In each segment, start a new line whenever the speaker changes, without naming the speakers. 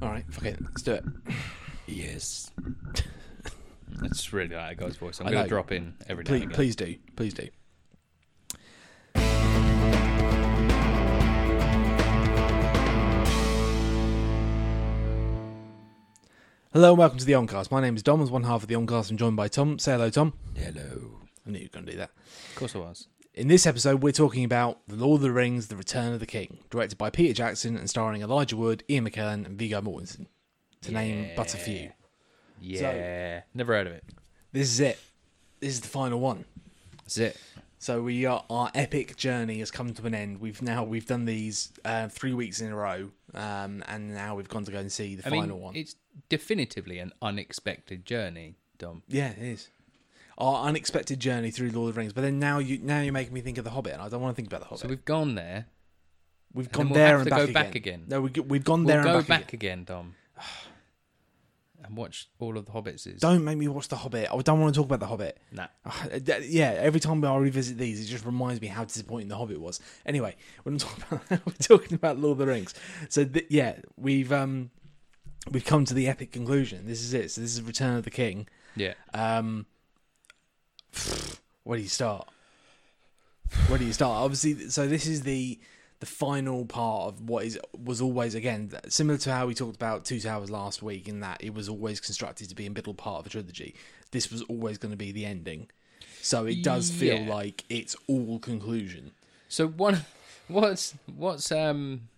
right, fuck it, let's do it.
Yes. That's really like a guy's voice. I'm
I
going
know.
to drop in every now
Please,
and again.
please do, please do. Hello and welcome to the Oncast. My name is Dom, as one half of the Oncast, and joined by Tom. Say hello, Tom.
Hello.
I knew you were going to do that.
Of course I was.
In this episode, we're talking about The Lord of the Rings, The Return of the King, directed by Peter Jackson and starring Elijah Wood, Ian McKellen, and Viggo Mortensen, to name but a few.
Yeah. Never heard of it.
This is it. This is the final one.
That's it.
So we are our epic journey has come to an end. We've now we've done these uh, three weeks in a row, um, and now we've gone to go and see the
I
final
mean,
one.
it's definitively an unexpected journey, Dom.
yeah, it is our unexpected journey through Lord of the Rings. But then now you now you're making me think of the Hobbit, and I don't want to think about the Hobbit.
So we've gone there.
we've
then
gone
we'll
there
have
and
to
back,
go
again.
back again.
No, we, we've gone
We'll
there
go
and back, again.
back again, Dom. And watch all of the Hobbits.
Don't make me watch the Hobbit. I don't want to talk about the Hobbit.
Nah.
Ah, that- Yeah, every time I revisit these, it just reminds me how disappointing The Hobbit was. Anyway, we're not talking about we're talking about Lord of the Rings. So th- yeah, we've um we've come to the epic conclusion. This is it. So this is Return of the King.
Yeah.
Um, where do you start? Where do you start? Obviously, so this is the the final part of what is was always again similar to how we talked about Two Towers last week, in that it was always constructed to be a middle part of a trilogy. This was always going to be the ending, so it does feel
Yeah.
like it's all conclusion.
So one, what's what's um.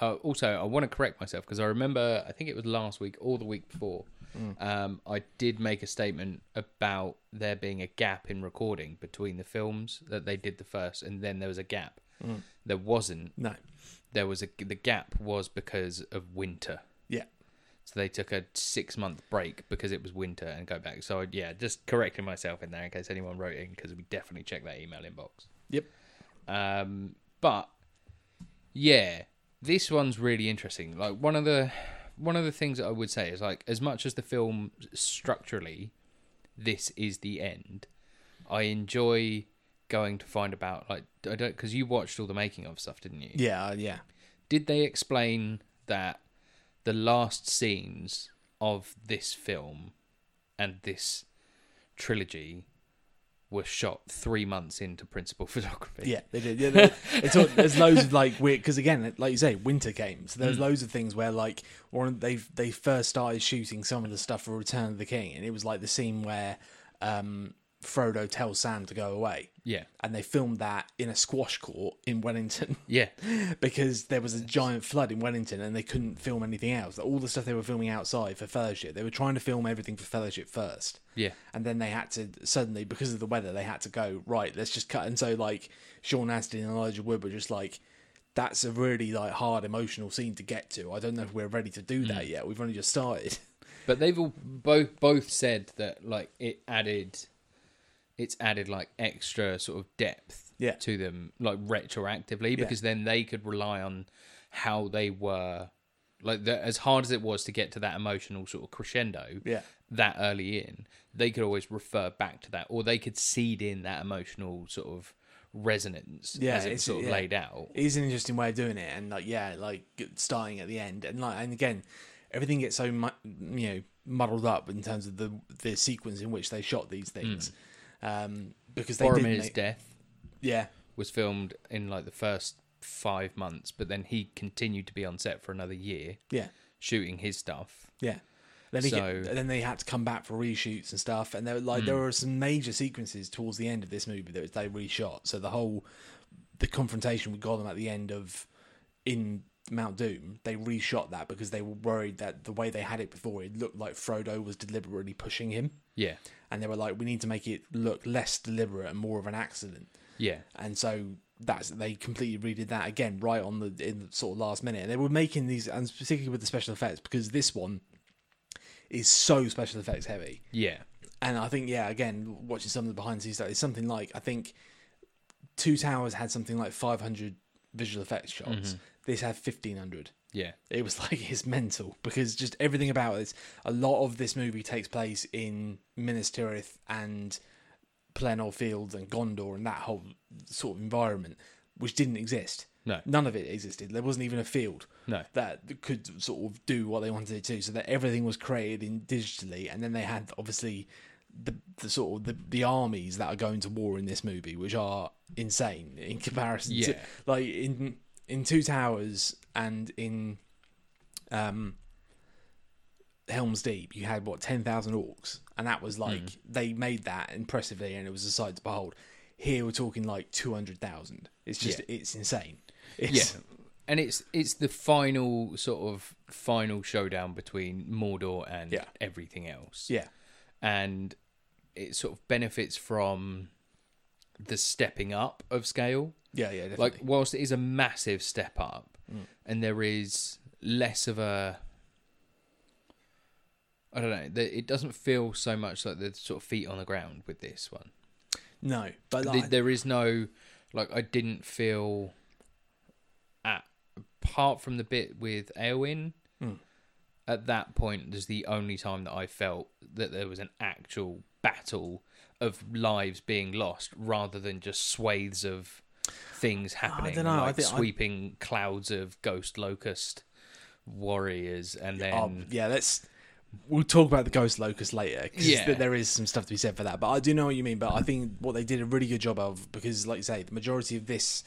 Uh, also, I want to correct myself because I remember I think it was last week or the week before. Um, I did make a statement about there being a gap in recording between the films that they did the first, and then there was a gap. There wasn't.
No,
There was a the gap was because of winter.
yeah,
So they took a six month break because it was winter and go back. So yeah, just correcting myself in there in case anyone wrote in because we definitely check that email inbox.
yep,
Um, but yeah, this one's really interesting. Like one of the one of the things that I would say is like as much as the film structurally, this is the end. I enjoy going to find about like I don't because you watched all the making of stuff, didn't you?
yeah, uh, yeah.
Did they explain that the last scenes of this film and this trilogy were shot three months into principal photography?
Yeah, they did. Yeah, they, it's all, there's loads of like weird because again, like you say, winter came, so there's loads of things where like one they they first started shooting some of the stuff for Return of the King, and it was like the scene where um, Frodo tells Sam to go away,
Yeah.
and they filmed that in a squash court in Wellington
Yeah.
because there was a giant flood in Wellington and they couldn't film anything else. All the stuff they were filming outside for Fellowship, they were trying to film everything for Fellowship first.
Yeah.
And then they had to suddenly, because of the weather, they had to go right. Let's just cut. And so, like Sean Astin and Elijah Wood were just like, "That's a really like hard emotional scene to get to. I don't know if we're ready to do that yet. We've only just started."
But they've all both both said that like it added, it's added like extra sort of depth
Yeah.
to them like retroactively because then they could rely on how they were like the, as hard as it was to get to that emotional sort of crescendo
Yeah.
that early in they could always refer back to that or they could seed in that emotional sort of resonance
Yeah,
as
it's-
it's sort of
yeah.
laid out
It is an interesting way of doing it, and like yeah, like starting at the end, and like and again, everything gets so mu- you know muddled up in terms of the the sequence in which they shot these things, um, because they did
Boromir's
make,
death
yeah
was filmed in like the first five months, but then he continued to be on set for another year
yeah
shooting his stuff.
yeah. Then, he
So-
get, then they had to come back for reshoots and stuff, and there were like there were some major sequences towards the end of this movie that they reshot. So the whole the confrontation with Gollum at the end of in Mount Doom, they reshot that because they were worried that the way they had it before, it looked like Frodo was deliberately pushing him,
Yeah,
and they were like, we need to make it look less deliberate and more of an accident.
yeah,
And so that's they completely redid that again right on the in the sort of last minute. And they were making these, and particularly with the special effects, because this one is so special effects heavy.
yeah,
And I think, yeah, again, watching some of the behind the scenes stuff, it's something like I think Two Towers had something like 500 visual effects shots. This had 1500.
yeah,
It was like it's mental because just everything about it. A lot of this movie takes place in Minas Tirith and Pelennor Fields and Gondor and that whole sort of environment, which didn't exist.
No.
None of it existed. There wasn't even a field
No.
that could sort of do what they wanted it to, so that everything was created in digitally, and then they had obviously the, the sort of the, the armies that are going to war in this movie, which are insane in comparison to
Yeah.
like in in Two Towers and in um Helm's Deep, you had what ten thousand orcs, and that
Hmm.
was like they made that impressively, and it was a sight to behold. Here we're talking like two hundred thousand. It's just it's insane.
Yeah.
It's,
And it's it's the final sort of final showdown between Mordor and
Yeah.
everything else.
yeah,
And it sort of benefits from the stepping up of scale.
yeah, yeah. Definitely.
Like whilst it is a massive step up and there is less of a I don't know. the- It doesn't feel so much like the sort of feet on the ground with this one.
no, but
Th-
like,
there is no like I didn't feel at apart from the bit with Eowyn
Hmm.
at that point is the only time that I felt that there was an actual battle of lives being lost rather than just swathes of things happening
dunno, I
like
think I-
sweeping clouds of ghost locust warriors and then
oh, yeah, let's. We'll talk about the ghost locust later because
Yeah.
there is some stuff to be said for that. But I do know what you mean. But I think what they did a really good job of because, like you say, the majority of this,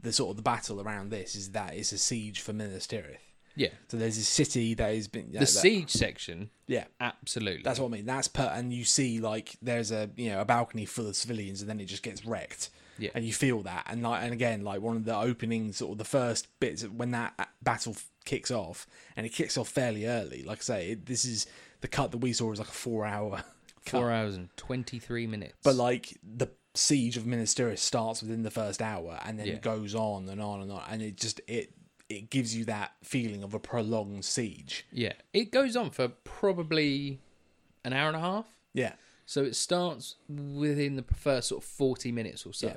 the sort of the battle around this is that it's a siege for Minas Tirith.
yeah
So there's this city that has been
the
that-
siege section
Yeah,
absolutely
that's what I mean. That's per and you see like there's a you know a balcony full of civilians and then it just gets wrecked.
Yeah.
and you feel that and like and again like one of the openings or the first bits of when that a- battle f- kicks off and it kicks off fairly early. Like I say, it, this is the cut that we saw is like a four hour cut,
four hours and 23 minutes
but like the siege of Minas Tirith starts within the first hour and then
Yeah.
goes on and on and on and it just it it gives you that feeling of a prolonged siege.
Yeah, it goes on for probably an hour and a half.
Yeah.
So it starts within the first sort of forty minutes or so,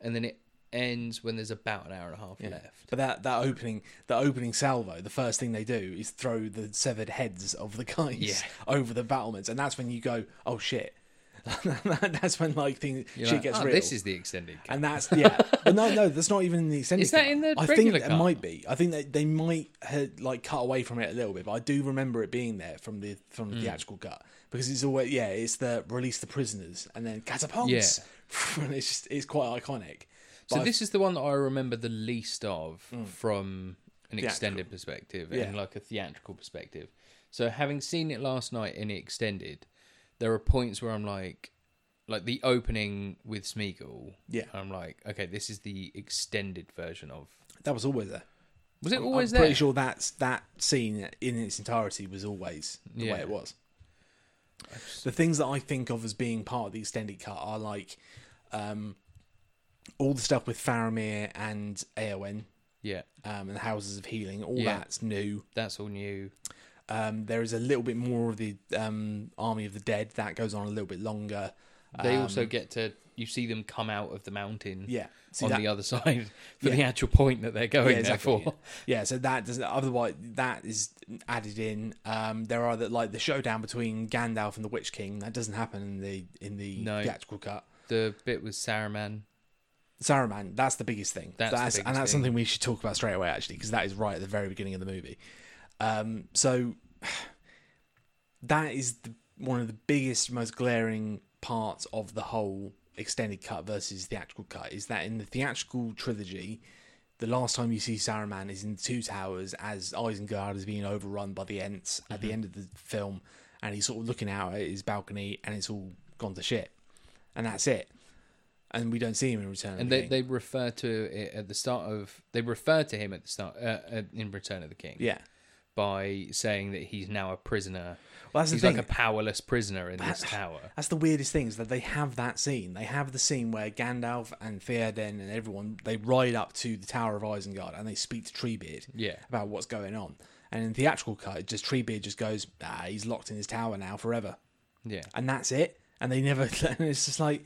and then it ends when there's about an hour and a half left.
But that, that opening that opening salvo, the first thing they do is throw the severed heads of the guys
Yeah.
over the battlements, and that's when you go, oh shit. that's when like things
You're
shit
like,
gets
"Oh,
real.
This is the extended. Cut.
and that's yeah. but no, no, that's not even in the extended.
Is that
cut.
in the
I
regular
think it
cut?
might be. I think that they might have, like cut away from it a little bit, but I do remember it being there from the from the
Hmm.
theatrical cut because it's always yeah, it's the release the prisoners and then catapults. and it's just it's quite iconic.
So
But I-
this is the one that I remember the least of from an
Mm. Theatrical.
extended perspective
Yeah.
and like a theatrical perspective. So having seen it last night in extended, there are points where I'm like, like the opening with Smeagol.
Yeah.
I'm like, okay, this is the extended version of.
that was always there.
Was it always
I'm
there?
pretty sure that's that scene in its entirety was always the
Yeah.
way it was. The things that I think of as being part of the extended cut are like um, all the stuff with Faramir and Eowyn
Yeah,
um, and the Houses of Healing. All
Yeah.
that's new.
that's all new.
Um, there is a little bit more of the um, Army of the Dead that goes on a little bit longer.
They also get to you see them come out of the mountain.
Yeah, see
on
that-
the other side for
Yeah.
the actual point that they're going
yeah,
there
exactly.
for.
Yeah, so that doesn't. Otherwise, that is added in. Um, there are the, like the showdown between Gandalf and the Witch King. That doesn't happen in the in the
No.
theatrical cut.
The bit with Saruman.
Saruman, that's the biggest thing.
That's
That's,
the
and
biggest
that's
thing.
something we should talk about straight away, actually, because that is right at the very beginning of the movie. Um, so that is the, one of the biggest, most glaring parts of the whole extended cut versus theatrical cut is that in the theatrical trilogy, the last time you see Saruman is in Two Towers as Isengard is being overrun by the Ents at
Mm-hmm.
the end of the film, and he's sort of looking out at his balcony, and it's all gone to shit, and that's it. And we don't see him in Return. of
And
the
they,
King.
they refer to it at the start of they refer to him at the start uh, uh, in Return of the King
Yeah.
by saying that he's now a prisoner.
Well, that's the
he's
thing.
like a powerless prisoner in this tower.
that's the weirdest thing is that they have that scene. They have the scene where Gandalf and Theoden and everyone they ride up to the Tower of Isengard and they speak to Treebeard
Yeah.
about what's going on. And in the theatrical cut, it just Treebeard just goes, "Ah, he's locked in his tower now forever,"
Yeah,
and that's it. And they never. And it's just like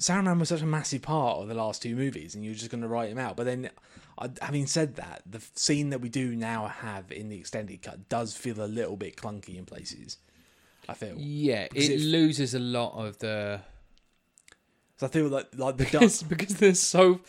Saruman was such a massive part of the last two movies, and you're just going to write him out. But then, I, having said that, the scene that we do now have in the extended cut does feel a little bit clunky in places. I feel.
yeah.
Because
It
it-
loses a lot of the
So I feel like like the
because because there's so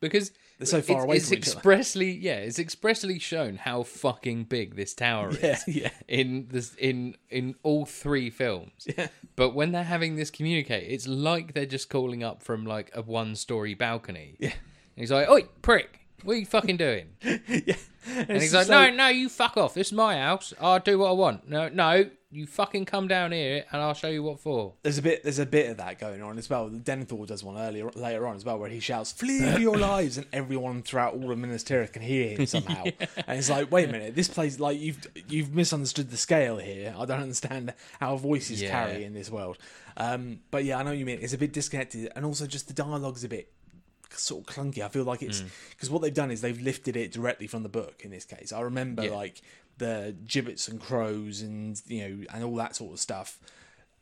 because
They're so far
it's,
away
it's
from each other.
expressly yeah it's expressly shown how fucking big this tower
Yeah,
is
yeah.
in this in in all three films
Yeah.
but when they're having this communicate it's like they're just calling up from like a one story balcony
Yeah.
and he's like oi prick what are you fucking doing
yeah.
and he's like no no you fuck off this is my house i'll do what i want no no you fucking come down here and i'll show you what for
There's a bit. There's a bit of that going on as well. Denethor does one earlier, later on as well, where he shouts "Flee for your lives!" and everyone throughout all of Minas Tirith can hear him somehow. And it's like, wait a minute, this place like you've you've misunderstood the scale here. I don't understand how voices
Yeah.
carry in this world. Um, but yeah, I know what you mean. It's a bit disconnected, and also just the dialogue's a bit sort of clunky. I feel like it's
Hmm.
because what they've done is they've lifted it directly from the book. In this case, I remember
Yeah.
like the gibbets and crows and you know and all that sort of stuff.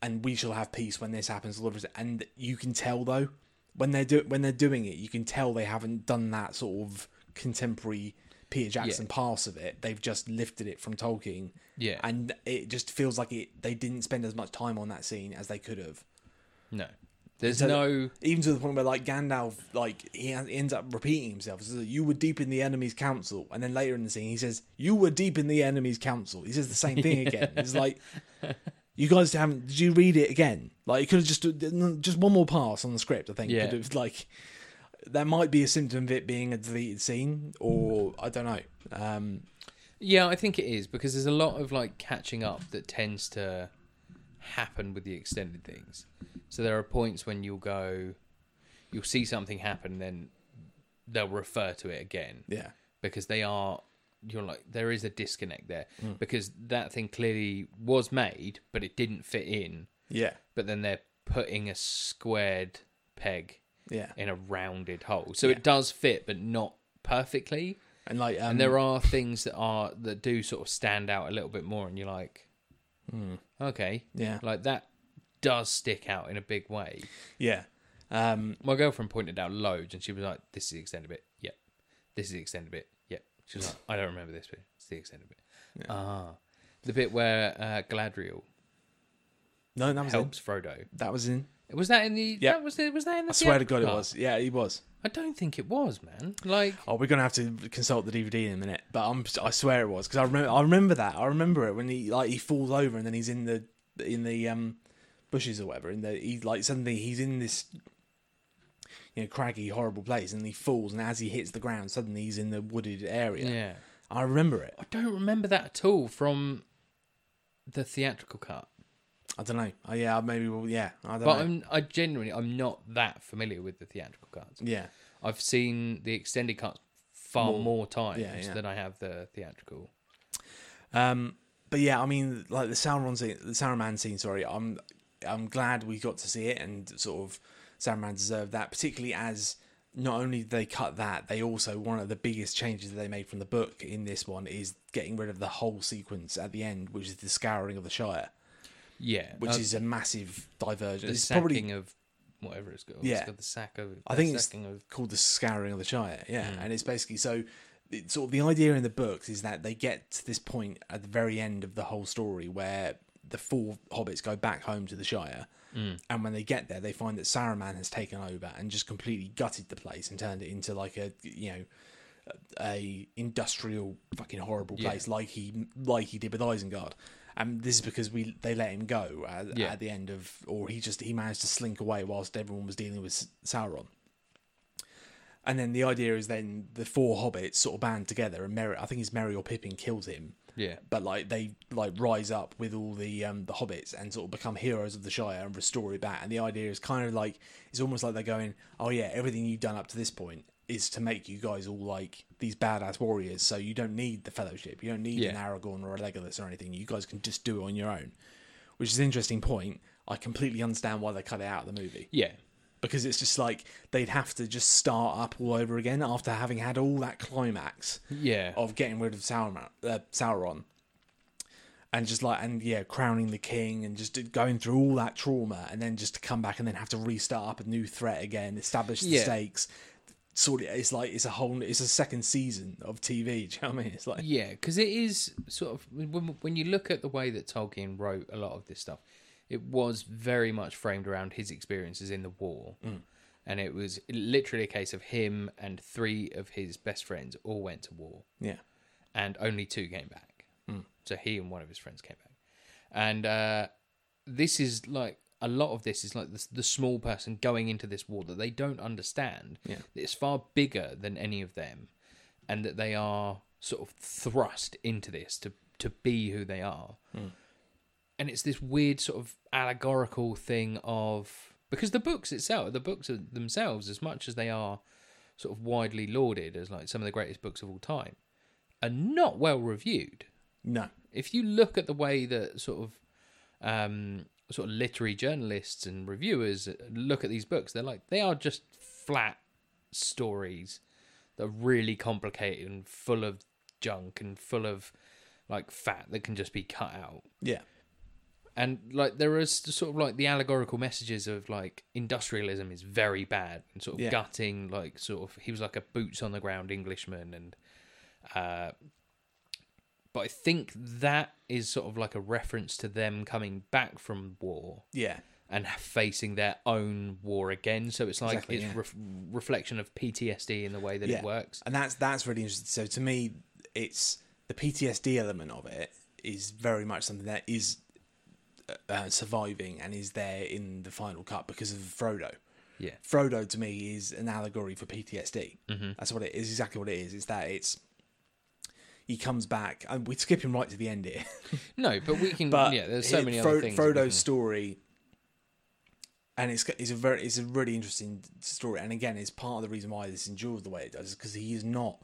And we shall have peace when this happens. Lord of- And you can tell though when they're do- when they're doing it, you can tell they haven't done that sort of contemporary Peter Jackson pass of it. They've just lifted it from Tolkien.
Yeah.
and it just feels like it. They didn't spend as much time on that scene as they could have.
no there's
So that-
no
even to the point where like Gandalf, like he en- ends up repeating himself. So you were deep in the enemy's council, and then later in the scene he says, "You were deep in the enemy's council." He says the same thing again. It's like, you guys haven't. Did you read it again? Like you could have just just one more pass on the script. I think.
Yeah.
Could have, like that might be a symptom of it being a deleted scene, or I don't know. Um,
Yeah, I think it is because there's a lot of like catching up that tends to happen with the extended things. So there are points when you'll go, you'll see something happen, then they'll refer to it again
yeah.
because they are, you're like, there is a disconnect there because that thing clearly was made, but it didn't fit in.
Yeah.
But then they're putting a squared peg
Yeah.
in a rounded hole, so it does fit, but not perfectly
And like, um,
and there are things that are that do sort of stand out a little bit more and you're like okay
Hmm. yeah,
like that does stick out in a big way
yeah. Um,
my girlfriend pointed out loads and she was like this is the extended bit yep this is the extended bit yep she was like i don't remember this bit it's the extended bit ah the bit where uh, Galadriel
no, that was in.
helps Frodo.
That was in.
Was that in the?
Yeah.
That was it. Was that in the?
I swear to God, it
theatrical cut?
was. Yeah, he was.
I don't think it was, man. Like,
Oh, we're gonna have to consult the DVD in a minute, but I'm, I swear it was because I remember. I remember that. I remember it when he like he falls over and then he's in the in the um bushes or whatever, and the, he like suddenly he's in this you know craggy, horrible place, and he falls, and as he hits the ground, suddenly he's in the wooded area.
yeah.
I remember it.
I don't remember that at all from the theatrical cut.
I don't know. Oh, yeah, maybe. Well, yeah, I don't
But
know.
I'm, I genuinely, I'm not that familiar with the theatrical cuts.
yeah,
I've seen the extended cuts far more, times
yeah, yeah.
than I have the theatrical.
Um, but yeah, I mean, like the Sauron scene, the Saruman scene. Sorry, I'm I'm glad we got to see it, and sort of Saruman deserved that, particularly as not only did they cut that, they also one of the biggest changes that they made from the book in this one is getting rid of the whole sequence at the end, which is the scouring of the Shire,
Yeah,
which
uh,
is a massive diversion.
the
It's
sacking
probably
of whatever it's called.
Yeah.
it's got the sack of.
I
the
think it's-
sacking of.
called the scouring of the Shire. Yeah, and it's basically so. It's sort of the idea in the books is that they get to this point at the very end of the whole story where the four hobbits go back home to the Shire, and when they get there, they find that Saruman has taken over and just completely gutted the place and turned it into like a you know a industrial fucking horrible place like he like he did with Isengard. And this is because we they let him go at,
Yeah.
at the end of, or he just he managed to slink away whilst everyone was dealing with S- Sauron. And then the idea is then the four hobbits sort of band together, and Merry, I think it's Merry or Pippin kills him.
Yeah,
But like they like rise up with all the um, the hobbits and sort of become heroes of the Shire and restore it back. And the idea is kind of like it's almost like they're going, oh yeah, everything you've done up to this point is to make you guys all like these badass warriors. So you don't need the Fellowship, you don't need an
Yeah.
Aragorn or a Legolas or anything. You guys can just do it on your own, which is an interesting point. I completely understand why they cut it out of the movie
yeah,
because it's just like they'd have to just start up all over again after having had all that climax
yeah.
of getting rid of Sauron, uh, Sauron, and just like and yeah, crowning the king and just going through all that trauma, and then just to come back and then have to restart up a new threat again, establish the
Yeah.
stakes. Sort of, it's like it's a whole, it's a second season of TV. Do you know what I mean? It's like
Yeah, because it is sort of when, when you look at the way that Tolkien wrote
Mm.
a lot of this stuff, it was very much framed around his experiences in the war, and it was literally a case of him and three of his best friends all went to war,
Yeah.
and only two came back. So he and one of his friends came back, and uh, this is like a lot of this is like the, the small person going into this war that they don't understand.
Yeah.
that it's far bigger than any of them, and that they are sort of thrust into this to to be who they are. And it's this weird sort of allegorical thing of because the books itself, the books are- themselves, as much as they are sort of widely lauded as like some of the greatest books of all time, are not well reviewed
No.
if you look at the way that sort of um, sort of literary journalists and reviewers look at these books, they're like they are just flat stories that are really complicated and full of junk and full of like fat that can just be cut out.
Yeah.
And like there is sort of like the allegorical messages of like industrialism is very bad and sort of
Yeah.
gutting, like sort of he was like a boots on the ground Englishman and uh but I think that is sort of like a reference to them coming back from war
Yeah.
and facing their own war again. So it's like
Exactly,
it's
yeah.
ref reflection of PTSD in the way that
yeah.
it works.
And that's that's really interesting. So to me, it's the PTSD element of it is very much something that is uh, surviving and is there in the final cut because of Frodo.
Yeah. Mm-hmm.
Frodo to me is an allegory for PTSD. That's what it is. Exactly what it is. It's that it's he comes back. And we're skipping right to the end here,
No, but we can
but
yeah, there's so
it-
many
Fro-
other things. that we
Frodo's
can-
story, and it's it's a very it's a really interesting story. And again, it's part of the reason why this endures the way it does is because he is not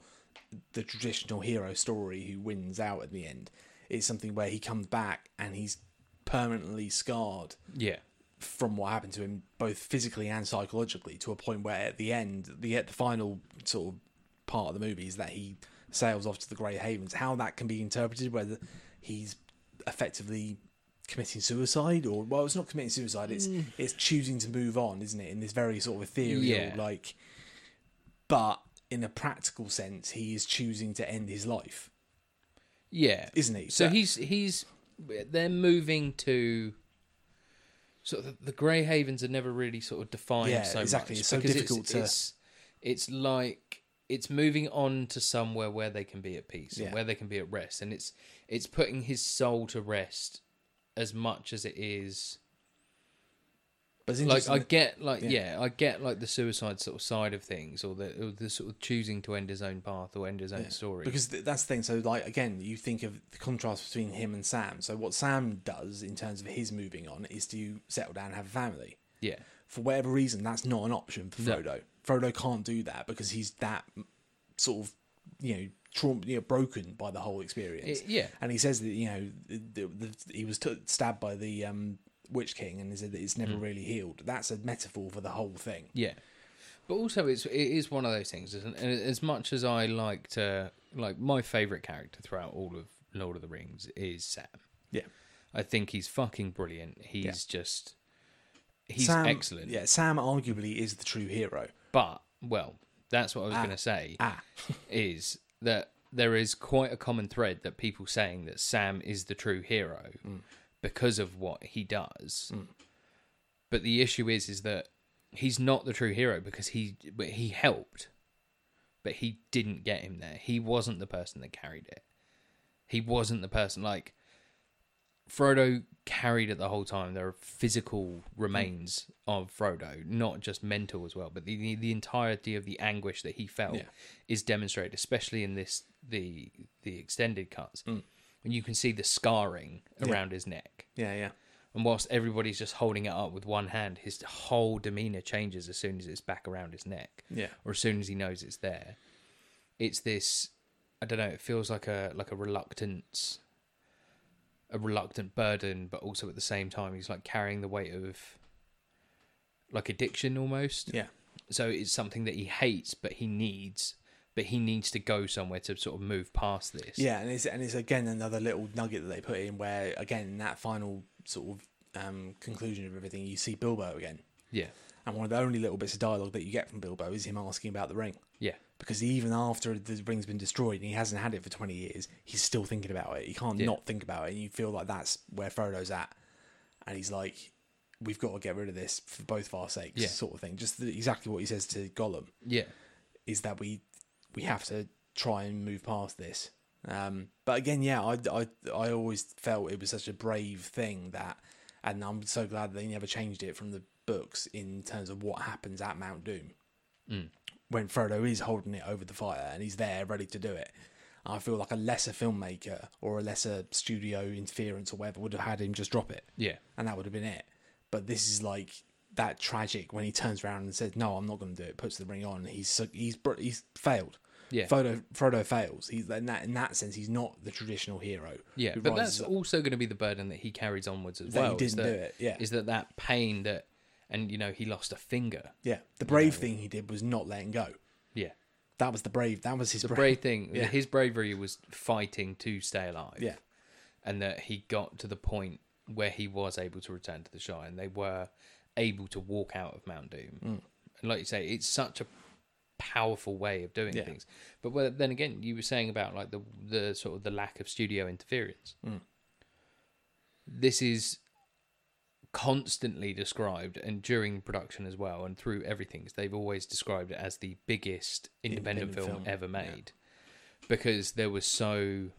the traditional hero story who wins out at the end. It's something where he comes back and he's permanently scarred
yeah.
from what happened to him, both physically and psychologically, to a point where at the end, the at the final sort of part of the movie is that he sails off to the Grey Havens. How that can be interpreted, whether he's effectively committing suicide or well, it's not committing suicide. It's
Mm.
it's choosing to move on, isn't it? In this very sort of ethereal,
Yeah.
like, but in a practical sense, he is choosing to end his life,
Yeah.
isn't he?
So he's he's they're moving to sort of the, the Grey Havens are never really sort of defined
Yeah,
so
exactly.
much
It's so
because
difficult to-
It's, it's like it's moving on to somewhere where they can be at peace
Yeah.
and where they can be at rest, and it's it's putting his soul to rest as much as it is
but it's
like
interesting
I
that-
get like yeah. I get like the suicide sort of side of things or the or the sort of choosing to end his own path or end his own story.
Because th- that's the thing. So, like, again, you think of the contrast between him and Sam. So, what Sam does in terms of his moving on is to settle down and have a family.
yeah.
For whatever reason, that's not an option for
No.
Frodo. Frodo can't do that because he's that mm, sort of, you know, traum- you know, broken by the whole experience.
It- yeah.
And he says that, you know, the, the, the, he was t- stabbed by the um, Witch King and he said that it's never
Mm.
really healed. That's a metaphor for the whole thing.
Yeah, but also it's it is one of those things. Isn't it? And as much as I like to like my favorite character throughout all of Lord of the Rings is Sam.
Yeah.
I think he's fucking brilliant. He's just he's
Sam,
excellent.
Yeah, Sam arguably is the true hero.
But well, that's what I was going to say
Ah.
is that there is quite a common thread that people saying that Sam is the true hero
Mm.
because of what he does. But the issue is is that he's not the true hero because he but he helped. But he didn't get him there. He wasn't the person that carried it. He wasn't the person like Frodo carried it the whole time. There are physical remains of Frodo, not just mental as well, but the, the, the entirety of the anguish that he felt
Yeah.
is demonstrated, especially in this the the extended cuts. And you can see the scarring around his neck.
Yeah, yeah.
And whilst everybody's just holding it up with one hand, his whole demeanor changes as soon as it's back around his neck.
Yeah.
Or as soon as he knows it's there. It's this I don't know, it feels like a like a reluctance a reluctant burden, but also at the same time he's like carrying the weight of like addiction almost.
Yeah.
So it's something that he hates but he needs but he needs to go somewhere to sort of move past this.
Yeah, and it's and it's again another little nugget that they put in where again in that final sort of um, conclusion of everything, you see Bilbo again,
Yeah.
and one of the only little bits of dialogue that you get from Bilbo is him asking about the ring
Yeah.
because even after the ring's been destroyed and he hasn't had it for twenty years, he's still thinking about it. He can't
Yeah.
not think about it, and you feel like that's where Frodo's at, and he's like, we've got to get rid of this for both of our sakes,
Yeah.
sort of thing. Just the, exactly what he says to Gollum
Yeah.
is that we we have to try and move past this. Um, but again, yeah, I, I I always felt it was such a brave thing that, and I'm so glad they never changed it from the books in terms of what happens at Mount Doom when Frodo is holding it over the fire and he's there ready to do it. I feel like a lesser filmmaker or a lesser studio interference or whatever would have had him just drop it
Yeah.
and that would have been it. But this is like that tragic when he turns around and says, "No, I'm not going to do it." Puts the ring on. He's so- he's br- he's failed.
Yeah.
Frodo Frodo fails. He's in that in that sense, he's not the traditional hero.
Yeah,
who
but
rises
that's
up.
also going to be the burden that he carries onwards as
That he
well. is
didn't do
that-
it, yeah.
is that that pain that, and you know, he lost a finger.
yeah. The brave thing he did was not letting go.
Yeah,
That was the brave. That was his
the
brave.
brave thing.
Yeah.
His bravery was fighting to stay alive.
Yeah.
and that he got to the point where he was able to return to the Shire, and they were able to walk out of Mount Doom. And like you say, it's such a powerful way of doing
Yeah.
things. But well, then again, you were saying about like the the sort of the lack of studio interference. This is constantly described and during production as well and through everything they've always described it as the biggest independent,
Independent film,
film, ever made because there was so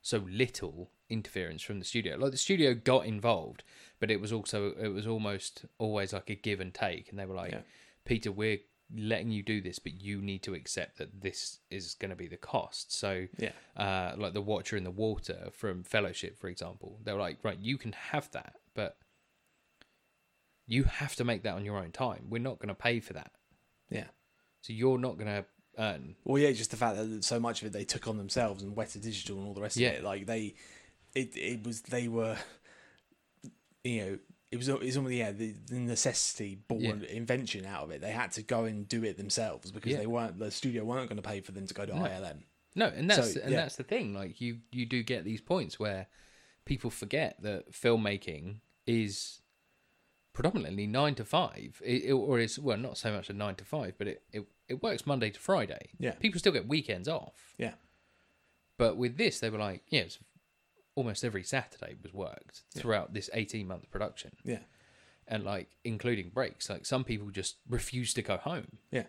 so little interference from the studio like the studio got involved but it was also it was almost always like a give and take and they were like
Yeah.
peter we're letting you do this but you need to accept that this is going to be the cost so
Yeah.
uh, like the Watcher in the Water from Fellowship, for example. They were like, right, you can have that, but you have to make that on your own time. We're not going to pay for that,
Yeah.
so you're not going to earn.
Well, yeah, just the fact that so much of it they took on themselves and Weta Digital and all the rest
Yeah.
of it. Like they, it it was they were, you know, it was it's almost yeah the, the necessity born invention out of it. They had to go and do it themselves because
Yeah.
they weren't the studio weren't going to pay for them to go to ILM.
No, and that's
So,
and
yeah.
that's the thing. Like you, you do get these points where people forget that filmmaking is predominantly nine to five, it, it- or is well, not so much a nine to five, but it, it it works Monday to Friday.
Yeah.
people still get weekends off.
Yeah,
But with this, they were like, yeah, it's almost every Saturday was worked throughout this 18 month production
yeah,
and like including breaks. Like some people just refused to go home,
yeah,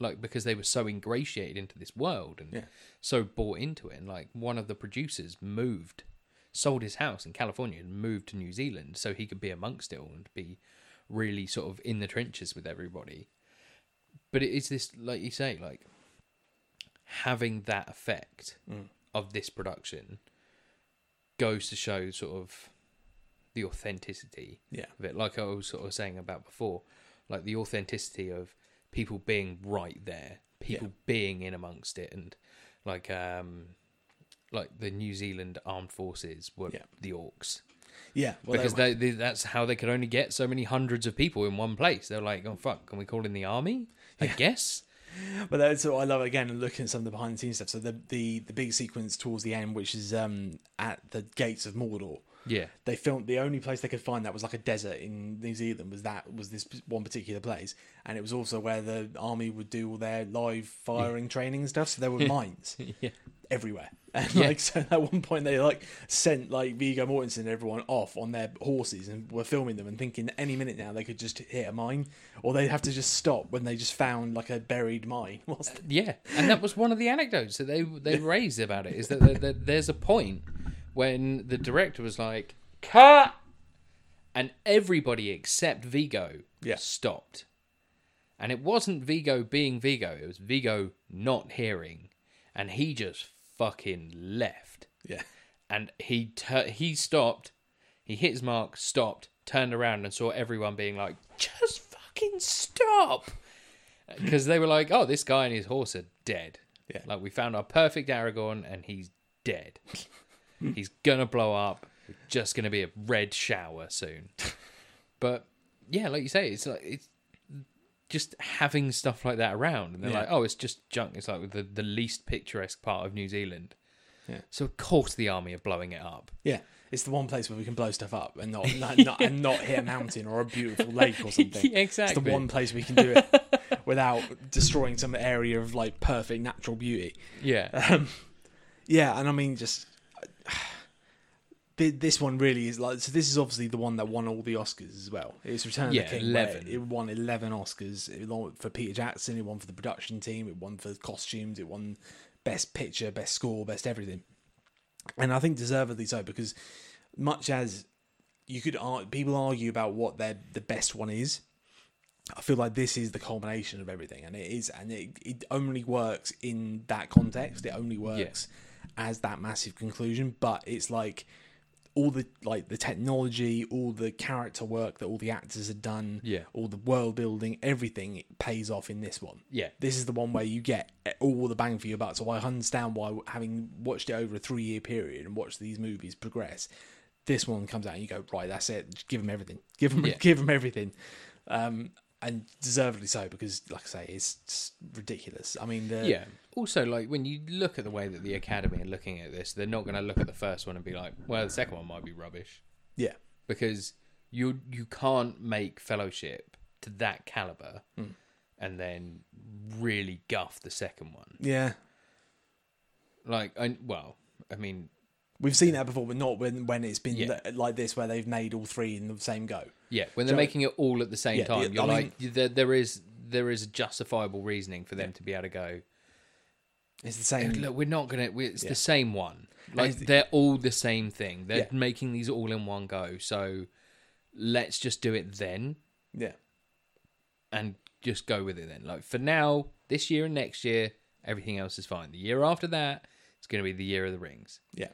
like because they were so ingratiated into this world and
Yeah.
so bought into it. And like one of the producers moved, sold his house in California and moved to New Zealand so he could be amongst it all and be really sort of in the trenches with everybody. But it is this, like you say, like having that effect of this production goes to show sort of the authenticity
Yeah.
of it. Like I was sort of saying about before, like the authenticity of people being right there, people being in amongst it, and like um, like the New Zealand armed forces were
Yeah.
the orcs
yeah. Well,
because
they,
they, they, that's how they could only get so many hundreds of people in one place. They're like, oh fuck, can we call in the army? I guess.
but that's what I love again looking at some of the behind the scenes stuff. So the the the big sequence towards the end, which is um at the gates of Mordor.
Yeah.
they filmed the only place they could find that was like a desert in New Zealand was that was this one particular place and it was also where the army would do all their live firing training and stuff so there were mines
Yeah.
everywhere and
Yeah.
like so at one point they like sent like Vigo Mortensen and everyone off on their horses and were filming them and thinking any minute now they could just hit a mine or they'd have to just stop when they just found like a buried mine whilst
Yeah, and that was one of the anecdotes that they they raised about it is that there- there- there's a point when the director was like cut, and everybody except Vigo
Yeah.
stopped, and it wasn't Vigo being Vigo; it was Vigo not hearing, and he just fucking left,
yeah
and he tur- he stopped, he hit his mark, stopped, turned around, and saw everyone being like, just fucking stop because they were like, "Oh, this guy and his horse are dead.
Yeah.
Like we found our perfect Aragorn, and he's dead. he's gonna blow up. It's just gonna be a red shower soon." But yeah, like you say, it's like it's just having stuff like that around, and they're
Yeah.
like, "Oh, it's just junk. It's like the the least picturesque part of New Zealand."
Yeah.
So of course the army are blowing it up.
yeah it's the one place where we can blow stuff up and not, not, not and not hit a mountain or a beautiful lake or something
Yeah, exactly.
It's the one place we can do it without destroying some area of like perfect natural beauty.
Yeah.
Yeah, and I mean just thi- this one really is like so. This is obviously the one that won all the Oscars as well. It's Return of
Yeah,
the King. where
11.
It won eleven Oscars. It won for Peter Jackson. It won for the production team. It won for costumes. It won best picture, best score, best everything. And I think deservedly so because much as you could ar- people argue about what their the best one is. I feel like this is the culmination of everything, and it is, and it, it only works in that context. It only works as that massive conclusion, but it's like all the like the technology, all the character work that all the actors had done,
Yeah.
all the world building, everything pays off in this one.
Yeah.
This is the one where you get eh, all the bang for your buck. So I understand why, having watched it over a three year period and watched these movies progress, this one comes out and you go, right, that's it. Just give them everything. Give them,
Yeah.
give them everything. Um, and deservedly so because, like I say, it's just ridiculous. I mean, the,
Yeah. Also, like when you look at the way that the Academy are looking at this, they're not going to look at the first one and be like, "Well, the second one might be rubbish,"
yeah,
because you you can't make Fellowship to that caliber
Hmm.
and then really guff the second one.
yeah.
Like, I, well, I mean,
We've seen that before, but not when when it's been
Yeah.
li- like this, where they've made all three in the same go.
yeah, when they're
So-
making it all at the same
Yeah, the-
time, you're
I mean-
like, there, there is there is justifiable reasoning for them to be able to go.
It's the same.
Look, we're not gonna. We, it's
Mm. Yeah.
the same one. Like
it's the-
they're all the same thing. They're
Yeah.
making these all in one go. So let's just do it then
Yeah,
and just go with it then. Like for now, this year and next year, everything else is fine. The year after that, it's gonna be the year of the rings.
yeah,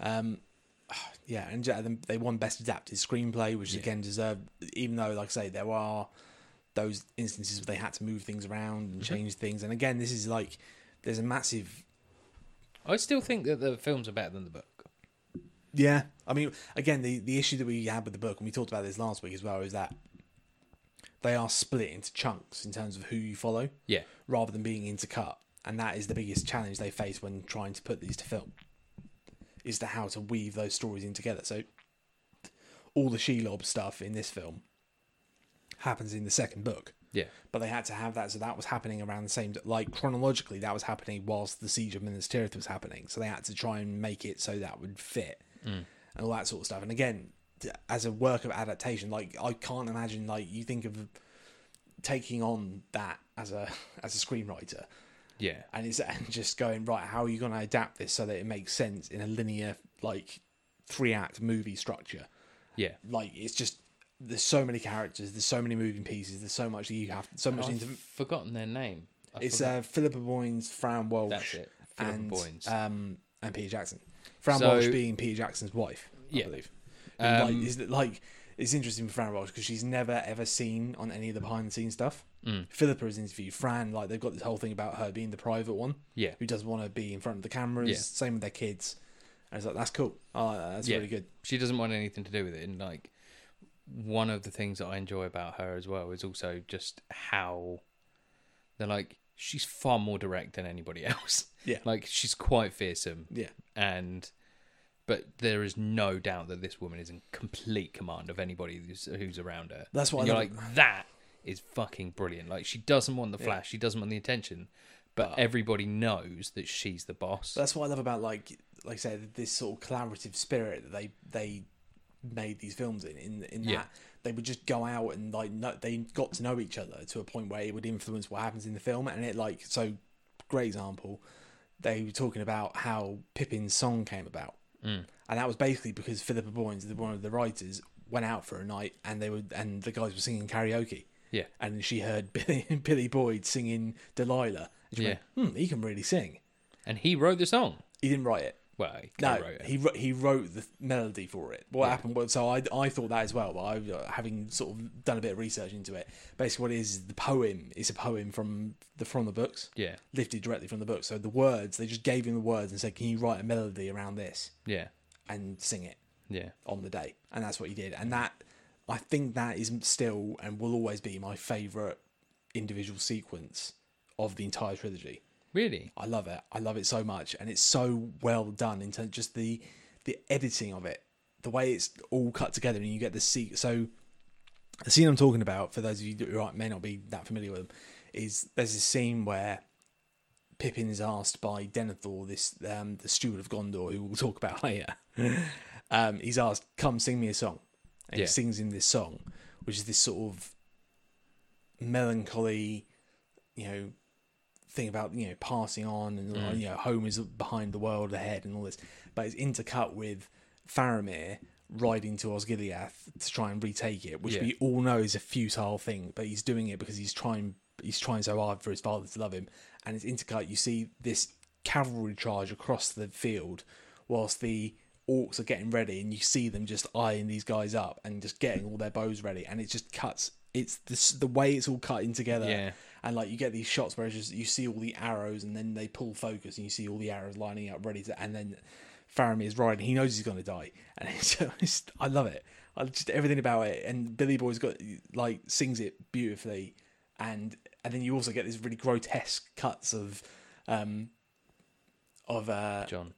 um, yeah. And yeah, then they won best adapted screenplay, which again deserved. Even though, like I say, there are those instances where they had to move things around and change things. And again, this is like there's a massive.
I still think that the films are better than the book.
Yeah, I mean, again, the the issue that we had with the book, and we talked about this last week as well, is that they are split into chunks in terms of who you follow.
Yeah,
rather than being intercut. And that is the biggest challenge they face when trying to put these to film, is to how to weave those stories in together. So all the Shelob stuff in this film happens in the second book,
yeah,
but they had to have that. So that was happening around the same, like chronologically, that was happening whilst the Siege of Minas Tirith was happening. So they had to try and make it so that would fit and all that sort of stuff. And again, t- as a work of adaptation, like I can't imagine, like you think of taking on that as a as a screenwriter
yeah,
and it's and just going right how are you going to adapt this so that it makes sense in a linear like three act movie structure
yeah.
like it's just there's so many characters there's so many moving pieces there's so much that you have so much
I've
into
forgotten their name. I
it's
forgot.
uh philippa boynes fran welsh
That's it, Philippa
and
Boynes.
um and peter jackson fran
So-
welsh being peter jackson's wife i
Yeah.
believe And,
Um,
like, is it like it's interesting for Fran Walsh because she's never ever seen on any of the behind the scenes stuff.
Mm.
Philippa has interviewed Fran, like they've got this whole thing about her being the private one
yeah.
who doesn't want to be in front of the cameras.
Yeah.
Same with their kids. And it's like that's cool. Oh, that's
Yeah.
really good.
she doesn't want anything to do with it and like one of the things that i enjoy about her as well is also just how they're like she's far more direct than anybody else
Yeah.
like she's quite fearsome
Yeah,
and but there is no doubt that this woman is in complete command of anybody who's, who's around her
That's what
And
I
you're
love-
like that is fucking brilliant like she doesn't want the flash she doesn't want the attention but everybody knows that she's the boss
that's what I love about like like I said this sort of collaborative spirit that they they made these films in in in that
Yeah.
they would just go out and like no, they got to know each other to a point where it would influence what happens in the film and it like so great example they were talking about how Pippin's song came about
Mm.
and that was basically because Philippa Boynes the one of the writers went out for a night and they were and the guys were singing karaoke
yeah
and she heard Billy, Billy Boyd singing Delilah and she
Yeah.
went hmm he can really sing
and he wrote the song
he didn't write it
well he
no,
co-wrote it.
he wrote, he wrote the melody for it. What happened was so I, I thought that as well. But I, uh, having sort of done a bit of research into it, basically what it is is the poem is a poem from the from the books,
yeah
lifted directly from the book. So the words they just gave him the words and said, "Can you write a melody around this
yeah
and sing it
yeah
on the day?" And that's what he did. And that I think that is still and will always be my favorite individual sequence of the entire trilogy.
Really?
I love it. I love it so much, and it's so well done in terms just the the editing of it, the way it's all cut together, and you get the scene. So the scene I'm talking about, for those of you that right may not be that familiar with them, is there's this scene where Pippin is asked by Denethor, this um, the steward of Gondor, who we'll talk about later, um, he's asked, "Come sing me a song," and
Yeah.
he sings him this song, which is this sort of melancholy, you know, thing about you know passing on and
Mm.
you know home is behind the world ahead and all this, but it's intercut with Faramir riding to Osgiliath to try and retake it, which
Yeah.
we all know is a futile thing, but he's doing it because he's trying he's trying so hard for his father to love him, and it's intercut. You see this cavalry charge across the field, whilst the orcs are getting ready, and you see them just eyeing these guys up and just getting all their bows ready, and it just cuts. It's this, the way it's all cutting together
Yeah.
and like you get these shots where it's just you see all the arrows and then they pull focus and you see all the arrows lining up ready to and then Faramir is riding he knows he's going to die and it's just I love it I just everything about it and Billy Boy's got like sings it beautifully and and then you also get these really grotesque cuts of um of uh
John.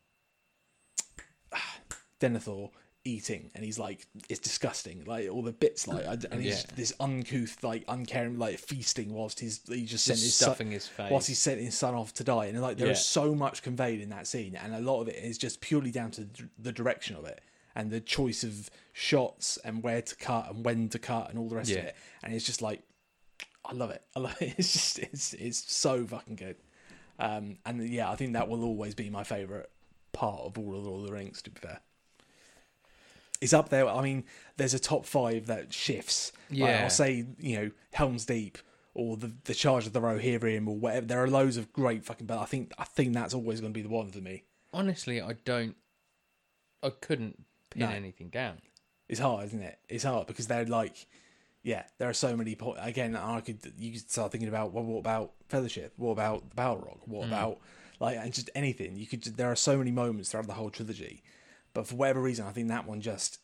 Denethor eating and he's like it's disgusting like all the bits like I- and he's
Yeah.
this uncouth like uncaring like feasting whilst he's he just sent his son-
stuffing his face.
whilst he's sending his son off to die. And like there is
Yeah.
so much conveyed in that scene, and a lot of it is just purely down to d- the direction of it and the choice of shots and where to cut and when to cut and all the rest
Yeah.
of it. And it's just like, I love it. I love it. It's just it's it's so fucking good. Um, and yeah, I think that will always be my favorite part of all of Lord of the Rings. To be fair. It's up there. I mean, there's a top five that shifts. Like,
Yeah.
I'll say, you know, Helm's Deep or the the Charge of the Rohirrim or whatever. There are loads of great fucking, but I think I think that's always going to be the one for me.
Honestly, I don't. I couldn't pin
No.
anything down.
It's hard, isn't it? It's hard because they're like, yeah, there are so many. Po- Again, I could you could start thinking about well, what about Fellowship? What about the Balrog? What about like and just anything? You could. There are so many moments throughout the whole trilogy, but for whatever reason, I think that one just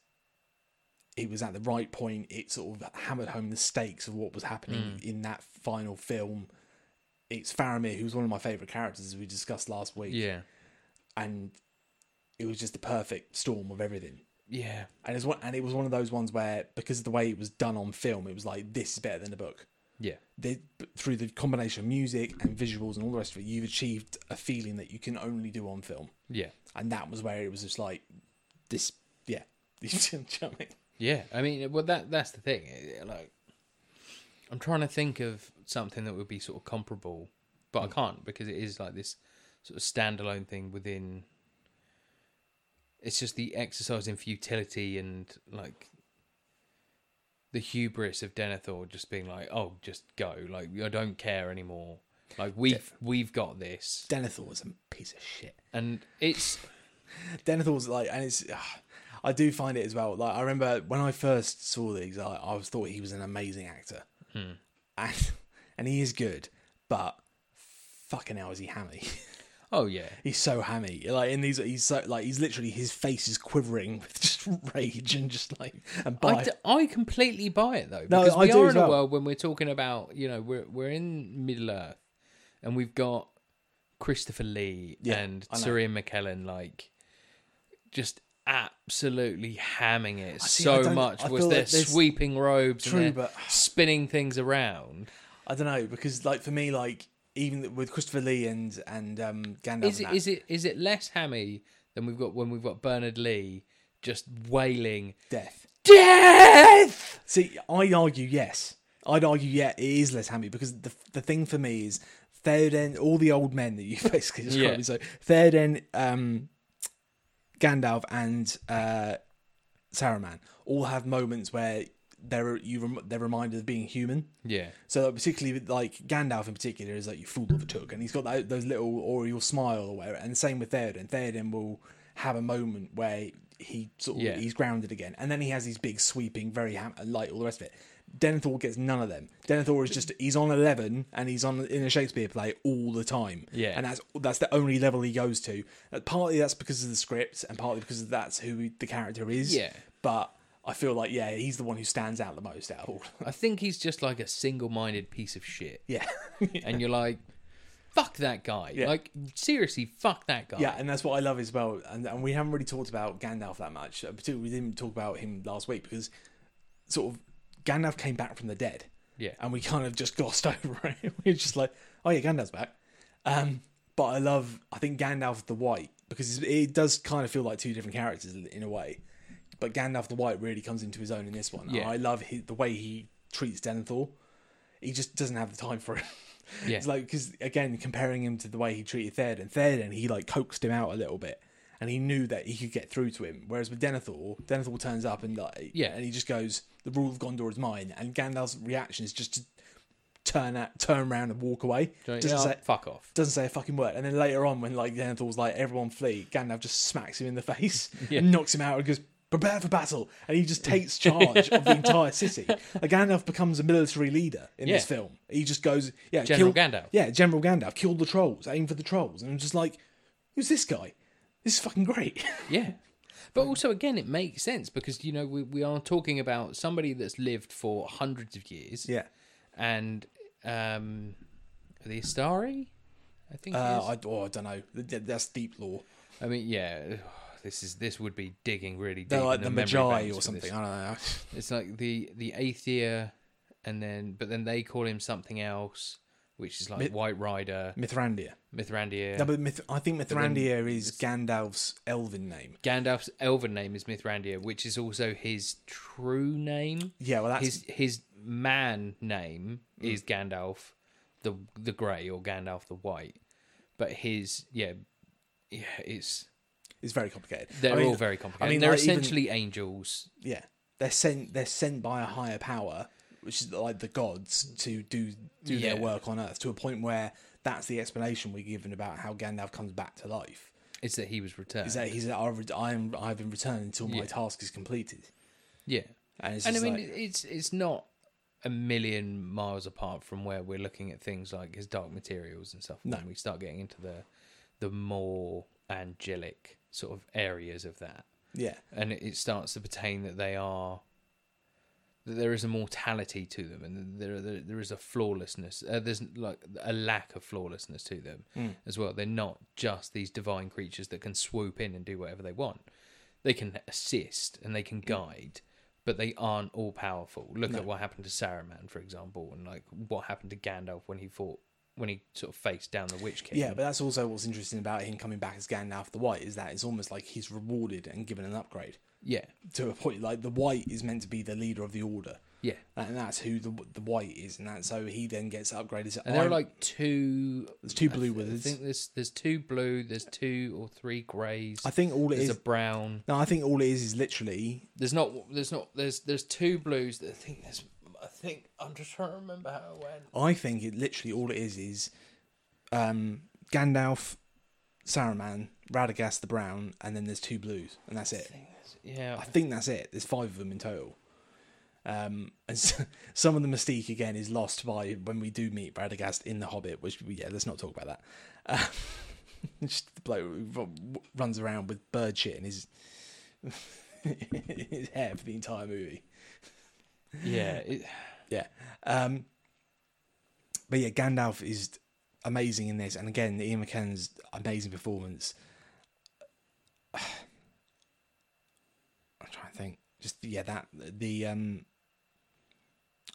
it was at the right point. It sort of hammered home the stakes of what was happening in that final film. It's Faramir, who's one of my favorite characters, as we discussed last week,
Yeah.
and it was just the perfect storm of everything
Yeah.
and it was one, and it was one of those ones where because of the way it was done on film, it was like this is better than the book.
Yeah.
They, through the combination of music and visuals and all the rest of it, you've achieved a feeling that you can only do on film,
Yeah.
and that was where it was just like this. Yeah, you know what I mean?
Yeah, I mean, well, that that's the thing. eh, Like, I'm trying to think of something that would be sort of comparable, but I can't because it is like this sort of standalone thing within. It's just the exercise in futility and like the hubris of Denethor just being like, "Oh, just go! Like, I don't care anymore. Like, we've we've got this."
Denethor was a piece of shit.
And it's
Denethor's like, and it's. ah, I do find it as well. Like I remember when I first saw these, I, I was thought he was an amazing actor, and and he is good, but fucking hell, is he hammy?
oh yeah,
he's so hammy like in these he's so like he's literally his face is quivering with just rage and just like and
I,
bite
d- I completely buy it though
No,
because
I
we
do
are
as
in a
well.
world when we're talking about you know we're we're in Middle Earth and we've got Christopher Lee
Yeah,
and
I know.
Sir Ian McKellen like just absolutely hamming it
see, I
so
don't-
much
I
was
feel
their
like there's-
sweeping robes
True,
and they're
but-
spinning things around
i don't know because like for me like even with christopher lee and and um gandalf
is
and
it
that,
is it is it less hammy than we've got when we've got Bernard Lee just wailing
death
death
see i'd argue yes i'd argue yeah it is less hammy because the the thing for me is Theoden, all the old men that you basically described.
Yeah.
So Theoden, um, Gandalf, and uh, Saruman all have moments where they're you rem- they're reminded of being human.
yeah
So like, particularly with, like Gandalf in particular is like you fool of a took, and he's got that, those little aureole smile or whatever. And same with Theoden. Theoden will have a moment where he sort of
Yeah.
he's grounded again, and then he has these big sweeping, very ham- light, all the rest of it. Denethor gets none of them. Denethor is just he's on eleven and he's on in a Shakespeare play all the time.
Yeah.
and that's that's the only level he goes to. Uh, Partly that's because of the script, and partly because that's who the character is.
Yeah.
but. I feel like yeah, he's the one who stands out the most out of all.
I think he's just like a single-minded piece of shit
Yeah,
and you're like, fuck that guy.
Yeah.
Like, seriously, fuck that guy.
Yeah, and that's what I love as well. And, and we haven't really talked about Gandalf that much. Uh, Particularly, we didn't talk about him last week because sort of Gandalf came back from the dead.
Yeah.
And we kind of just glossed over it. we were just like, oh yeah, Gandalf's back. Um, but I love, I think Gandalf the White because it's- it does kind of feel like two different characters in a way. But Gandalf the White really comes into his own in this one.
Yeah.
I love his, the way he treats Denethor. He just doesn't have the time for it.
Yeah.
It's like because again, comparing him to the way he treated Theoden, Theoden he like coaxed him out a little bit, and he knew that he could get through to him. Whereas with Denethor, Denethor turns up and like
Yeah.
and he just goes, "The rule of Gondor is mine." And Gandalf's reaction is just to turn out, turn around and walk away.
Do you know,
Doesn't
yeah,
say-
fuck off.
doesn't say a fucking word. And then later on, when like Denethor's like everyone flee, Gandalf just smacks him in the face,
Yeah.
and knocks him out, and goes prepare for battle. And he just takes charge of the entire city. Like Gandalf becomes a military leader in this
Yeah.
film. He just goes, yeah,
General
kill-
Gandalf.
yeah, General Gandalf, kill the trolls, aim for the trolls, and I'm just like, who's this guy? This is fucking great.
Yeah. But also, again, it makes sense because, you know, we, we are talking about somebody that's lived for hundreds of years.
yeah,
And um, the Astari? I think it
uh,
is.
I, oh, I don't know. That's deep lore.
I mean, yeah, this is this would be digging really deep.
They're like
in
the
memory
Magi
banks
or
for this.
something. I don't know.
It's like the the Aether, and then but then they call him something else, which is like White Rider,
Mithrandir.
Mithrandir.
No, but Mith- I think Mithrandir is Gandalf's elven name.
Gandalf's elven name is Mithrandir, which is also his true name.
Yeah, well, that's
his his man name is Gandalf the the Grey or Gandalf the White, but his yeah yeah it's
it's very complicated.
they're
I mean,
all very complicated.
I mean,
they're
like, even-
essentially angels.
yeah, they're sent. They're sent by a higher power, which is like the gods, to do do
Yeah.
their work on Earth to a point where that's the explanation we're given about how Gandalf comes back to life.
It's that he was returned.
Is that he's I re- I am I've been returned until my
Yeah.
task is completed,
yeah,
and it's
and I
just
mean
like,
it's it's not a million miles apart from where we're looking at things like his dark materials and stuff.
No.
when we start getting into the the more angelic sort of areas of that.
yeah,
and it- it starts to pertain that they are that there is a mortality to them and there there, there is a flawlessness uh, there's like a lack of flawlessness to them as well they're not just these divine creatures that can swoop in and do whatever they want they can assist and they can guide but they aren't all powerful look at what happened to Saruman for example and like what happened to Gandalf when he fought when he sort of faced down the witch king
yeah. But that's also what's interesting about him coming back as Gandalf the White is that it's almost like he's rewarded and given an upgrade
yeah
to a point. Like the White is meant to be the leader of the Order.
yeah
And that's who the the white is, and that so he then gets upgraded. So
And there
I'm-
are like two. There's
two blue wizards.
I think there's there's two blue. There's two or three greys.
I think all it
there's
is.
a brown.
No, I think all it is is literally.
There's not. There's not. There's there's two blues. That I think there's. I think I'm just trying to remember how it went.
I think it literally all it is is um, Gandalf, Saruman, Radagast the Brown, and then there's two blues, and that's it.
I think that's- Yeah.
I think that's it. There's five of them in total. Um, and s some of the mystique again is lost by when we do meet Radagast in the Hobbit, which we- yeah, let's not talk about that. Uh, just the bloke who ru- runs around with bird shit in his his hair for the entire movie.
yeah. It,
Yeah. Um, but yeah, Gandalf is amazing in this, and again, Ian McKellen's amazing performance. I'm trying to think. Just yeah, that the um,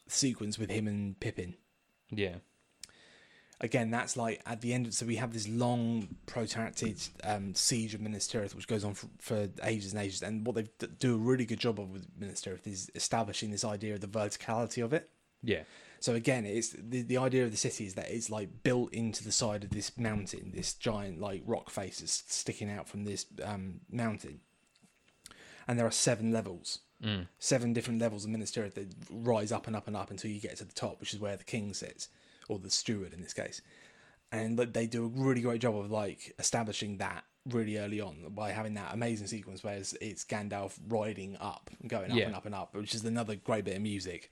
sequence with him and Pippin.
yeah.
Again, that's like at the end. of- So we have this long, protracted um, siege of Minas Tirith, which goes on for, for ages and ages. And what they d- do a really good job of with Minas Tirith is establishing this idea of the verticality of it.
Yeah.
So again, it's the, the idea of the city is that it's like built into the side of this mountain, this giant like rock face is sticking out from this um, mountain, and there are seven levels, mm. seven different levels of Minas Tirith that rise up and up and up until you get to the top, which is where the king sits, or the steward in this case, and like, they do a really great job of like establishing that really early on by having that amazing sequence where it's, it's Gandalf riding up, and going up
Yeah.
and up and up, which is another great bit of music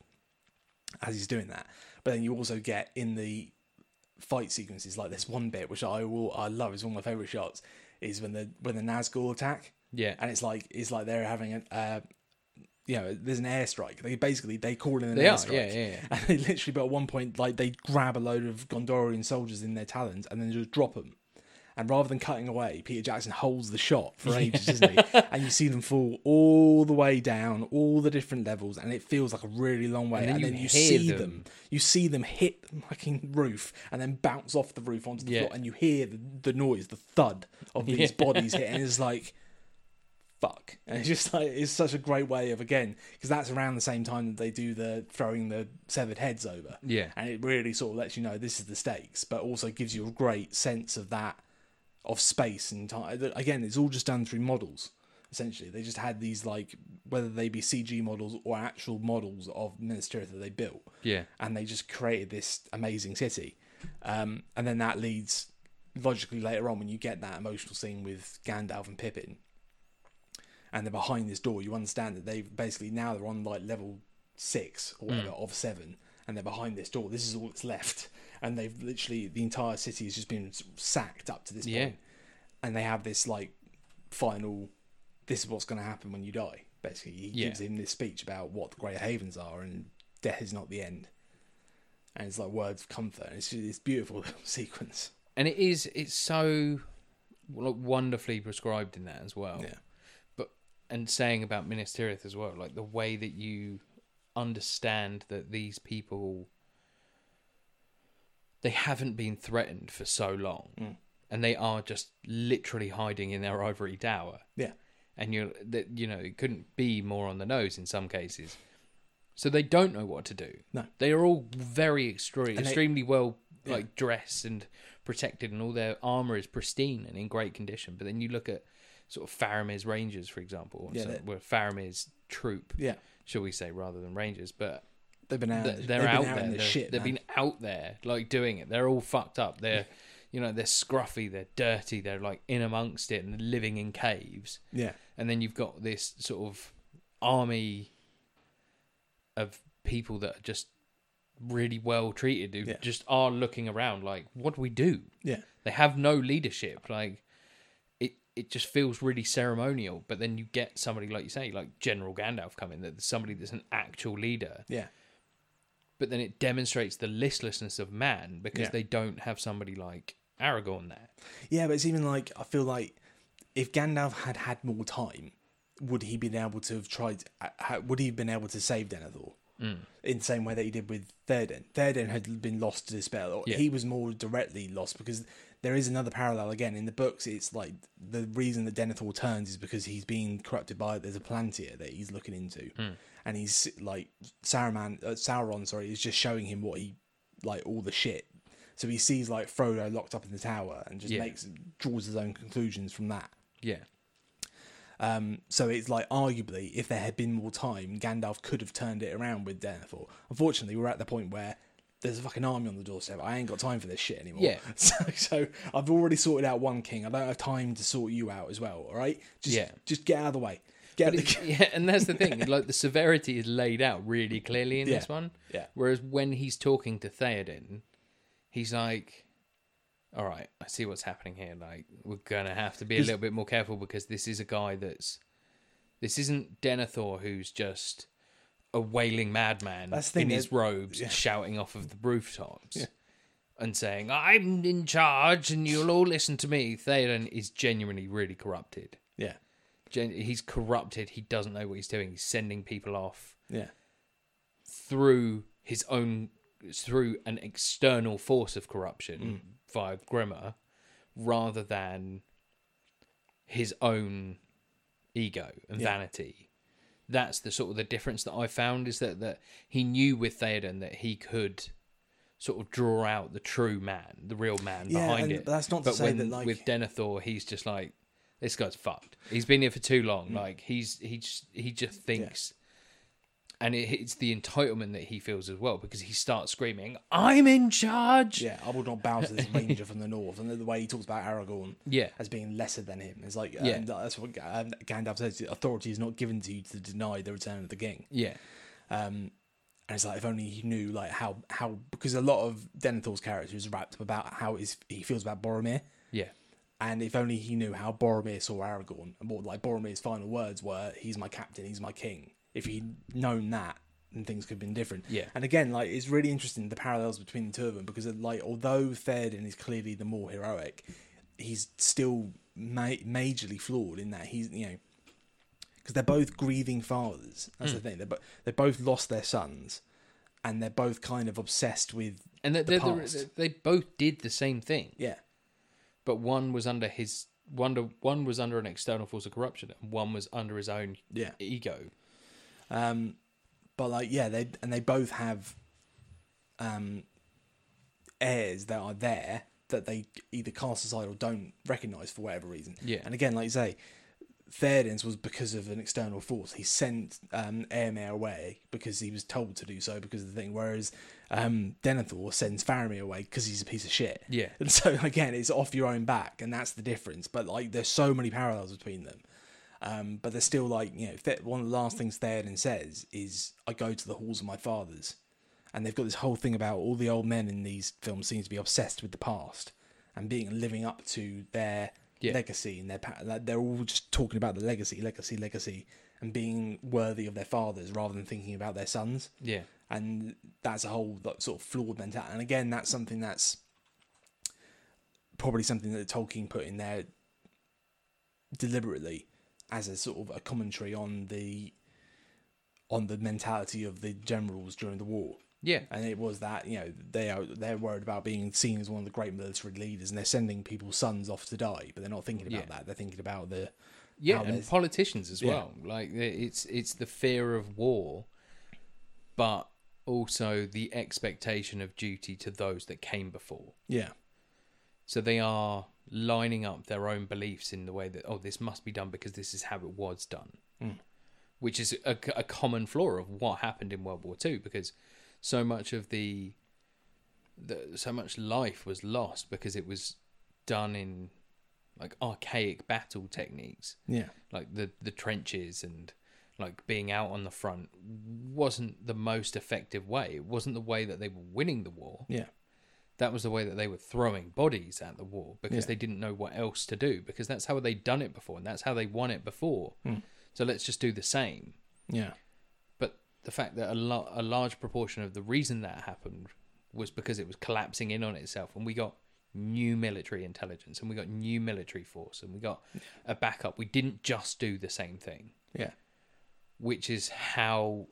as he's doing that. But then you also get in the fight sequences, like this one bit which I will I love is one of my favorite shots is when the when the Nazgul attack,
Yeah.
and it's like it's like they're having an uh, you know there's an airstrike. They basically they call in an
They are,
airstrike.
yeah, yeah, yeah.
And they literally, but at one point, like they grab a load of Gondorian soldiers in their talons and then just drop them. And rather than cutting away, Peter Jackson holds the shot for ages, doesn't he? And you see them fall all the way down, all the different levels, and it feels like a really long way.
then
And then you,
you hear
see them.
them.
You see them hit the fucking roof and then bounce off the roof onto the
Yeah.
floor, and you hear the, the noise, the thud of these bodies hitting. And it's like, fuck. And it's just like it's such a great way of again because that's around the same time that they do the throwing the severed heads over.
Yeah.
and it really sort of lets you know this is the stakes, but also gives you a great sense of that of space and time. Again, it's all just done through models. Essentially, they just had these like whether they be CG models or actual models of Minas Tirith that they built,
Yeah.
and they just created this amazing city. Um, and then that leads logically later on when you get that emotional scene with Gandalf and Pippin, and they're behind this door. You understand that they've basically now they're on like level six or whatever of seven, and they're behind this door. This is all that's left, and they've literally the entire city has just been sacked up to this
Yeah.
point. and they have this like final. This is what's going to happen when you die. Basically, he
Yeah.
gives him this speech about what the great havens are and death is not the end. And it's like words of comfort. And it's just this beautiful little sequence.
and it is it's so like wonderfully prescribed in that as well.
Yeah.
But and saying about Minas Tirith as well, like the way that you understand that these people they haven't been threatened for so long, and they are just literally hiding in their ivory tower
Yeah.
and you that you know it couldn't be more on the nose in some cases. So they don't know what to do.
No.
they are all very extreme,
they-
extremely well like dressed and protected, and all their armor is pristine and in great condition. But then you look at sort of Faramir's Rangers, for example,
Yeah,
so,
that-
where Faramir's troop,
Yeah.
shall we say, rather than Rangers, but
They've been out.
they're,
they've
they're
been
out
out
there.
in
They're,
this shit.
they've
man.
been out there, like doing it. They're all fucked up. They're, you know, they're scruffy. They're dirty. They're like in amongst it and living in caves
yeah.
and then you've got this sort of army of people that are just really well treated who
Yeah.
just are looking around like what do we do
Yeah.
they have no leadership like it it just feels really ceremonial but then you get somebody like you say like general gandalf coming that somebody that's an actual leader
Yeah.
but then it demonstrates the listlessness of man because
Yeah.
they don't have somebody like aragorn there
Yeah, but it's even like I feel like if Gandalf had had more time, would he been able to have tried? ha- ha- Would he have been able to save Denethor in the same way that he did with Theoden? Theoden had been lost to despair, or
Yeah.
he was more directly lost because there is another parallel again in the books. It's like the reason that Denethor turns is because he's being corrupted by there's a Palantir that he's looking into, and he's like Saruman, uh, Sauron, sorry, is just showing him what he like all the shit. So he sees like Frodo locked up in the tower and just
Yeah.
makes draws his own conclusions from that.
yeah
Um, so it's like arguably, if there had been more time, Gandalf could have turned it around with Denethor. Unfortunately, we're at the point where there's a fucking army on the doorstep. I ain't got time for this shit anymore.
Yeah.
So, so I've already sorted out one king. I don't have time to sort you out as well. All right. Just,
Yeah.
Just get out of the way. Get out of the
yeah, and that's the thing. Like the severity is laid out really clearly in this
Yeah.
one.
Yeah.
Whereas when he's talking to Theoden, he's like, "All right, I see what's happening here. Like we're gonna have to be a little bit more careful because this is a guy that's this isn't Denethor who's just a wailing madman
That's the thing,
in his
they're-
robes shouting off of the rooftops." And saying, I'm in charge and you'll all listen to me. Theoden is genuinely really corrupted
yeah.
gen- he's corrupted. He doesn't know what he's doing. He's sending people off
Yeah.
through his own through an external force of
Mm.
corruption via Grimmer, rather than his own ego and vanity. That's the sort of the difference that I found is that that he knew with Theoden that he could sort of draw out the true man, the real man
Yeah,
behind
and
it.
that's not to say
when-
that, like-
with Denethor, he's just like this guy's fucked. He's been here for too
Mm.
long. Like he's he just he just thinks, and it, it's the entitlement that he feels as well because he starts screaming, "I'm in charge."
Yeah, I would not bow to this ranger from the north. And the way he talks about Aragorn
Yeah.
as being lesser than him. It's like, um,
Yeah.
that's what um, Gandalf says authority is not given to you to deny the return of the king.
yeah,
And it's like, if only he knew, like, how, how because a lot of Denethor's character is wrapped up about how is, he feels about Boromir.
yeah.
And if only he knew how Boromir saw Aragorn and what, like, Boromir's final words were, he's my captain, he's my king. If he'd known that, then things could have been different.
Yeah.
And again, like, it's really interesting the parallels between the two of them because, like, although Theoden is clearly the more heroic, he's still ma- majorly flawed in that he's you know because they're both grieving fathers. That's the thing. They bo- they both lost their sons, and they're both kind of obsessed with
and they,
the
they- they-
past.
they both did the same thing,
yeah
but one was under his one to- one was under an external force of corruption, and one was under his own
yeah.
ego.
Um, but like yeah, they and they both have um heirs that are there that they either cast aside or don't recognize for whatever reason.
Yeah.
And again, like you say, Theoden's was because of an external force. He sent um, Aemir away because he was told to do so because of the thing. Whereas um, Denethor sends Faramir away because he's a piece of shit.
Yeah.
And so again, it's off your own back, and that's the difference. But like, there's so many parallels between them. Um, but they're still like, you know, Th- one of the last things Theoden says is, "I go to the halls of my fathers," and they've got this whole thing about all the old men in these films seem to be obsessed with the past and being living up to their
Yeah.
legacy and their pa- like, they're all just talking about the legacy, legacy, legacy, and being worthy of their fathers rather than thinking about their sons
Yeah,
and that's a whole like, sort of flawed mentality. And again, that's something that's probably something that Tolkien put in there deliberately as a sort of a commentary on the on the mentality of the generals during the war.
yeah,
And it was that you know they are they're worried about being seen as one of the great military leaders, and they're sending people's sons off to die, but they're not thinking about
Yeah.
that. They're thinking about the
yeah,
how
and
there's-
politicians as
Yeah.
well. Like the- it's it's the fear of war, but also the expectation of duty to those that came before.
yeah
So they are lining up their own beliefs in the way that oh, this must be done because this is how it was done, which is a, a common flaw of what happened in World War Two because so much of the, the so much life was lost because it was done in like archaic battle techniques
yeah
like the the trenches and like being out on the front wasn't the most effective way it wasn't the way that they were winning the war
yeah
that was the way that they were throwing bodies at the war because
Yeah.
they didn't know what else to do because that's how they'd done it before and that's how they won it before so let's just do the same
yeah
but the fact that a, lo- a large proportion of the reason that happened was because it was collapsing in on itself and we got new military intelligence and we got new military force and we got a backup we didn't just do the same thing
yeah
which is how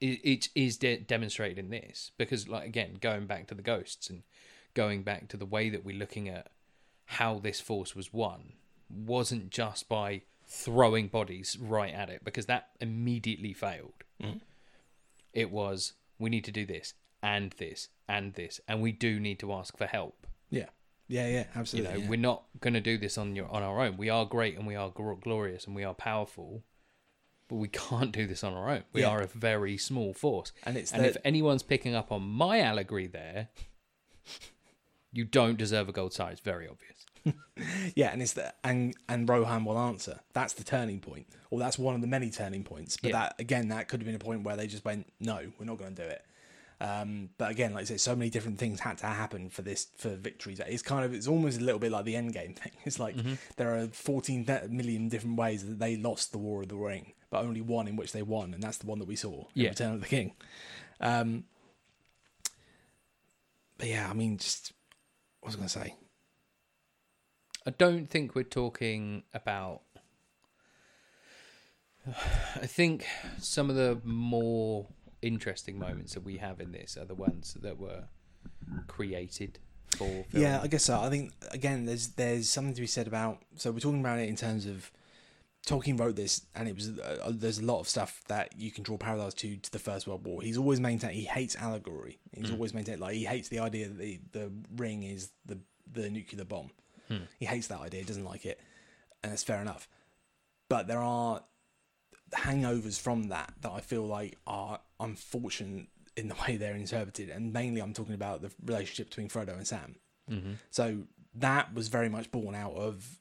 it, it is de- demonstrated in this because like again going back to the ghosts and going back to the way that we're looking at how this force was won wasn't just by throwing bodies right at it because that immediately failed it was we need to do this and this and this and we do need to ask for help
yeah yeah yeah
you
absolutely
know
yeah.
we're not going to do this on your on our own we are great and we are gl- glorious and we are powerful but we can't do this on our own we
Yeah.
are a very small force
And it's
and
that-
if anyone's picking up on my allegory there you don't deserve a gold star it's very obvious
Yeah, and it's the and and Rohan will answer. That's the turning point, or that's one of the many turning points. But
Yeah.
that again, that could have been a point where they just went, "No, we're not going to do it." Um, but again, like I said, so many different things had to happen for this for victories. It's kind of it's almost a little bit like the end game thing. It's like
Mm-hmm.
there are 14 th- million different ways that they lost the War of the Ring, but only one in which they won, and that's the one that we saw, in
Yeah.
Return of the King. Um, but yeah, I mean, just what was I going to say?
i don't think we're talking about i think some of the more interesting moments that we have in this are the ones that were created for film.
Yeah, I guess so. I think again, there's there's something to be said about. So we're talking about it in terms of Tolkien wrote this, and it was uh, there's a lot of stuff that you can draw parallels to to the First World War. He's always maintained he hates allegory. He's always maintained like he hates the idea that the, the ring is the the nuclear bomb. He hates that idea. Doesn't like it, and that's fair enough. But there are hangovers from that that I feel like are unfortunate in the way they're interpreted, and mainly I'm talking about the relationship between Frodo and Sam. So that was very much born out of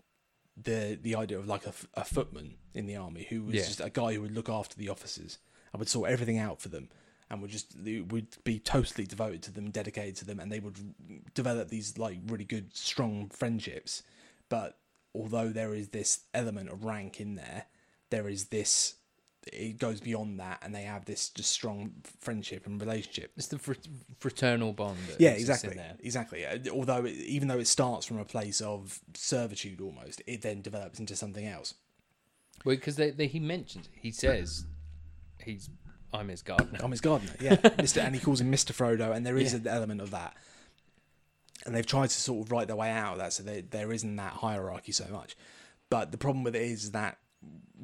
the the idea of like a, f- a footman in the army who was
Yeah.
just a guy who would look after the officers and would sort everything out for them and would just would be totally devoted to them, dedicated to them, and they would develop these like really good strong friendships. But although there is this element of rank in there, there is this it goes beyond that, and they have this just strong friendship and relationship.
It's the fr- fraternal bond. That
Yeah,
exists in
exactly,
there.
exactly. Uh, Although, it, even though it starts from a place of servitude almost, it then develops into something else.
Well, because they, they, he mentions it. He says, "He's I'm his gardener."
I'm his gardener, yeah, Mister, and he calls him Mister Frodo, and there is an element of that. And they've tried to sort of write their way out of that, so there there isn't that hierarchy so much. But the problem with it is that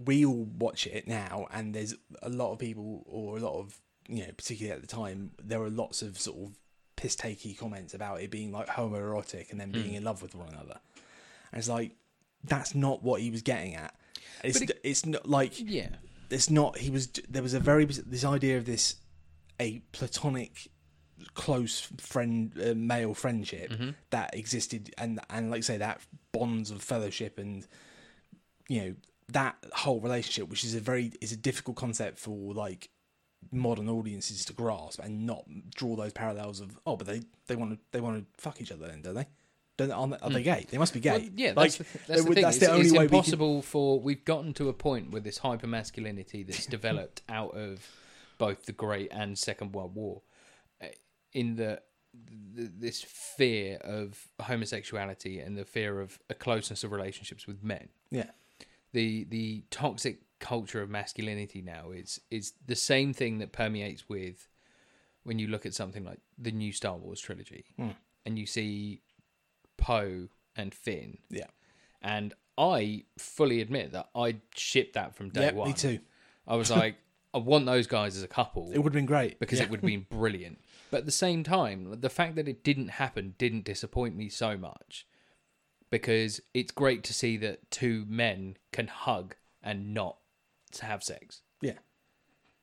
we all watch it now, and there's a lot of people, or a lot of you know, particularly at the time, there were lots of sort of piss takey comments about it being like homoerotic and then being in love with one another. And it's like that's not what he was getting at. It's it's not like
Yeah,
it's not he was there was a very this idea of this a platonic close friend uh, male friendship
Mm-hmm.
that existed and and like I say that bonds of fellowship and you know that whole relationship which is a very is a difficult concept for like modern audiences to grasp and not draw those parallels of oh but they they want to they want to fuck each other then don't they don't, are they, are they gay they must be gay
Hmm. Well, yeah.
Like,
That's the, th-
they
that's the
would-
thing.
that's
it's,
the only
it's
way we can-
impossible for we've gotten to a point with this hyper masculinity that's developed out of both the Great and Second World War, uh, in the, the this fear of homosexuality and the fear of a closeness of relationships with men.
yeah
the the toxic culture of masculinity now is is the same thing that permeates with when you look at something like the new Star Wars trilogy
Hmm.
and you see Poe and Finn
yeah
and I fully admit that I shipped that from day
yeah
one.
me too
I was like, I want those guys as a couple
it would have been great
because it would have been brilliant. But at the same time, the fact that it didn't happen didn't disappoint me so much because it's great to see that two men can hug and not to have sex.
yeah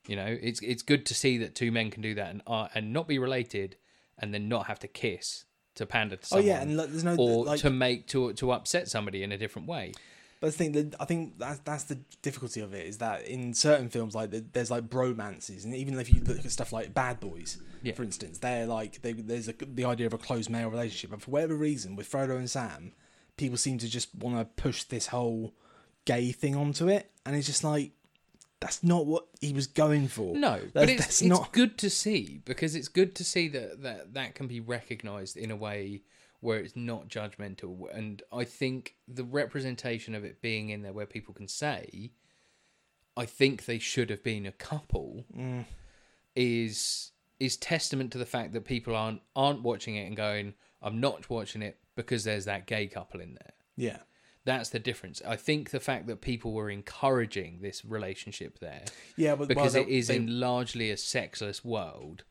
You know, it's it's good to see that two men can do that and are, and not be related and then not have to kiss to pander to
Oh,
someone.
yeah, and look, there's no-
or
like-
to make to to upset somebody in a different way.
But I think that I think that's that's the difficulty of it is that in certain films like there- there's like bromances, and even if you look at stuff like Bad Boys,
Yeah.
for instance, they're like they, there's a, the idea of a close male relationship, and for whatever reason, with Frodo and Sam, people seem to just want to push this whole gay thing onto it, and it's just like that's not what he was going for.
No,
that's,
but it's,
that's
it's
not.
good to see because it's good to see that that, that can be recognised in a way where it's not judgmental. And I think the representation of it being in there where people can say, I think they should have been a couple
Mm.
is is testament to the fact that people aren't aren't watching it and going, I'm not watching it because there's that gay couple in there.
Yeah,
That's the difference. I think the fact that people were encouraging this relationship there
yeah, but well,
because it
they-
is
they-
in largely a sexless world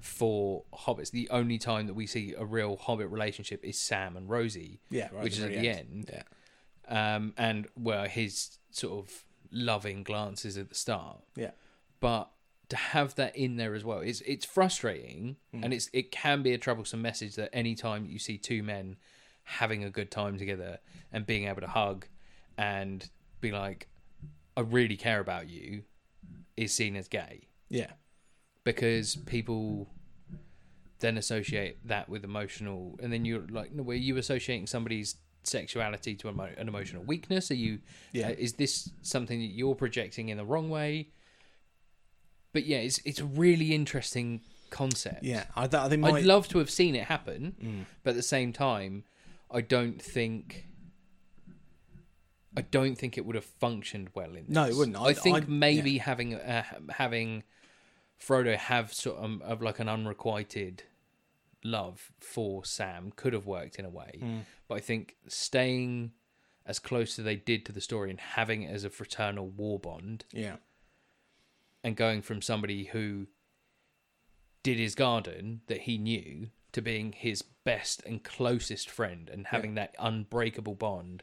for hobbits. The only time that we see a real hobbit relationship is Sam and Rosie,
yeah, right,
which is at
very
the end,
Yeah.
um, and where his sort of loving glances at the start.
Yeah,
But to have that in there as well, it's it's frustrating, and it's it can be a troublesome message that any time you see two men having a good time together and being able to hug and be like, "I really care about you," is seen as gay
yeah,
because people then associate that with emotional and then you're like no, were you associating somebody's sexuality to emo- an emotional weakness are you
Yeah.
uh, is this something that you're projecting in the wrong way but yeah it's it's a really interesting concept
yeah. I, th- I think my,
i'd love to have seen it happen
Mm.
but at the same time i don't think i don't think it would have functioned well in this.
No, it wouldn't.
i,
I'd-
think
I'd-
maybe having uh, having Frodo have sort of, um, of like an unrequited love for Sam could have worked in a way,
Mm.
but I think staying as close as they did to the story and having it as a fraternal war bond
yeah,
and going from somebody who did his garden that he knew to being his best and closest friend and having that unbreakable bond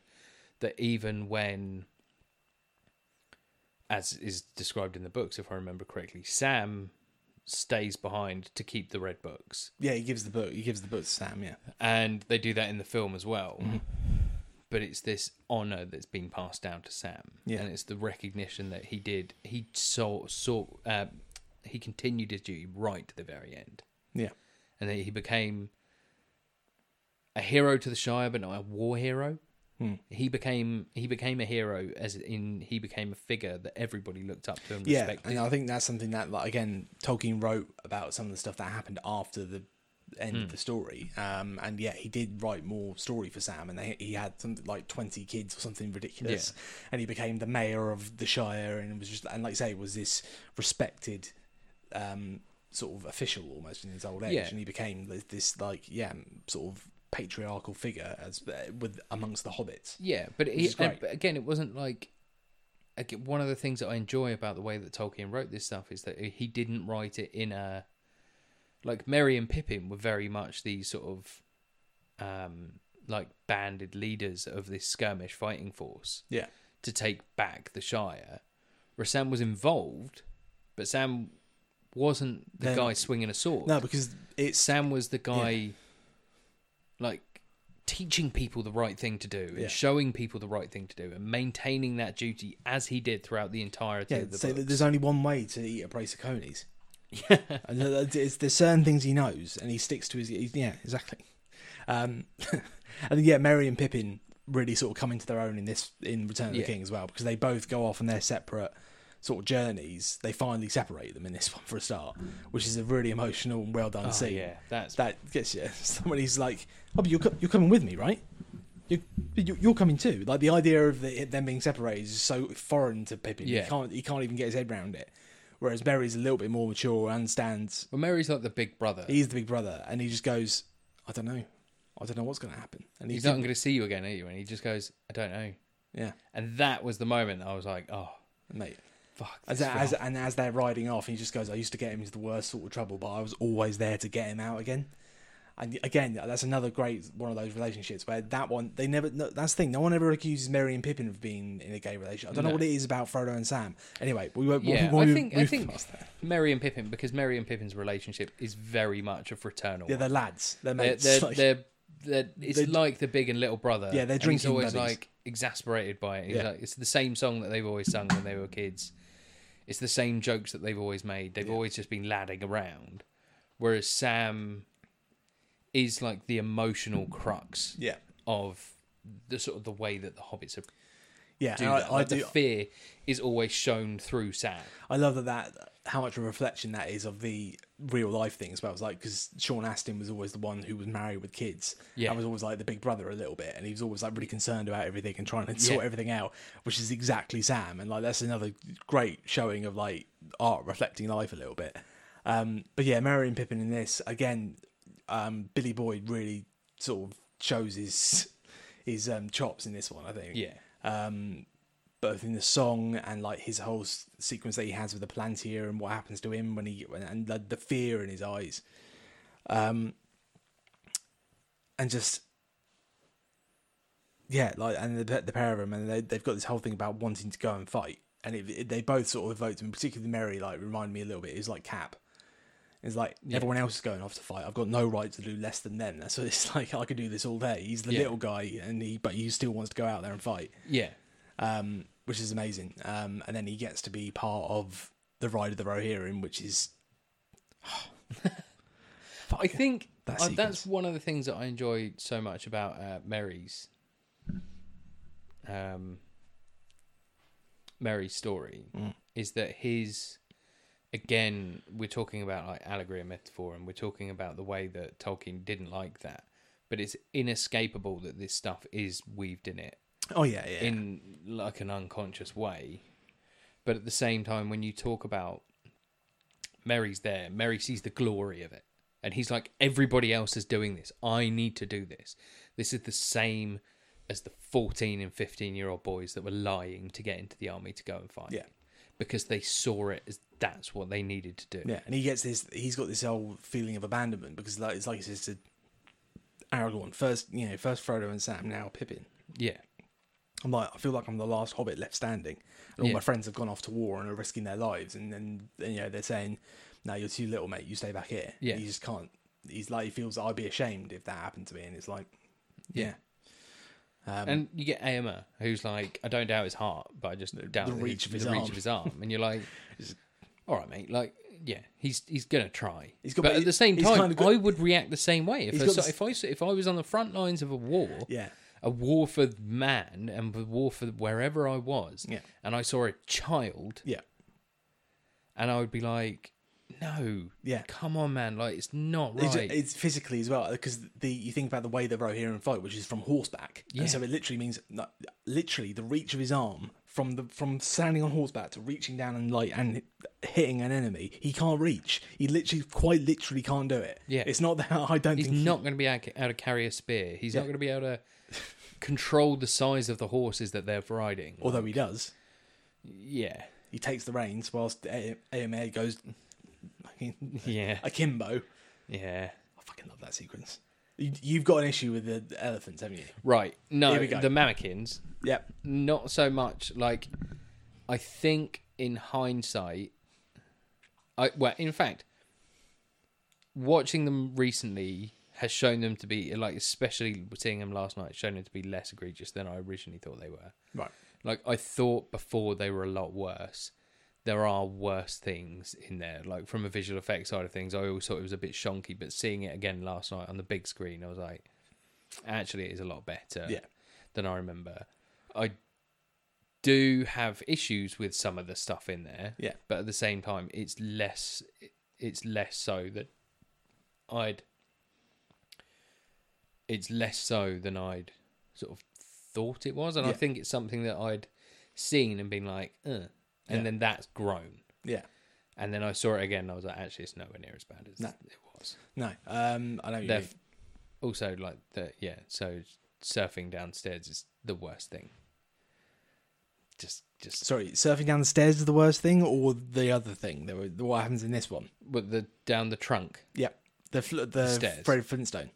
that even when as is described in the books if i remember correctly sam stays behind to keep the red books
yeah. He gives the book. He gives the book to Sam. Yeah.
and they do that in the film as well
Mm-hmm.
but it's this honor that's being passed down to sam
Yeah.
and it's the recognition that he did he saw saw uh, he continued his duty right to the very end
Yeah.
and then he became a hero to the shire but not a war hero
Hmm.
He became he became a hero as in he became a figure that everybody looked up to and
Yeah,
respected.
and I think that's something that, like, again, Tolkien wrote about some of the stuff that happened after the end of the story. Um, and yeah, he did write more story for Sam, and they, he had something like twenty kids or something ridiculous. And he became the mayor of the Shire, and it was just, and like I say, was this respected, um, sort of official almost in his old age,
Yeah.
and he became this, this like yeah, sort of patriarchal figure as with amongst the hobbits.
Yeah, but, he,
is great.
and- but again, it wasn't like ag- one of the things that I enjoy about the way that Tolkien wrote this stuff is that he didn't write it in a like Merry and Pippin were very much these sort of um like banded leaders of this skirmish fighting force
Yeah,
to take back the Shire. Where Sam was involved, but Sam wasn't the
Then-
guy swinging a sword.
no, because it's
Sam was the guy, like teaching people the right thing to do and
Yeah.
showing people the right thing to do and maintaining that duty as he did throughout the entirety
Yeah,
of the
so
book.
there's only one way to eat a brace of conies. Yeah, and there- there's, there's certain things he knows, and he sticks to his. He's, yeah, exactly. Um, and yeah, Merry and Pippin really sort of come into their own in this in Return of
Yeah.
the King as well because they both go off on their separate sort of journeys. They finally separate them in this one for a start, which is a really emotional and well done
Oh,
scene.
yeah, that's
That gets you. Somebody's like, "Oh, but you're co- you're coming with me, right? You you- you're coming too." Like the idea of the, them being separated is so foreign to Pippin.
Yeah.
He can't he can't even get his head around it. Whereas Barry's a little bit more mature, understands.
well, Mary's like the big brother.
He's the big brother, and he just goes, "I don't know, I don't know what's going to happen." And
He's
he's
not going to see you again, are you? And he just goes, "I don't know."
yeah,
And that was the moment I was like, "Oh,
mate.
fuck!"
As,
this
as,
film.
and as they're riding off, he just goes, "I used to get him into the worst sort of trouble, but I was always there to get him out again." And again, that's another great one of those relationships where that one they never. No, that's the thing. No one ever accuses Merry and Pippin of being in a gay relationship. I don't
No.
know what it is about Frodo and Sam. Anyway, we won't.
yeah,
we, we,
I think I
move
think
past that.
Merry and Pippin because Merry and Pippin's relationship is very much a fraternal.
Yeah, they're lads. They're
they're,
mates.
they're,
like-
they're, they're, it's
They-
like the big and little brother.
Yeah, they're
and
drinking
He's always
buddies.
like exasperated by it. He's
Yeah.
like, it's the same song that they've always sung when they were kids. It's the same jokes that they've always made. They've always just been ladding around. Whereas Sam is like the emotional crux
yeah,
of the sort of the way that the hobbits are
yeah.
do
and I,
that.
I
Like,
do.
The fear is always shown through Sam.
I love that, that how much of a reflection that is of the real life thing as well. It's like because Sean Astin was always the one who was married with kids.
Yeah.
and was always like the big brother a little bit, and he was always like really concerned about everything and trying to sort everything out, which is exactly Sam. And like that's another great showing of like art reflecting life a little bit. Um, but yeah, Mary and Pippin in this again, um, Billy Boyd really sort of shows his his um, chops in this one. I think
Yeah.
um, both in the song and like his whole s- sequence that he has with the Palantir and what happens to him when he and, and the, the fear in his eyes, um, and just yeah, like and the, the pair of them and they, they've got this whole thing about wanting to go and fight, and it, it- they both sort of evoke, and particularly Mary like remind me a little bit. It's like Cap. It's like everyone else is going off to fight. I've got no right to do less than them. That's what it's like. I could do this all day. He's the
Yeah.
little guy, and he but he still wants to go out there and fight
Yeah.
um, which is amazing. Um, and then he gets to be part of the ride of the Rohirrim, which is
I think
that
uh,
sequence.
that's one of the things that I enjoy so much about uh, Mary's um, Mary's story
Mm.
is that his again we're talking about like allegory and metaphor, and we're talking about the way that Tolkien didn't like that, but it's inescapable that this stuff is weaved in it
oh yeah, yeah,
in like an unconscious way. But at the same time, when you talk about Mary's there, Mary sees the glory of it. And he's like, everybody else is doing this. I need to do this. This is the same as the 14 and 15 year old boys that were lying to get into the army to go and fight.
Yeah.
Because they saw it as that's what they needed to do.
yeah. And he gets this. He's got this whole feeling of abandonment because like, it's like he says to Aragorn first, you know, first Frodo and Sam, now Pippin.
Yeah.
I'm like, I feel like I'm the last hobbit left standing, and all
Yeah.
my friends have gone off to war and are risking their lives, and then and, you know they're saying, "No, you're too little, mate. You stay back here."
Yeah.
he just can't. He's like, he feels I'd be ashamed if that happened to me, and it's like, yeah, Um,
and you get Ama, who's like, I don't doubt his heart, but I just doubt
the reach of his
the reach
arm.
of his arm. And you're like, all right, mate, like, yeah, he's he's gonna try.
He's got-
but
but
at the same
he's
time,
kind of got-
I would react the same way if I,
got
saw-
this-
if I saw- if I was on the front lines of a war,
yeah.
a war for man and a war for wherever I was,
Yeah.
and I saw a child,
Yeah.
and I would be like, no,
Yeah.
come on, man, like it's not
It's,
right.
it's physically as well because the you think about the way that Rohirrim fight, which is from horseback,
Yeah.
and so it literally means like, literally the reach of his arm from the from standing on horseback to reaching down and like and hitting an enemy. He can't reach. He literally quite literally can't do it.
Yeah.
it's not that I don't
He's
think he-
not going to be ac- able to carry a spear. He's not going to be able to control the size of the horses that they're riding.
although he does.
yeah,
He takes the reins whilst A- AMA goes fucking
yeah,
akimbo.
yeah.
I fucking love that sequence. You, you've got an issue with the, the elephants, haven't you?
Right. No,
Here we go.
the mannequins.
Yep.
not so much like I think in hindsight I well in fact watching them recently has shown them to be like especially seeing them last night shown them to be less egregious than I originally thought they were.
Right.
Like I thought before they were a lot worse. There are worse things in there. Like from a visual effects side of things, I always thought it was a bit shonky, but seeing it again last night on the big screen, I was like, actually, it is a lot better
Yeah.
than I remember. I do have issues with some of the stuff in there,
Yeah.
but at the same time, it's less. It's less so that I'd. It's less so than I'd sort of thought it was, and I
Yeah.
think it's something that I'd seen and been like, uh, and
Yeah.
then that's grown.
Yeah.
And then I saw it again, and I was like, actually, it's nowhere near as bad as
No.
it was.
No. Um. I know. what You
They're
mean.
f- also like the yeah. So surfing downstairs is the worst thing. Just, just
Sorry, surfing down the stairs is the worst thing, or the other thing? There were, what happens in this one?
but the down the trunk,
Yep. The fl- the
Stairs.
Fred Flintstone.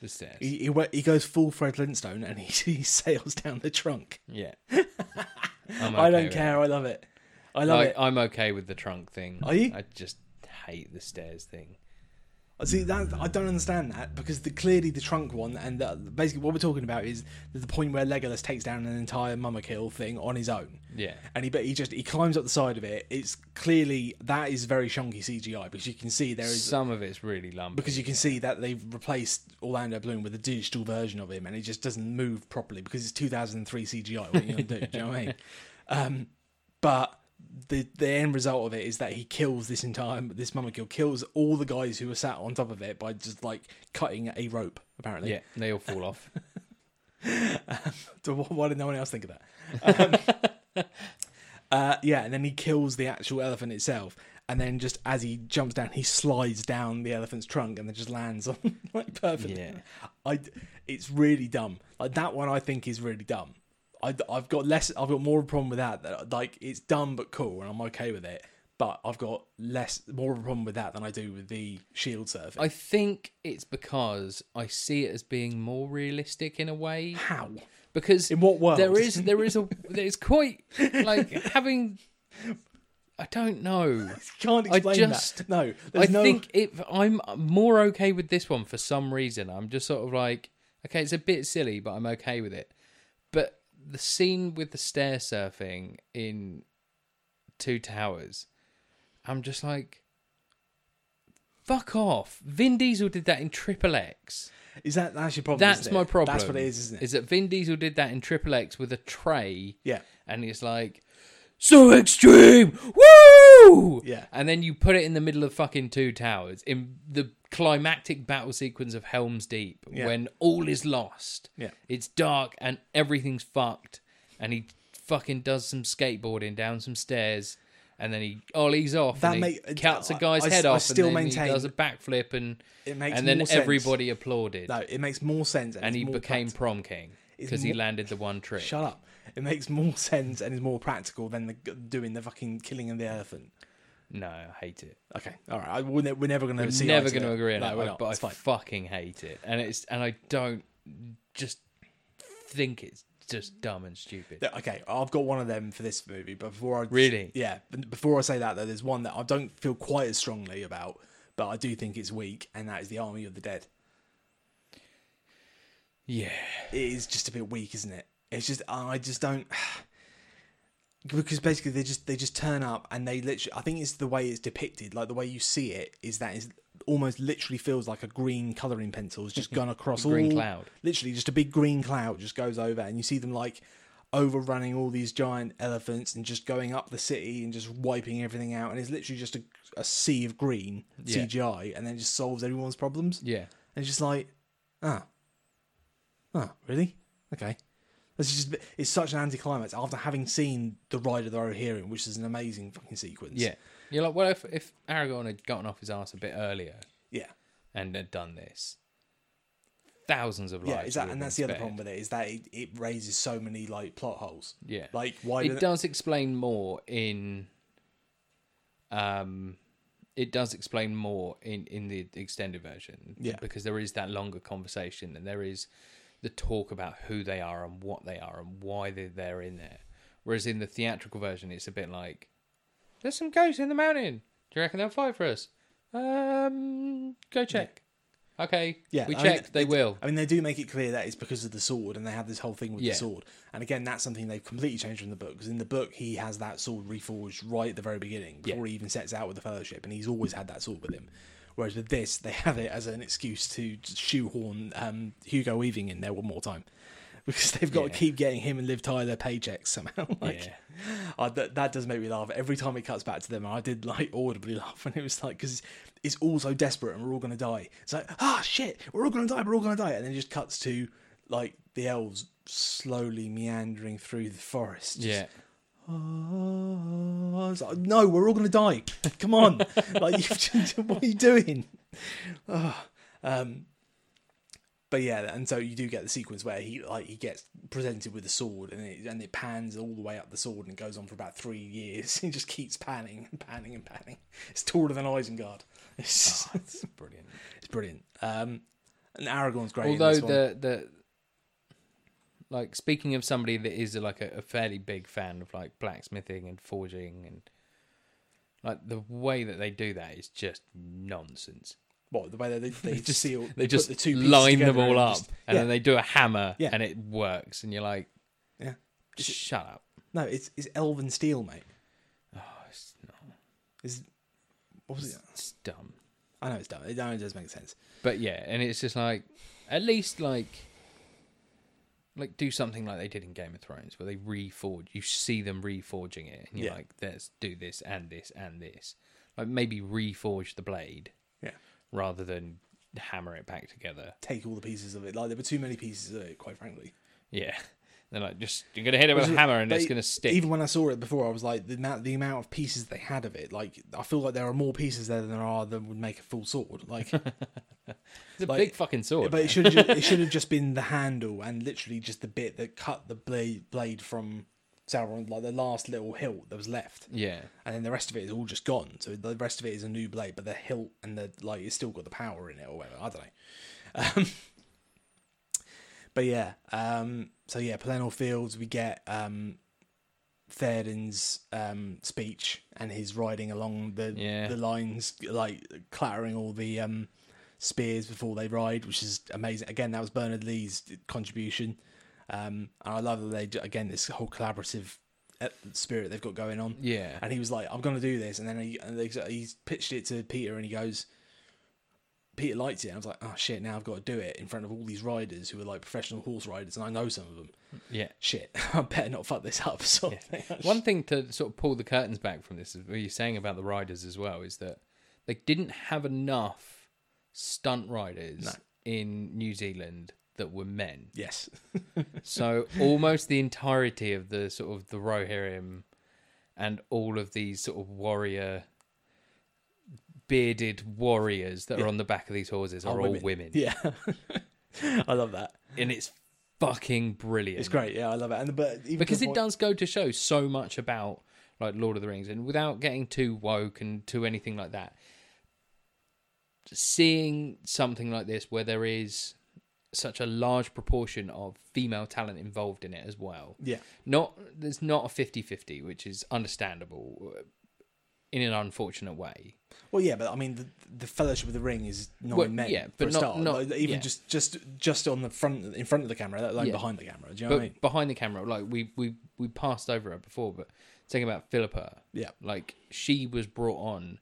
the stairs.
He, he wa- he goes full Fred Flintstone and he, he sails down the trunk.
yeah,
I don't care. I love it. I love it.
I'm okay with the trunk thing.
Are you?
I just hate the stairs thing.
See, that I don't understand that because the clearly the trunk one and the, basically what we're talking about is the point where Legolas takes down an entire Mama Kill thing on his own.
Yeah,
and he but he just he climbs up the side of it. It's clearly that is very shonky CGI because you can see there is
some of it's really lumpy.
because you can see that they've replaced Orlando Bloom with a digital version of him, and it just doesn't move properly because it's 2003 CGI. What are you gonna do? do you know what I mean? Um, but the the end result of it is that he kills this entire this mama kill kills all the guys who were sat on top of it by just like cutting a rope. Apparently,
yeah, they all fall off.
So wh- why did no one else think of that? Um, uh, yeah, and then he kills the actual elephant itself, and then just as he jumps down, he slides down the elephant's trunk and then just lands on like perfectly.
Yeah.
I, it's really dumb. Like that one, I think is really dumb. I, I've got less. I've got more of a problem with that. That like it's dumb but cool, and I'm okay with it. But I've got less, more of a problem with that than I do with the shield surf.
I think it's because I see it as being more realistic in a way.
How?
because
In what world?
there is there is a there's quite like having I don't know.
Can't
I
explain
just-
that. No,
I
there's no.
think if I'm more okay with this one for some reason, I'm just sort of like okay, it's a bit silly, but I'm okay with it. But the scene with the stair surfing in Two Towers, I'm just like, fuck off. Vin Diesel did that in Triple X.
Is that that's your problem?
That's
isn't it?
my problem.
That's what it is, isn't it?
Is that Vin Diesel did that in Triple X with a tray?
Yeah.
and it's like so extreme, woo!
Yeah.
and then you put it in the middle of fucking two towers in the climactic battle sequence of Helm's Deep
Yeah.
when all is lost.
Yeah.
it's dark and everything's fucked, and he fucking does some skateboarding down some stairs. And then he ollies off
That
and he
make- uh,
cuts a
I-
guy's
I-
head
I
off.
still
and then
maintain-
he does a backflip and
It makes
and then
more sense.
everybody applauded
No, it makes more sense, and,
and
it's
he
more
became
prac-
prom king
It's
because he
more-
landed the one trick.
Shut up! It makes more sense and is more practical than the, doing the fucking killing of the elephant.
No, I hate it.
Okay, all right. I, we're, ne- we're never going to see.
I'm
eye
never
to
going to
it.
agree on
no,
it,
We're
I-
not.
but I
it's fine.
fucking hate it, and it's and I don't just think it's just dumb and stupid.
Yeah, Okay, I've got one of them for this movie, but before I
Really?
yeah, but before I say that though, there's one that I don't feel quite as strongly about, but I do think it's weak, and that is the Army of the Dead.
Yeah,
it is just a bit weak, isn't it? It's just I just don't because basically they just they just turn up and they literally I think it's the way it's depicted, like the way you see it is that is almost literally feels like a green colouring pencil has just gone across
Green
all
cloud.
literally just a big green cloud just goes over and you see them like overrunning all these giant elephants and just going up the city and just wiping everything out and it's literally just a, a sea of green
Yeah.
cgi and then just solves everyone's problems
Yeah.
and it's just like ah ah really okay it's just it's such an anticlimax after having seen the ride of the Rohirrim, which is an amazing fucking sequence
Yeah. You're like, what if if Aragorn had gotten off his ass a bit earlier
yeah
and had done this? Thousands of lives.
yeah is that,
would've
and
been
that's the other
spared.
problem with it is that it, it raises so many like plot holes
Yeah.
like why
it
didn't-
does explain more in um it does explain more in in the extended version
Yeah.
because there is that longer conversation and there is the talk about who they are and what they are and why they're, they're in there whereas in the theatrical version it's a bit like there's some ghosts in the mountain do you reckon they'll fight for us um go check okay
Yeah,
we
I mean,
checked they will
I mean, they do make it clear that it's because of the sword, and they have this whole thing with
Yeah.
the sword. And again, that's something they've completely changed from the book. Because in the book, he has that sword reforged right at the very beginning before he even sets out with the Fellowship, and he's always had that sword with him. Whereas with this, they have it as an excuse to just shoehorn um, Hugo Weaving in there one more time. Because they've got
Yeah.
to keep getting him and Liv Tyler paychecks somehow. like,
Yeah.
I, that, that does make me laugh every time it cuts back to them. I did like audibly laugh when it was like because it's all so desperate and we're all gonna die. It's like ah shit, we're all gonna die, we're all gonna die, and then it just cuts to like the elves slowly meandering through the forest. Just,
yeah
"Ah." It's like, no, we're all gonna die. Come on, like you've just, what are you doing? Ah, um, but yeah, and so you do get the sequence where he like he gets presented with a sword, and it and it pans all the way up the sword, and it goes on for about three years. He just keeps panning and panning and panning. It's taller than Isengard. It's, just-
Ah, it's brilliant
it's brilliant. Um, and Aragorn's great. in
although
this one.
the the like speaking of somebody that is like a, a fairly big fan of like blacksmithing and forging and like the way that they do that is just nonsense.
what the way that they, they,
just-
just seal,
They just
put the two pieces
line them
together and
all up
just-
and
yeah,
then they do a hammer
Yeah.
and it works and you're like,
yeah.
shut up.
No, it's it's elven steel, mate.
Oh, it's not.
Is what was it?
It's dumb.
I know it's dumb. It only does make sense.
But yeah, and it's just like at least like like do something like they did in Game of Thrones where they reforge you see them reforging it and you're
Yeah.
like, let's do this and this and this. Like maybe reforge the blade
Yeah.
rather than hammer it back together.
Take all the pieces of it. Like there were too many pieces of it, quite frankly.
Yeah. They're like just you're gonna hit it with a
Which is-
hammer and
but
it's
e-
gonna stick.
Even when I saw it before, I was like the amount, the amount of pieces they had of it. Like I feel like there are more pieces there than there are that would make a full sword. Like,
it's a
like-
big fucking sword.
but it should have it should have just been the handle and literally just the bit that cut the blade blade from Sauron, like the last little hilt that was left.
yeah.
and then the rest of it is all just gone. So the rest of it is a new blade, but the hilt and the like, it's still got the power in it or whatever. I don't know. Um, but yeah, um, so yeah, Palenor Fields, we get um, Theoden's um, speech and his riding along the
Yeah.
the lines, like clattering all the um, spears before they ride, which is amazing. Again, that was Bernard Lee's contribution. Um, and I love that they do- again this whole collaborative uh, spirit they've got going on.
Yeah.
And he was like, I'm going to do this. And then he, and they, he's pitched it to Peter and he goes, Peter liked it. And I was like, oh shit, now I've got to do it in front of all these riders who are like professional horse riders. And I know some of them.
Yeah.
Shit, I better not fuck this up. So
One thing to sort of pull the curtains back from this is what you're saying about the riders as well is that they didn't have enough stunt riders
No.
in New Zealand that were men.
yes.
So almost the entirety of the sort of the Rohirrim and all of these sort of warrior bearded warriors that are on the back of these horses are, all women.
Yeah. I love that.
And it's fucking brilliant.
It's great. Yeah, I love it. And but even to
because
the
it
point-
does go to show so much about like Lord of the Rings, and without getting too woke and too anything like that, seeing something like this where there is such a large proportion of female talent involved in it as well.
Yeah.
Not there's not a 50-50, which is understandable uh, in an unfortunate way.
Well, yeah, but I mean, the, the Fellowship of the Ring is nine
Well,
men
yeah,
for
but
a
not-
start.
not-
Like, even
yeah.
just just just on the front in front of the camera, let alone
Yeah.
behind the camera. Do you know
But
what I mean?
behind the camera, like we we we passed over it before, but talking about Philippa,
Yeah,
like she was brought on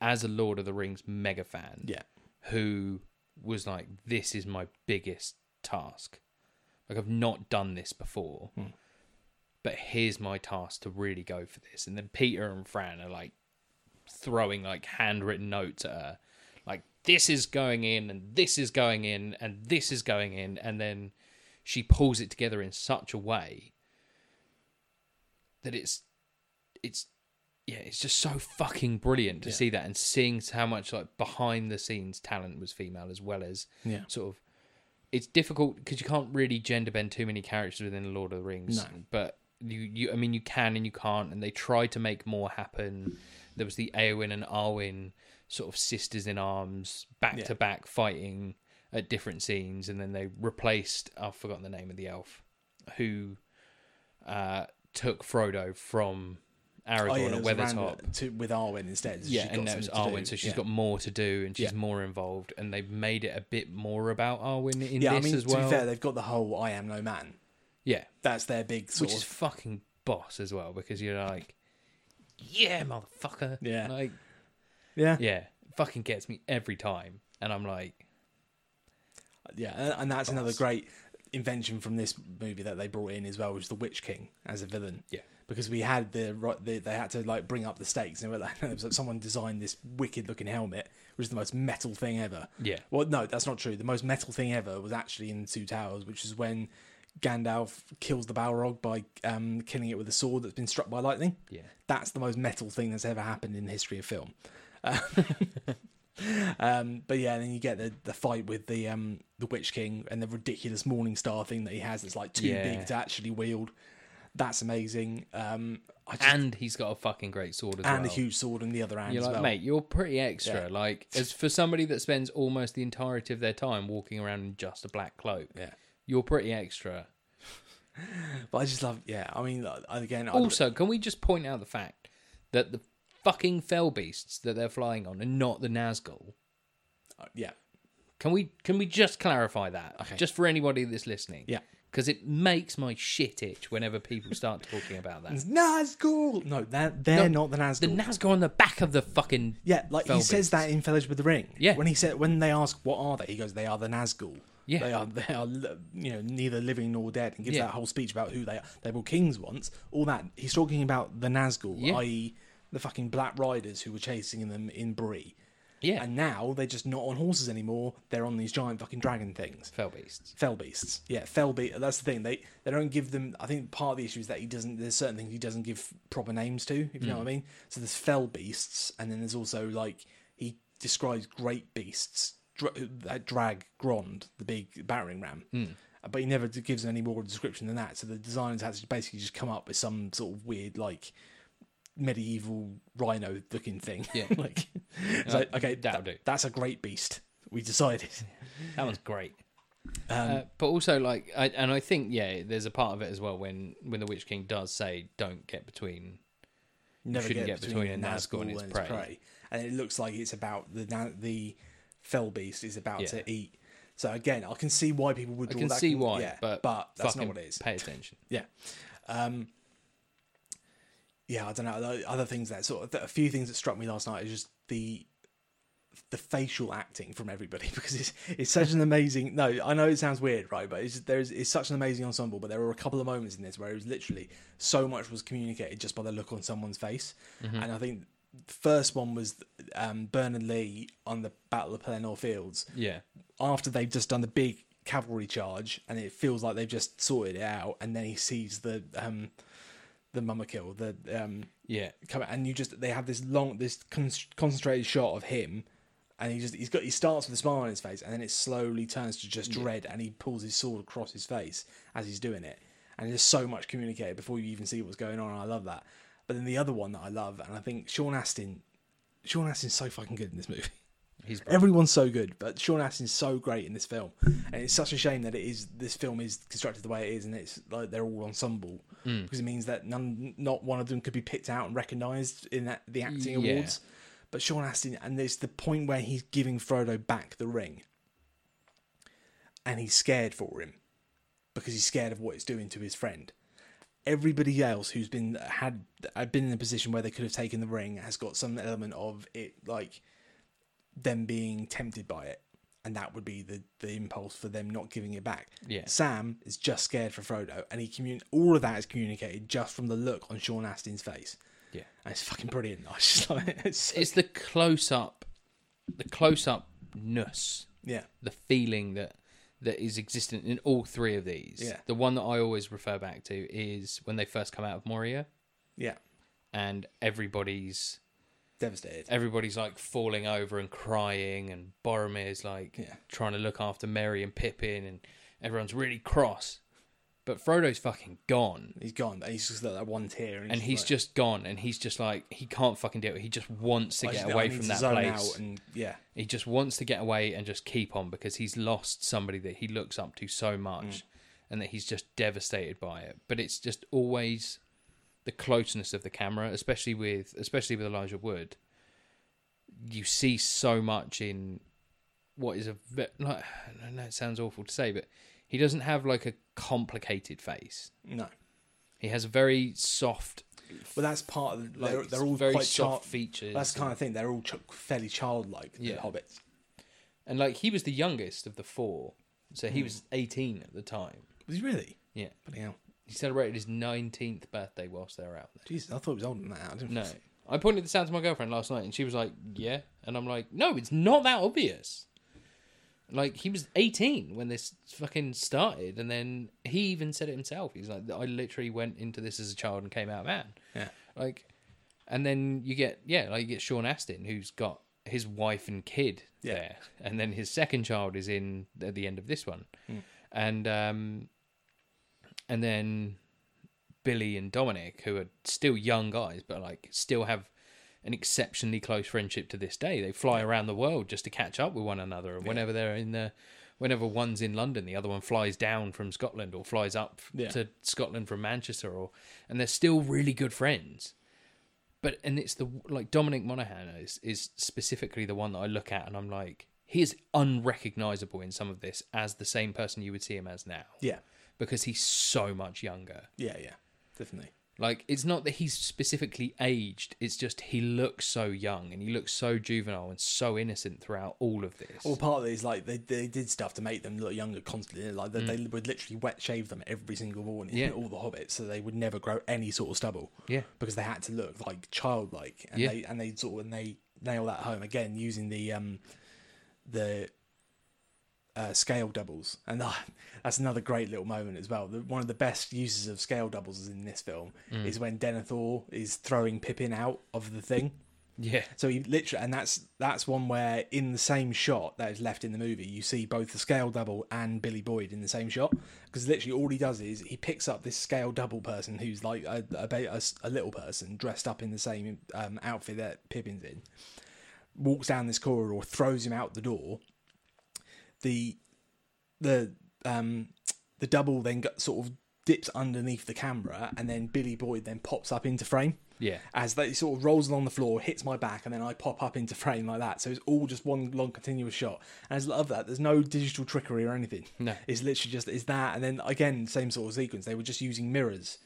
as a Lord of the Rings mega fan
Yeah.
who was like, "This is my biggest task. Like I've not done this before, but here's my task to really go for this." And then Peter and Fran are like throwing like handwritten notes at her, like, "This is going in, and this is going in, and this is going in," and then she pulls it together in such a way that it's it's yeah, it's just so fucking brilliant to see that and seeing how much like behind the scenes talent was female as well as
Yeah.
sort of. It's difficult because you can't really gender bend too many characters within Lord of the Rings.
No.
But you, you, I mean, you can and you can't, and they try to make more happen. There was the Eowyn and Arwen sort of sisters in arms, back to back fighting at different scenes, and then they replaced. I've forgotten the name of the elf who uh, took Frodo from Aragorn
Oh, yeah,
at
there was a random-
Weathertop.
to, with Arwen instead. so
Yeah,
she's
and
got
that was
something to
Arwen,
do.
so she's
Yeah.
got more to do and she's
Yeah.
more involved. And they've made it a bit more about Arwen in
Yeah, I
this
mean,
as well.
to be fair, they've got the whole "I am no man."
yeah,
That's their big sort
which is
of
fucking boss as well because you're like, yeah, motherfucker.
Yeah.
Like,
yeah, yeah,
yeah, fucking gets me every time. And I'm like,
And, and that's another great invention from this movie that they brought in as well, was the Witch King as a villain.
Yeah.
because we had the right, the, they had to like bring up the stakes, and they were like, it was like someone designed this wicked looking helmet, which is the most metal thing ever.
Yeah.
Well, no, that's not true. The most metal thing ever was actually in Two Towers, which is when Gandalf kills the Balrog by um, killing it with a sword that's been struck by lightning.
yeah,
that's the most metal thing that's ever happened in the history of film. Um, um, but yeah, then you get the, the fight with the um, the Witch King and the ridiculous Morning Star thing that he has that's like too
Yeah.
big to actually wield. That's amazing. Um, I just, and
and he's got a fucking great sword as well.
a huge sword in the other hand
You're
as
like,
well.
mate, you're pretty extra.
Yeah.
Like, as for somebody that spends almost the entirety of their time walking around in just a black cloak,
Yeah,
you're pretty extra.
but I just love. Yeah, I mean, like, again, I-
Also, can we just point out the fact that the fucking fell beasts that they're flying on are not the Nazgul?
yeah,
Can we can we just clarify that?
Okay.
Just for anybody that's listening.
Yeah.
Because it makes my shit itch whenever people start talking about that.
Nazgul. No, they're, they're not the Nazgul.
The Nazgul on the back of the fucking
Yeah, like he
Fell
says that in Fellowship of the Ring.
Yeah.
When he said when they ask what are they, he goes, "They are the Nazgul.
Yeah.
They are they are you know neither living nor dead." And gives
Yeah.
that whole speech about who they are. They were kings once. All that he's talking about the Nazgul,
Yeah.
i.e., the fucking Black Riders who were chasing them in Bree.
yeah
And now they're just not on horses anymore. They're on these giant fucking dragon things.
fell beasts.
Fell beasts. Yeah, fell be- That's the thing. They they don't give them. I think part of the issue is that he doesn't. There's certain things he doesn't give proper names to. If you
Hmm.
know what I mean. So there's fell beasts, and then there's also like he describes great beasts dra- that drag Grond, the big battering ram.
Hmm.
Uh, But he never d- gives them any more description than that. So the designers had to basically just come up with some sort of weird like medieval rhino looking thing.
Yeah. Uh,
like, it's like, okay,
that'll do.
That's a great beast. We decided.
That one's great. uh,
Um,
but also, like, I, and I think yeah, there's a part of it as well when when the Witch King does say, "Don't get between."
never
shouldn't
get,
get
between,
between
a
a
Nazgul and its, prey. And it looks like it's about the na- the fell beast is about
Yeah.
to eat. So again, I can see why people would
I
draw
can
that.
see
con-
why,
yeah,
but
that's not
fucking
what it is.
Pay attention.
Yeah, um, yeah, I don't know. Other- Other things that sort of a few things that struck me last night is just the the facial acting from everybody because it's it's such an amazing no I know it sounds weird right but it's there's it's such an amazing ensemble but there were a couple of moments in this where it was literally so much was communicated just by the look on someone's face and I think the first one was um, Bernard Lee on the Battle of Pelennor Fields
Yeah,
after they've just done the big cavalry charge and it feels like they've just sorted it out and then he sees the um the mummer kill the um
yeah.
come and you just they have this long this con- concentrated shot of him and he just he's got he starts with a smile on his face and then it slowly turns to just dread and he pulls his sword across his face as he's doing it and there's so much communicated before you even see what's going on and I love that but then the other one that I love and I think Sean Astin Sean Astin's so fucking good in this movie
He's
Everyone's so good, but Sean Astin's so great in this film, and it's such a shame that it is. This film is constructed the way it is, and it's like they're all ensemble
Mm.
because it means that none, not one of them could be picked out and recognised in that, the acting
Yeah.
awards. But Sean Astin, and there's the point where he's giving Frodo back the ring, and he's scared for him because he's scared of what it's doing to his friend. everybody else who's been had had been in a position where they could have taken the ring has got some element of it like them being tempted by it and that would be the the impulse for them not giving it back
Yeah.
sam is just scared for frodo and he commun- all of that is communicated just from the look on sean astin's face
Yeah.
and it's fucking brilliant i just love it It's-
It's the close up, the close upness,
yeah
the feeling that that is existent in all three of these.
Yeah.
The one that I always refer back to is when they first come out of Moria
yeah
and everybody's
devastated
everybody's like falling over and crying and Boromir's like
Yeah.
trying to look after Merry and Pippin and everyone's really cross. But Frodo's fucking gone.
he's gone and he's just got that one tear
And he's
like,
just gone and he's just like he can't fucking do it. He just wants to
I
get
just- I
away
need
from
to
that
zone
place.
out and yeah
He just wants to get away and just keep on because he's lost somebody that he looks up to so much
Mm.
and that he's just devastated by it. But it's just always the closeness of the camera, especially with especially with Elijah Wood. You see so much in what is a ve- like I know it sounds awful to say, but he doesn't have like a complicated face.
no
He has a very soft
Well, that's part of the,
like,
they're, they're all
very
quite
soft
child-
features.
That's the kind of thing. They're all ch- fairly childlike. The
Yeah.
hobbits.
And like he was the youngest of the four, so
Hmm.
he was 18 at the time.
Was he really?
Yeah,
Bloody hell.
he celebrated his 19th birthday whilst they were out there.
Jesus, I thought he was older than that. I didn't
No, I pointed this out to my girlfriend last night, and she was like, "Yeah," and I'm like, "No, it's not that obvious." Like he was 18 when this fucking started, and then he even said it himself. He's like, "I literally went into this as a child and came out a man."
Yeah.
like, and then you get yeah, like you get Sean Astin, who's got his wife and kid
Yeah.
there, and then his second child is in at the end of this one,
Hmm.
and um, and then Billy and Dominic, who are still young guys, but like still have an exceptionally close friendship to this day. They fly around the world just to catch up with one another, and whenever they're in the Whenever one's in London, the other one flies down from Scotland or flies up
Yeah.
to Scotland from Manchester, or and they're still really good friends but and it's the like Dominic Monaghan is is specifically the one that I look at and I'm like he is unrecognizable in some of this as the same person you would see him as now
Yeah.
because he's so much younger.
Yeah. Yeah. Definitely.
Like it's not that he's specifically aged, it's just he looks so young and he looks so juvenile and so innocent throughout all of this.
Well, part of it is like they, they did stuff to make them look younger constantly. Like they, they would literally wet shave them every single morning.
Mm. Yeah.
All the hobbits, so they would never grow any sort of stubble.
Yeah.
Because they had to look like childlike, and
Yeah.
they and they sort of and they nail that home again using the um the uh, scale doubles, and that, that's another great little moment as well. The, one of the best uses of scale doubles is in this film
Mm.
is when Denethor is throwing Pippin out of the thing.
yeah.
So he literally, and that's that's one where in the same shot that is left in the movie, you see both the scale double and Billy Boyd in the same shot. Because literally, all he does is he picks up this scale double person who's like a, a, ba- a s- a little person dressed up in the same um, outfit that Pippin's in, walks down this corridor, throws him out the door. The the um the double then got, sort of dips underneath the camera, and then Billy Boyd then pops up into frame
Yeah.
as they sort of rolls along the floor, hits my back, and then I pop up into frame like that. So it's all just one long continuous shot. And I just love that. There's no digital trickery or anything.
No.
It's literally just it's that, and then again, same sort of sequence. They were just using mirrors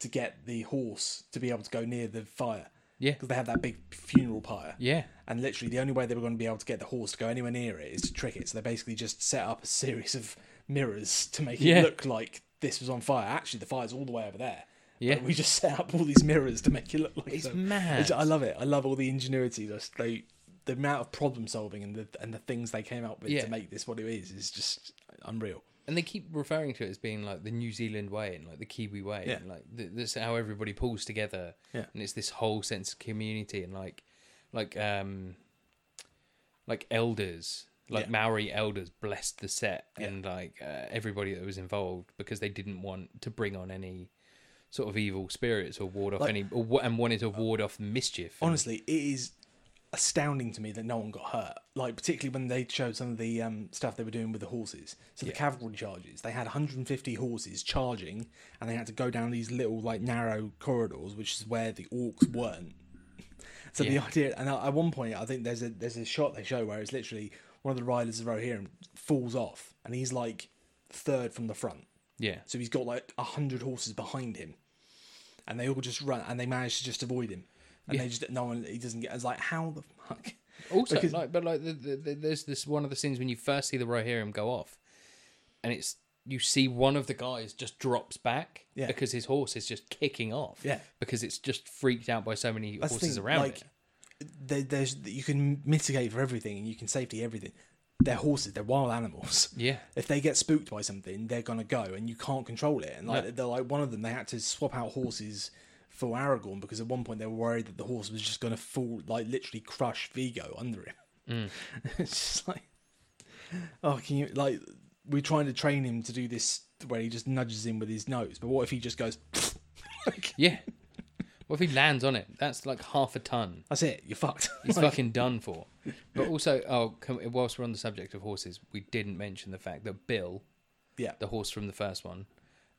to get the horse to be able to go near the fire
Yeah.
because they had that big funeral pyre.
Yeah.
And literally, the only way they were going to be able to get the horse to go anywhere near it is to trick it. So they basically just set up a series of mirrors to make
Yeah.
it look like this was on fire. Actually, the fire's all the way over there.
Yeah.
But we just set up all these mirrors to make it look like
It's
so-
mad.
It's- I love it. I love all the ingenuity. That's- They, the amount of problem solving and the and the things they came up with
Yeah.
to make this what it is is just unreal.
and they keep referring to it as being like the New Zealand way and like the Kiwi way,
Yeah.
and like th- this how everybody pulls together,
Yeah.
and it's this whole sense of community and like, like um, like elders, like
Yeah.
Maori elders blessed the set and like uh, everybody that was involved because they didn't want to bring on any sort of evil spirits or ward off
Like-
any or, wa- and wanted to ward off mischief. and-
Honestly, it is astounding to me that no one got hurt. Like particularly when they showed some of the um, stuff they were doing with the horses. So the cavalry charges, they had 150 horses charging, and they had to go down these little like narrow corridors, which is where the orcs weren't. So the idea, and at one point, I think there's a there's a shot they show where it's literally one of the riders of Rohirrim falls off, and he's like third from the front.
yeah,
So he's got like a hundred horses behind him, and they all just run and they manage to just avoid him. And they just no one he doesn't get. It's like how the fuck?
Also,
Because-
like, but like, the, the, the, there's this one of the scenes when you first see the Rohirrim go off, and it's you see one of the guys just drops back
Yeah.
because his horse is just kicking off.
Yeah.
because it's just freaked out by so many
That's the
horses
thing,
around
like,
it.
There, there's you can mitigate for everything and you can safety everything. They're horses. They're wild animals.
Yeah.
If they get spooked by something, they're gonna go, and you can't control it. And like
No.
they're like one of them, they had to swap out horses for Aragorn because at one point they were worried that the horse was just gonna fall, like literally crush Vigo under him.
Mm.
it's just like, oh, can you like? We're trying to train him to do this where he just nudges him with his nose, but what if he just goes? like,
Yeah. What if he lands on it? That's like half a ton.
that's it. You're fucked.
He's fucking done for. But also, oh, can, whilst we're on the subject of horses, we didn't mention the fact that Bill,
yeah.
the horse from the first one,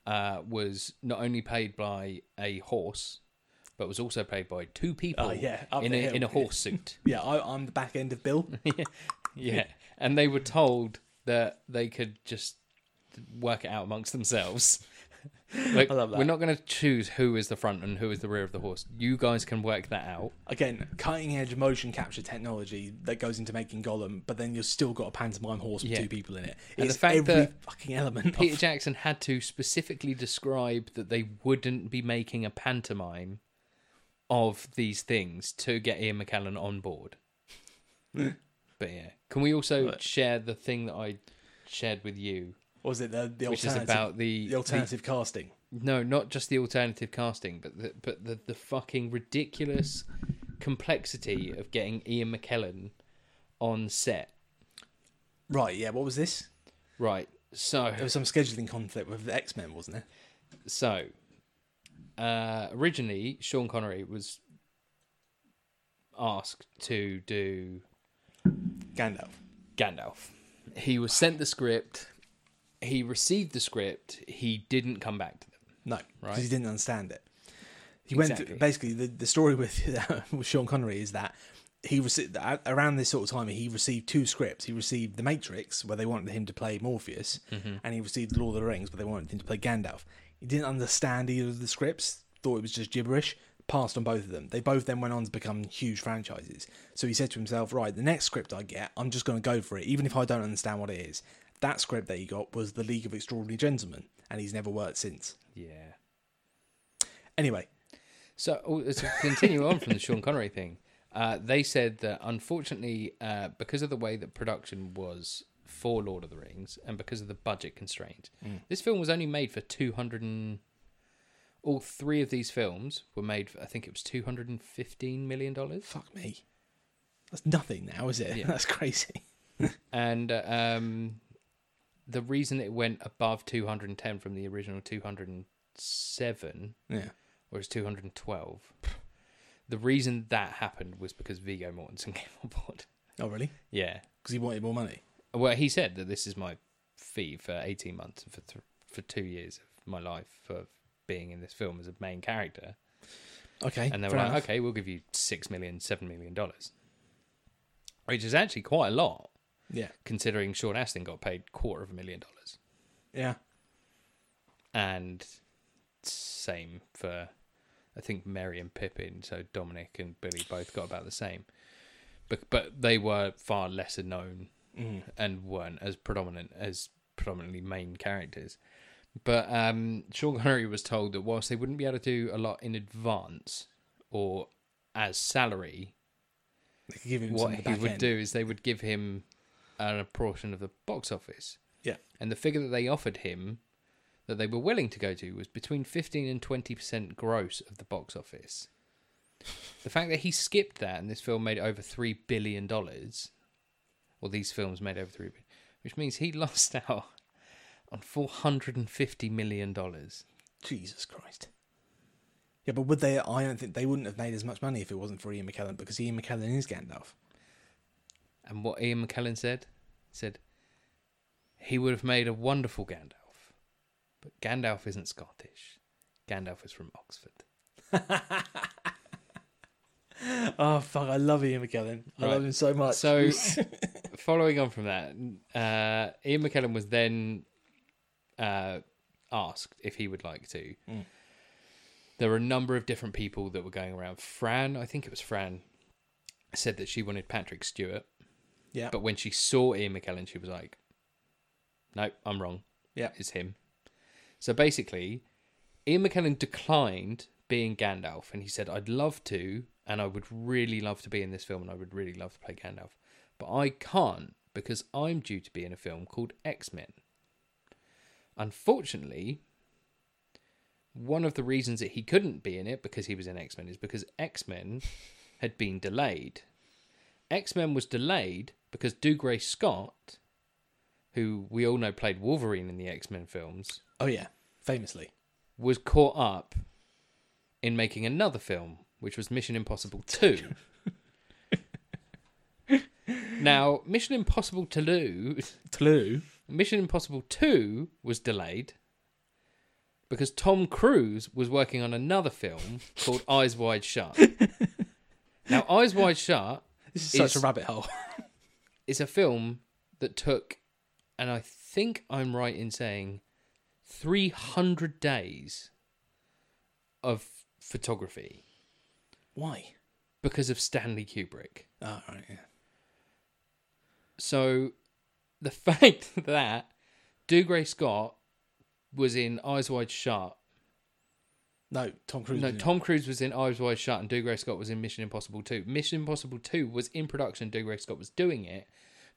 uh, was not only paid by a horse, but was also paid by two people
Oh, yeah, up
in,
the
a,
hill.
in a horse suit.
Yeah, I, I'm the back end of Bill.
yeah. And they were told that they could just work it out amongst themselves. Like,
I love that.
We're not going to choose who is the front and who is the rear of the horse. You guys can work that out.
Again, cutting edge motion capture technology that goes into making Gollum, but then you've still got a pantomime horse with
Yeah.
two people in it. It's
And the fact
every
that
fucking element.
Peter
Of,
Jackson had to specifically describe that they wouldn't be making a pantomime of these things to get Ian McKellen on board. but yeah, can we also share the thing that I shared with you,
what was it the, the
which is
alternative?
about the,
the alternative casting.
no, not just the alternative casting, but the, but the the fucking ridiculous complexity of getting Ian McKellen on set.
Right. Yeah. What was this?
Right, so
There was some scheduling conflict with the X Men, wasn't there?
So, uh, originally, Sean Connery was asked to do
Gandalf.
Gandalf. He was sent the script. He received the script. He didn't come back to them.
No, because
Right.
he didn't understand it. He went
Exactly.
through, basically the, the story with uh, with Sean Connery is that he received around this sort of time he received two scripts. He received The Matrix, where they wanted him to play Morpheus,
Mm-hmm.
and he received Lord of the Rings, where they wanted him to play Gandalf. He didn't understand either of the scripts, thought it was just gibberish. Passed on both of them. They both then went on to become huge franchises. So he said to himself, "Right, the next script I get, I'm just going to go for it, even if I don't understand what it is." That script that he got was The League of Extraordinary Gentlemen, and he's never worked since.
Yeah.
Anyway,
So oh, to continue on from the Sean Connery thing, uh, they said that unfortunately, uh, because of the way that production was for Lord of the Rings, and because of the budget constraint, this film was only made for two hundred and. All three of these films were made. For, I think it was two hundred and fifteen million dollars,
fuck me. That's nothing now, is it?
Yeah.
That's crazy.
and uh, um, the reason it went above two hundred and ten from the original two hundred and seven
Yeah.
or it's 212. The reason that happened was because Vigo Mortensen came on board.
Oh, really?
Yeah.
Because he wanted more money.
Well, he said that this is my fee for 18 months and for th- for two years of my life for being in this film as a main character.
Okay.
And they were
fair
like,
enough.
okay, we'll give you six million, seven million dollars, which is actually quite a lot
Yeah.
considering Sean Astin got paid quarter of a million dollars,
Yeah.
and same for I think Mary and Pippin, so Dominic and Billy both got about the same, but but they were far lesser known
Mm.
and weren't as predominant as predominantly main characters. But um, Sean Connery was told that whilst they wouldn't be able to do a lot in advance or as salary,
They could give him some
what
of the
he
back
would
end.
do is they would give him a portion of the box office.
Yeah.
And the figure that they offered him that they were willing to go to was between 15 and 20% gross of the box office. The fact that he skipped that and this film made over 3 billion dollars or these films made over 3 billion, which means he lost out on 450 million dollars.
Jesus Christ. Yeah, but would they? I don't think they wouldn't have made as much money if it wasn't for Ian McKellen because Ian McKellen is Gandalf.
And what Ian McKellen said, he said he would have made a wonderful Gandalf, but Gandalf isn't Scottish. Gandalf is from Oxford.
Oh fuck! I love Ian McKellen. I
Right.
love him so much.
So, following on from that, uh, Ian McKellen was then uh, asked if he would like to there were a number of different people that were going around. Fran, I think it was Fran, said that she wanted Patrick Stewart,
Yeah.
but when she saw Ian McKellen, she was like, "Nope, I'm wrong.
Yeah.
it's him." So basically, Ian McKellen declined being Gandalf, and he said, "I'd love to, and I would really love to be in this film, and I would really love to play Gandalf, but I can't because I'm due to be in a film called X Men." Unfortunately, one of the reasons that he couldn't be in it because he was in X Men is because X Men had been delayed. X Men was delayed because Dougray Scott, who we all know played Wolverine in the X Men films,
Oh yeah, famously.
was caught up in making another film, which was Mission Impossible 2. now, Mission Impossible to lose.
Clue.
Mission Impossible 2 was delayed because Tom Cruise was working on another film called Eyes Wide Shut. now, Eyes Wide Shut
This is
It's-
such a rabbit hole.
is a film that took, and I think I'm right in saying, 300 days of photography
Why?
because of Stanley Kubrick.
Oh right, yeah.
So the fact that Dougray Scott was in Eyes Wide Shut
No, Tom Cruise.
No,
was in it.
Tom Cruise was in Eyes Wide Shut and Dougray Scott was in Mission Impossible 2. Mission Impossible 2 was in production, Dougray Scott was doing it,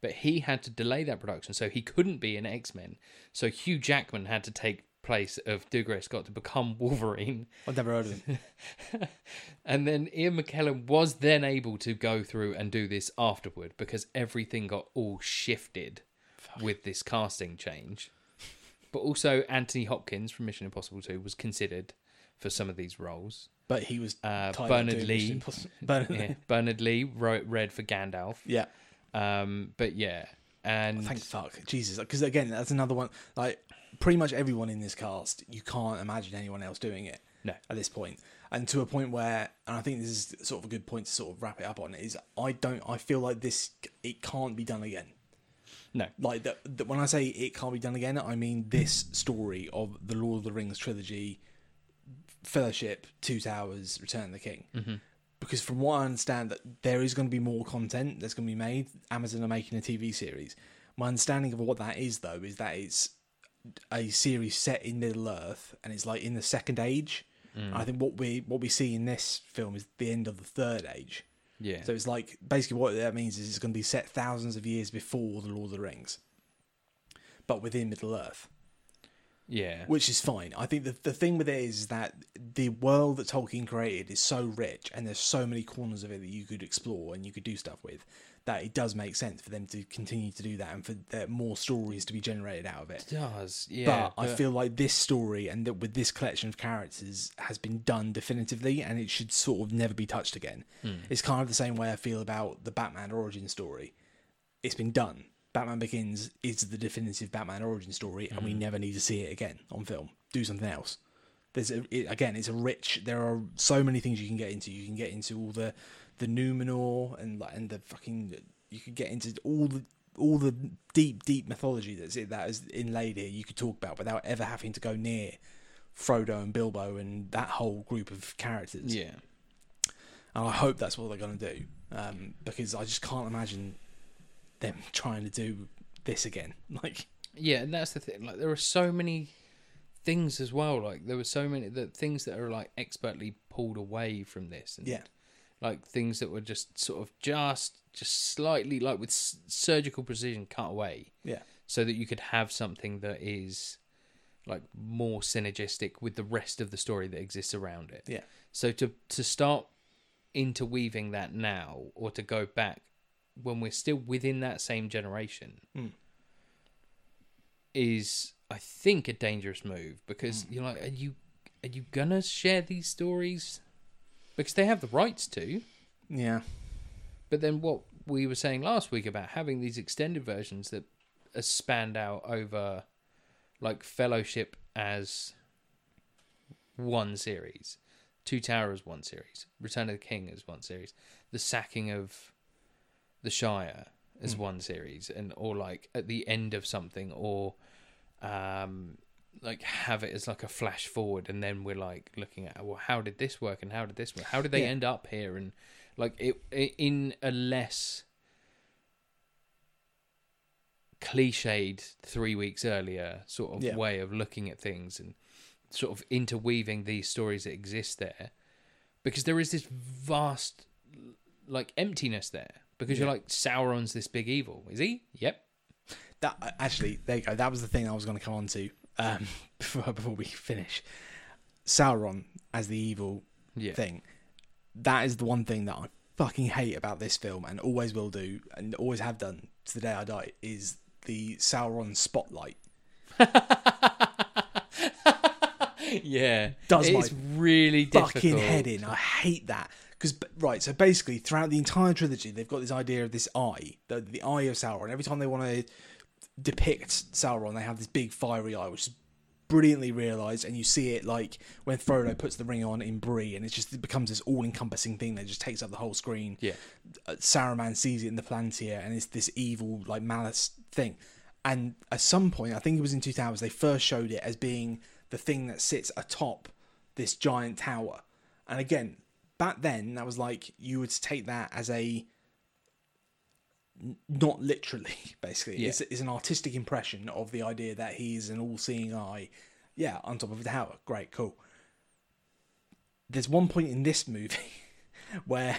but he had to delay that production, so he couldn't be in X Men. So Hugh Jackman had to take place of Dougray Scott to become Wolverine.
I've never heard of him.
And then Ian McKellen was then able to go through and do this afterward because everything got all shifted with this casting change. But also Anthony Hopkins from Mission Impossible 2 was considered for some of these roles.
But he was
Uh,
tied up
Bernard
doing Mission
Lee.
Impossible. Bernard Lee.
yeah. Bernard Lee wrote read for Gandalf.
Yeah.
Um, but yeah, and
Thank fuck, Jesus. Because again, that's another one. Like pretty much everyone in this cast, you can't imagine anyone else doing it.
No.
At this point, and to a point where, and I think this is sort of a good point to sort of wrap it up on is I don't. I feel like this it can't be done again.
no,
Like that. that when I say it can't be done again, I mean this story of the Lord of the Rings trilogy, Fellowship, Two Towers, Return of the King. Because from what I understand, that there is going to be more content that's going to be made. Amazon are making a TV series. My understanding of what that is, though, is that it's a series set in Middle Earth, and it's like in the Second Age. And I think what we what we see in this film is the end of the Third Age.
yeah,
So it's like basically what that means is it's going to be set thousands of years before the Lord of the Rings, but within Middle Earth,
yeah,
which is fine. I think the the thing with it is that the world that Tolkien created is so rich, and there's so many corners of it that you could explore and you could do stuff with, that it does make sense for them to continue to do that and for there more stories to be generated out of it.
does yeah.
but, I feel like this story and that with this collection of characters has been done definitively, and it should sort of never be touched again. It's kind of the same way I feel about the Batman origin story. It's been done. Batman Begins is the definitive Batman origin story, and we never need to see it again on film. Do something else. There's a, it, again, it's a rich. There are so many things you can get into. You can get into all the the Numenor and like and the fucking. You could get into all the all the deep deep mythology that's in, that is inlaid here. You could talk about without ever having to go near Frodo and Bilbo and that whole group of characters.
yeah,
And I hope that's what they're going to do um, because I just can't imagine them trying to do this again. Like
yeah, and that's the thing. Like there are so many things as well. Like there were so many the things that are like expertly pulled away from this. And
yeah,
like things that were just sort of just just slightly like with s- surgical precision cut away.
yeah,
so that you could have something that is like more synergistic with the rest of the story that exists around it.
Yeah.
So to to start interweaving that now or to go back when we're still within that same generation
Mm.
is I think a dangerous move because you're like are you are you gonna share these stories? Because they have the rights to.
yeah.
But then what we were saying last week about having these extended versions that are spanned out over like fellowship as one series, Two Towers one series, Return of the King as one series, the sacking of the Shire
Hmm.
as one series, and or like at the end of something, or um like have it as like a flash forward and then we're like looking at well how did this work and how did this work how did they
Yeah.
end up here and like it, i in a less cliched three weeks earlier sort of
Yeah.
way of looking at things and sort of interweaving these stories that exist there because there is this vast like emptiness there because you're
Yeah.
like Sauron's this big evil is he yep
That uh, actually, there you go. That was the thing I was going to come on to um, before, before we finish. Sauron as the evil
yeah
thing. That is the one thing that I fucking hate about this film, and always will do, and always have done to the day I die. Is the Sauron spotlight?
yeah,
Does
it's really difficult.
fucking head in. I hate that because right. So basically, throughout the entire trilogy, they've got this idea of this eye, the, the eye of Sauron. Every time they want to depict Sauron, they have this big fiery eye, which is brilliantly realized, and you see it like when Frodo puts the ring on in Bree, and it just it becomes this all-encompassing thing that just takes up the whole screen.
Yeah,
uh, Saruman sees it in the Palantir, and it's this evil, like malice thing. And at some point, I think it was in 2000, they first showed it as being the thing that sits atop this giant tower. And again, back then, that was like you would take that as a n- not literally, basically.
Yeah.
It's, it's an artistic impression of the idea that he is an all-seeing eye. Yeah, on top of the tower. Great, cool. There's one point in this movie where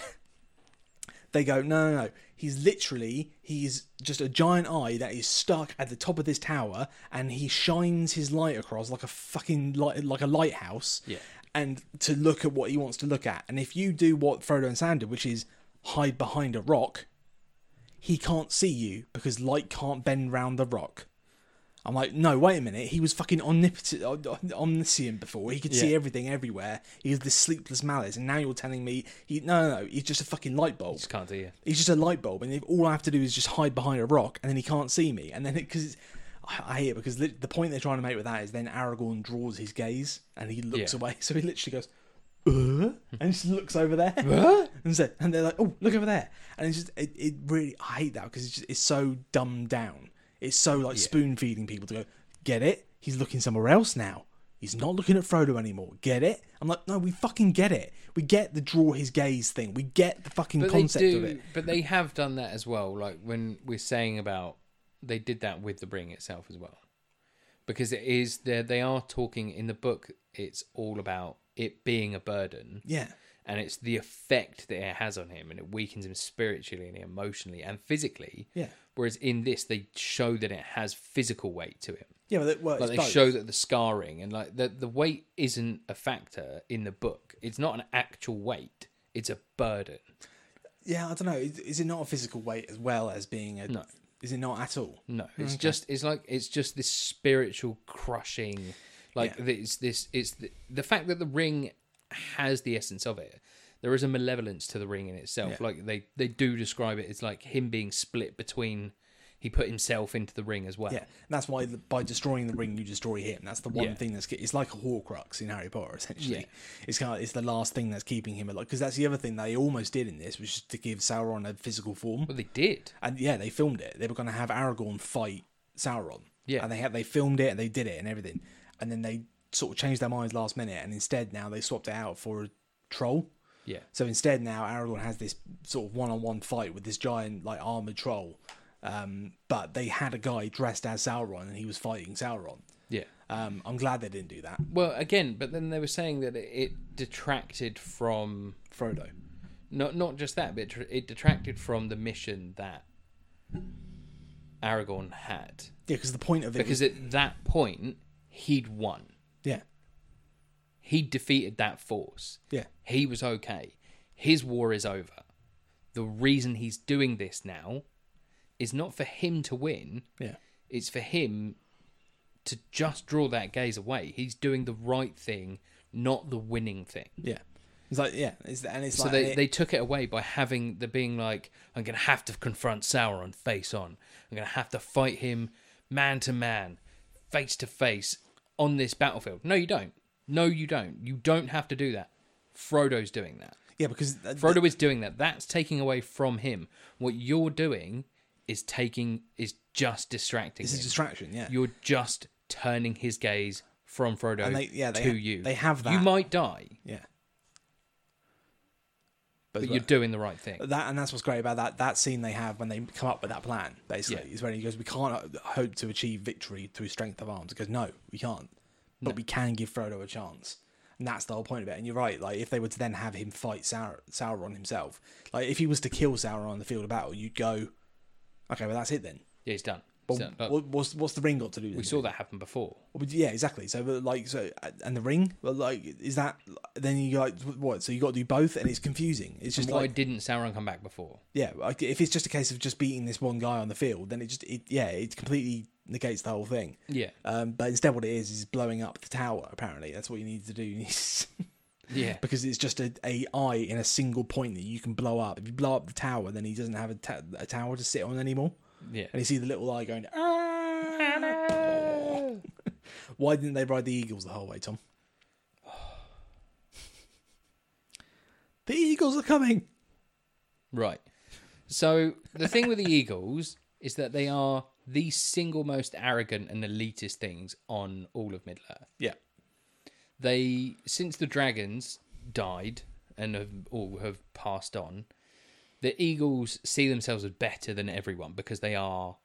they go, no, no, no. He's literally, he's just a giant eye that is stuck at the top of this tower, and he shines his light across like a fucking light, like a lighthouse.
Yeah.
And to look at what he wants to look at, and if you do what Frodo and Sam did, which is hide behind a rock, he can't see you because light can't bend round the rock. I'm like, no, wait a minute. He was fucking omnipotent, om- omniscient before. He could see
Yeah.
everything everywhere. He was this sleepless malice, and now you're telling me he no, no, no. He's just a fucking light bulb.
just can't do it.
He's just a light bulb, and if all I have to do is just hide behind a rock, and then he can't see me. And then because I I hate it because lit- the point they're trying to make with that is then Aragorn draws his gaze and he looks
Yeah.
away, so he literally goes. "Uh," and just looks over there
Uh?
and so, and they're like oh look over there and it's just it, it really i hate that because it's, just, it's so dumbed down it's so like spoon feeding people to go get it he's looking somewhere else now he's not looking at frodo anymore get it i'm like no we fucking get it we get the draw his gaze thing we get the fucking
But
concept
they
of it
do, but they have done that as well. Like when we're saying about, they did that with the ring itself as well, because it is there. They are talking in the book. It's all about it being a burden.
Yeah.
and it's the effect that it has on him and it weakens him spiritually and emotionally and physically
Yeah.
whereas in this they show that it has physical weight to him
Yeah, but it, well,
like
it's
they
both.
show that the scarring and like the, the weight isn't a factor in the book it's not an actual weight it's a burden
yeah, I don't know. Is, is it not a physical weight as well as being a?
No.
Is it not at all?
no it's just it's like it's just this spiritual crushing like
Yeah.
it's this it's the, the fact that the ring has the essence of it there is a malevolence to the ring in itself
Yeah.
like they they do describe it it's like him being split between he put himself into the ring as well
Yeah, and that's why the, by destroying the ring, you destroy him. That's the one
Yeah.
thing that's ke- it's like a Horcrux in Harry Potter. Essentially,
Yeah.
it's kind of it's the last thing that's keeping him alive. Because that's the other thing they almost did in this, was just to give Sauron a physical form.
well they did
And yeah, they filmed it. They were going to have Aragorn fight Sauron.
Yeah.
and they had they filmed it and they did it and everything, and then they sort of changed their minds last minute, and instead now they swapped it out for a troll.
yeah
So instead, now Aragorn has this sort of one-on-one fight with this giant, like armored troll. Um, but they had a guy dressed as Sauron, and he was fighting Sauron.
yeah
Um, I'm glad they didn't do that,
well again but then they were saying that it, it detracted from
Frodo.
not not just that, but it, tr- it detracted from the mission that Aragorn had
Yeah, because the point of it
because
was,
at that point he'd won.
yeah,
He defeated that force.
yeah,
He was okay. His war is over. The reason he's doing this now is not for him to win.
yeah,
It's for him to just draw that gaze away. He's doing the right thing, not the winning thing.
yeah. It's like yeah, it's, and it's
So
like
they,
it-
they took it away by having the being like, I'm gonna have to confront Sauron face on. I'm gonna have to fight him man to man, face to face on this battlefield. No, you don't. No, you don't. You don't have to do that. Frodo's doing that.
yeah because th- th-
Frodo is doing that. That's taking away from him. What you're doing is taking is just distracting
it's a
him.
distraction. Yeah,
You're just turning his gaze from Frodo
And they- yeah, they
to
ha-
you.
they have
You
that.
might die,
Yeah.
but
well-
you're doing the right thing.
That and that's what's great about that that scene they have when they come up with that plan. Basically,
Yeah.
is when he goes, "We can't uh, hope to achieve victory through strength of arms." He goes, "No, we can't, but we can give Frodo a chance." And that's the whole point of it. And you're right. Like if they were to then have him fight Saur- Sauron himself, like if he was to kill Sauron on the field of battle, you'd go, "Okay, well that's it then."
Yeah, he's done.
But
He's done. But
what, what's what's the ring got to do?
we saw that happen before.
yeah, exactly. So but like so, and the ring, well, like is that then you like what? So you got to do both, and it's confusing. It's just
Why
like
didn't Sauron come back before?
yeah, like, if it's just a case of just beating this one guy on the field, then it just it, yeah, it completely negates the whole thing.
Yeah,
Um, but instead, what it is is blowing up the tower. Apparently, that's what you need to do. You need-
yeah.
because it's just a, a eye in a single point that you can blow up. If you blow up the tower, then he doesn't have a, ta- a tower to sit on anymore.
Yeah.
And you see the little eye going. "Ah." Why didn't they ride the eagles the whole way, Tom? the eagles are coming.
Right. So the thing with the Eagles is that they are the single most arrogant and elitist things on all of Middle Earth.
Yeah,
They since the dragons died and have all have passed on, the Eagles see themselves as better than everyone because they are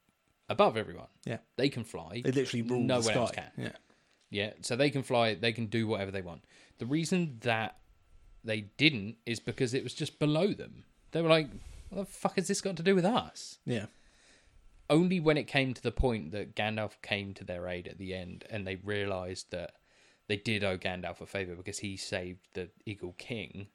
above everyone.
yeah.
They can fly.
They literally rule
no
the
one
sky.
else can.
Yeah.
Yeah, so they can fly, they can do whatever they want. The reason that they didn't is because it was just below them. They were like, what the fuck has this got to do with us?
Yeah.
Only when it came to the point that Gandalf came to their aid at the end and they realized that they did owe Gandalf a favor because he saved the Eagle King.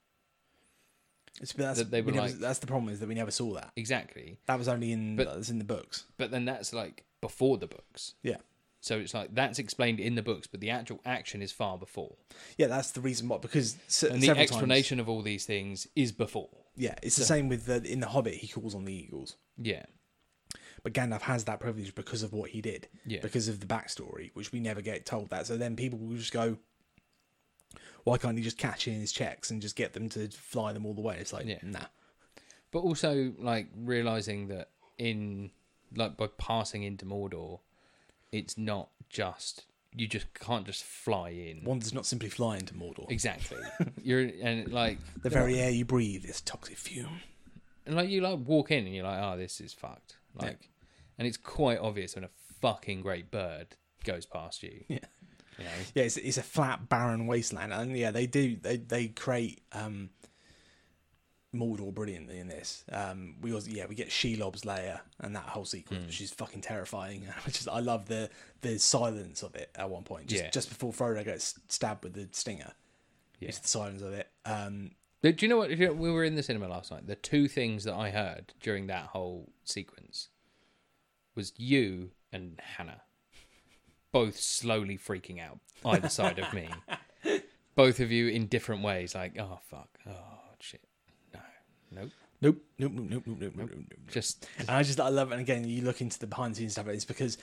It's, but that's,
That they
we
were
never-
like-
that's the problem is that we never saw that.
Exactly.
That was only in
But-
that was in the books.
But then that's like before the books.
Yeah,
So it's like that's explained in the books, but the actual action is far before.
yeah. That's the reason why because se- several
And the
times-
explanation of all these things is before.
yeah, it's the same with the, in the Hobbit. He calls on the eagles,
Yeah.
but Gandalf has that privilege because of what he did.
Yeah.
because of the backstory, which we never get told that. So then people will just go, "Why can't he just cash in his checks and just get them to fly them all the way?" It's like,
Yeah.
nah,
but also like realizing that in like by passing into Mordor, it's not just you just can't just fly in.
one does not simply fly into Mordor.
Exactly. You're and like
The very air you breathe is toxic fume.
and like you like walk in and you're like, oh, this is fucked. Like, and it's quite obvious when a fucking great bird goes past you.
Yeah.
You know?
yeah it's, it's a flat barren wasteland and yeah they do they they create um Mordor brilliantly in this um we also yeah we get Shelob's lair and that whole
Hmm.
sequence which is fucking terrifying which is I love the the silence of it at one point just,
Yeah.
just before Frodo gets stabbed with the stinger
Yeah.
it's the silence of it um
But do you know what? do you know- we were in the cinema last night. The two things that I heard during that whole sequence was you and Hannah, both slowly freaking out either side of me. Both of you in different ways, like, oh fuck, oh shit, no, nope,
Nope, nope, nope, nope, nope, nope, nope, nope, nope.
just
And I just, I love it. And again, you look into the behind the scenes stuff, it's because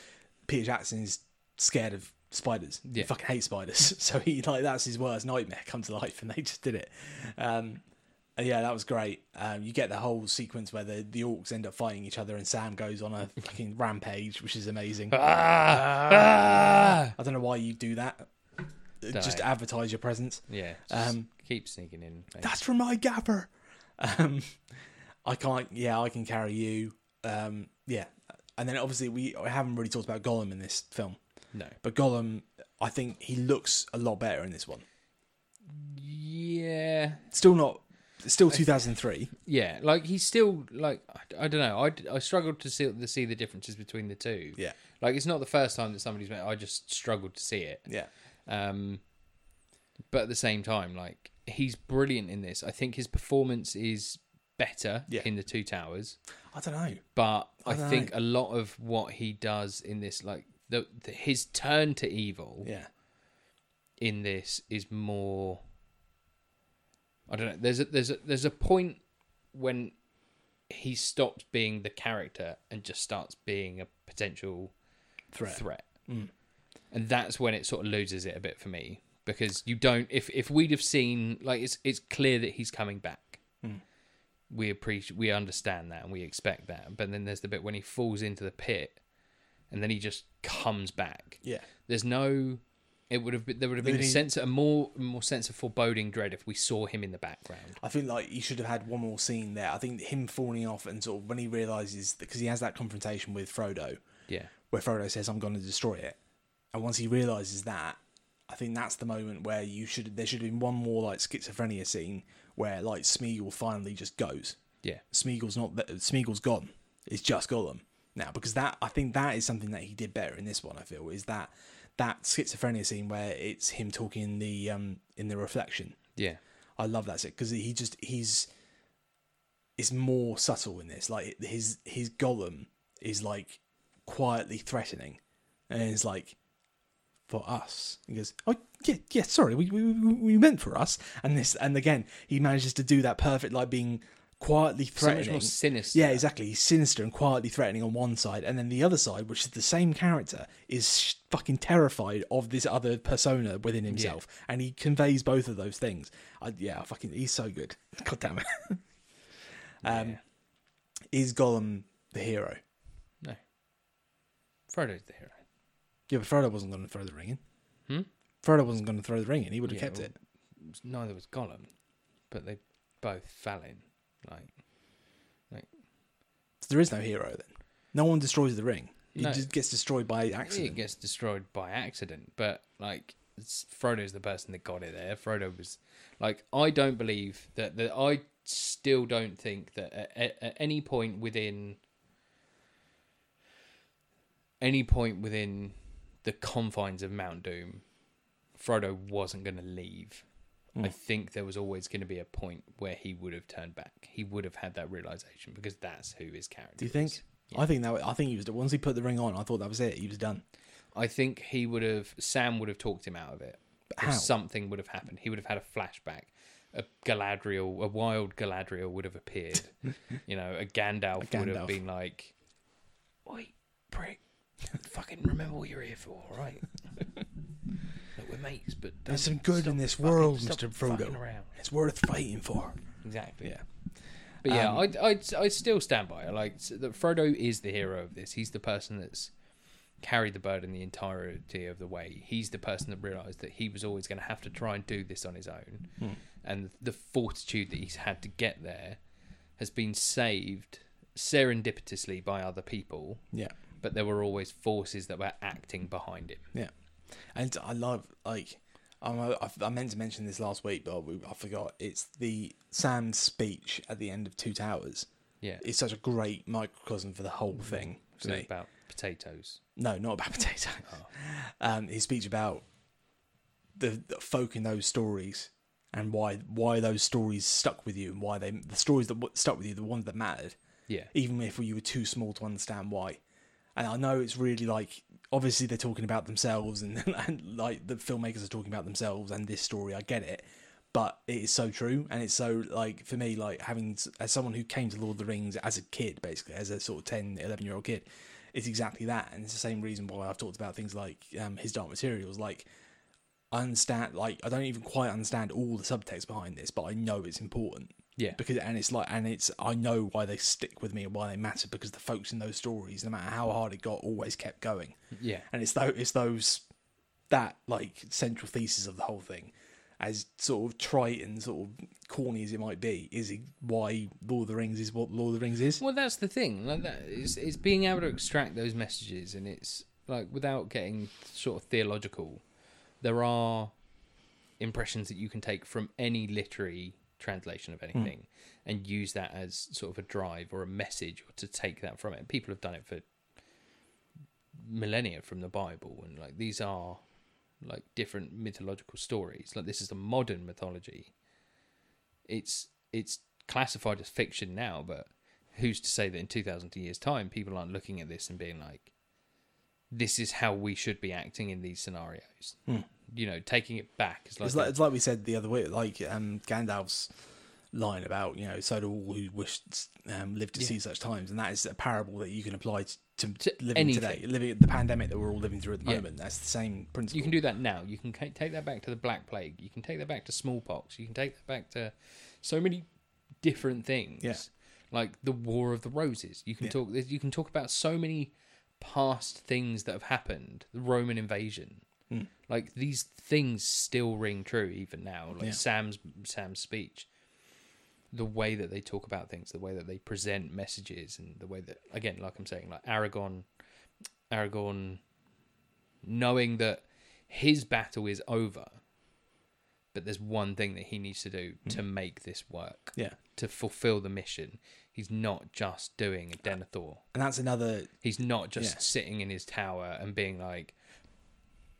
Peter Jackson is scared of spiders.
Yeah.
He fucking hates spiders. So he, like, that's his worst nightmare come to life. And they just did it. Um, and yeah, that was great. Um, you get the whole sequence where the, the orcs end up fighting each other and Sam goes on a fucking rampage, which is amazing.
Uh, ah, ah.
I don't know why you do that. Just
know.
advertise your presence.
yeah, just
Um,
keep sneaking in. mate.
That's from my gaffer. Um, I can't. Yeah, I can carry you. Um, yeah, and then obviously we I haven't really talked about Gollum in this film,
no,
but Gollum, I think he looks a lot better in this one.
yeah,
Still not. Still 2003.
yeah, like he's still like I, don't know. I, I struggled to see to see the differences between the two.
Yeah.
like it's not the first time that somebody's met. I just struggled to see it.
Yeah.
Um, but at the same time, like he's brilliant in this. I think his performance is better
Yeah.
in the Two Towers,
I don't know.
but I,
I don't
think a lot of what he does in this, like the, the his turn to evil
Yeah.
in this, is more. I don't know. There's a there's a there's a point when he stops being the character and just starts being a potential
Threat.
threat. And that's when it sort of loses it a bit for me because you don't if if we'd have seen like it's it's clear that he's coming back. We appreciate we understand that and we expect that. But then there's the bit when he falls into the pit and then he just comes back.
Yeah.
There's no. It would have been, there would have been a
Really-
sense a more more sense of foreboding dread if we saw him in the background.
I feel like you should have had one more scene there. I think him falling off and sort of when he realizes because he has that confrontation with Frodo,
Yeah,
where Frodo says, "I'm going to destroy it," and once he realizes that, I think that's the moment where you should there should have been one more like schizophrenia scene where like Smeagol finally just goes.
yeah,
Smeagol's not th- Smeagol's gone. It's just Gollum now because that I think that is something that he did better in this one. I feel is that that schizophrenia scene where it's him talking in the um in the reflection.
yeah,
I love that set because he just he's is more subtle in this. Like his his golem is like quietly threatening, and it's like for us. He goes, oh yeah, yeah, sorry, we we we- we meant for us. And this and again, he manages to do that perfect, like being quietly
so much
threatening.
more sinister.
yeah, exactly. He's sinister and quietly threatening on one side, and then the other side, which is the same character, is sh- fucking terrified of this other persona within himself, and he conveys both of those things. I, yeah, I fucking, he's so good. God damn it. um,
Yeah.
Is Gollum the hero?
No, Frodo's the hero.
Yeah, but Frodo wasn't going to throw the ring in.
Hmm?
Frodo wasn't going to throw the ring in. He would have
Yeah,
kept
well-
it.
Neither was Gollum, but they both fell in. Like
So there is no hero then. No one destroys the ring. It
No.
just gets destroyed by accident.
it gets destroyed by accident, but like it's, Frodo's the person that got it there. Frodo was like, I don't believe that. That I still don't think that at, at any point within any point within the confines of Mount Doom, Frodo wasn't going to leave.
Hmm.
I think there was always going to be a point where he would have turned back. He would have had that realization because that's who his character.
Do you
is.
think? I think that. I think he was. Once he put the ring on, I thought that was it. He was done.
I think he would have Sam would have talked him out of it. Or
how?
Something would have happened. He would have had a flashback. A Galadriel, a wild Galadriel would have appeared. you know, a Gandalf,
A
would have
Gandalf.
been like, "Oi, prick! fucking remember what you're here for, all right? Look, we're mates, but
There's
don't-
some good
stop
in this
fucking-
world,
stop
Mr.
fucking
Frodo.
around."
It's worth fighting for.
Exactly. Yeah. But yeah,
Um,
I, I, I still stand by it. Like s- that, Frodo is the hero of this. He's the person that's carried the burden the entirety of the way. He's the person that realised that he was always going to have to try and do this on his own,
Hmm.
and the fortitude that he's had to get there has been saved serendipitously by other people.
Yeah,
But there were always forces that were acting behind him.
yeah. And I love like I'm, I, I meant to mention this last week, but we, I forgot. It's the Sam's speech at the end of Two Towers.
Yeah,
It's such a great microcosm for the whole thing. For
so
me.
about potatoes.
No, not about potatoes. Um, his speech about the, the folk in those stories and why why those stories stuck with you and why they the stories that w- stuck with you, the ones that mattered.
Yeah,
even if you were too small to understand why. And I know it's really like obviously they're talking about themselves and, and like the filmmakers are talking about themselves and this story. I get it, but it is so true and it's so like for me like having as someone who came to Lord of the Rings as a kid basically as a sort of 10, 11 year old kid, it's exactly that. And it's the same reason why I've talked about things like um, his dark materials like. I understand like I don't even quite understand all the subtext behind this, but I know it's important
yeah,
because and it's like and it's I know why they stick with me and why they matter because the folks in those stories, no matter how hard it got, always kept going.
yeah,
And it's though it's those that like central thesis of the whole thing, as sort of trite and sort of corny as it might be, is it why Lord of the Rings is what Lord of the Rings is.
Well, that's the thing. Like that, it's, it's being able to extract those messages, and it's like without getting sort of theological. There are impressions that you can take from any literary translation of anything, and use that as sort of a drive or a message, or to take that from it. People have done it for millennia from the Bible, and like these are like different mythological stories. Like this is the modern mythology. It's it's classified as fiction now, but who's to say that in two thousand years' time people aren't looking at this and being like, "This is how we should be acting in these scenarios." You know, taking it back is like,
It's like, it's like we said the other week, like um, Gandalf's line about you know, so do all who wish um, live to see such times, and that is a parable that you can apply to, to,
To
living today,
anything.
living the pandemic that we're all living through at the
Yeah.
moment. That's the same principle.
you can do that now. You can ca- take that back to the Black Plague. You can take that back to smallpox. You can take that back to so many different things.
Yeah.
Like the War of the Roses. You can
Yeah.
talk. You can talk about so many past things that have happened, the Roman invasion,
Hmm.
like these things still ring true even now. Like
Yeah.
Sam's Sam's speech, the way that they talk about things, the way that they present messages, and the way that again, like I'm saying, like Aragon, Aragon, knowing that his battle is over. But there's one thing that he needs to do to make this work
Mm-hmm. Yeah.
to fulfill the mission. He's not just doing a Denethor.
And that's another
He's not just
Uh, Yeah.
sitting in his tower and being like,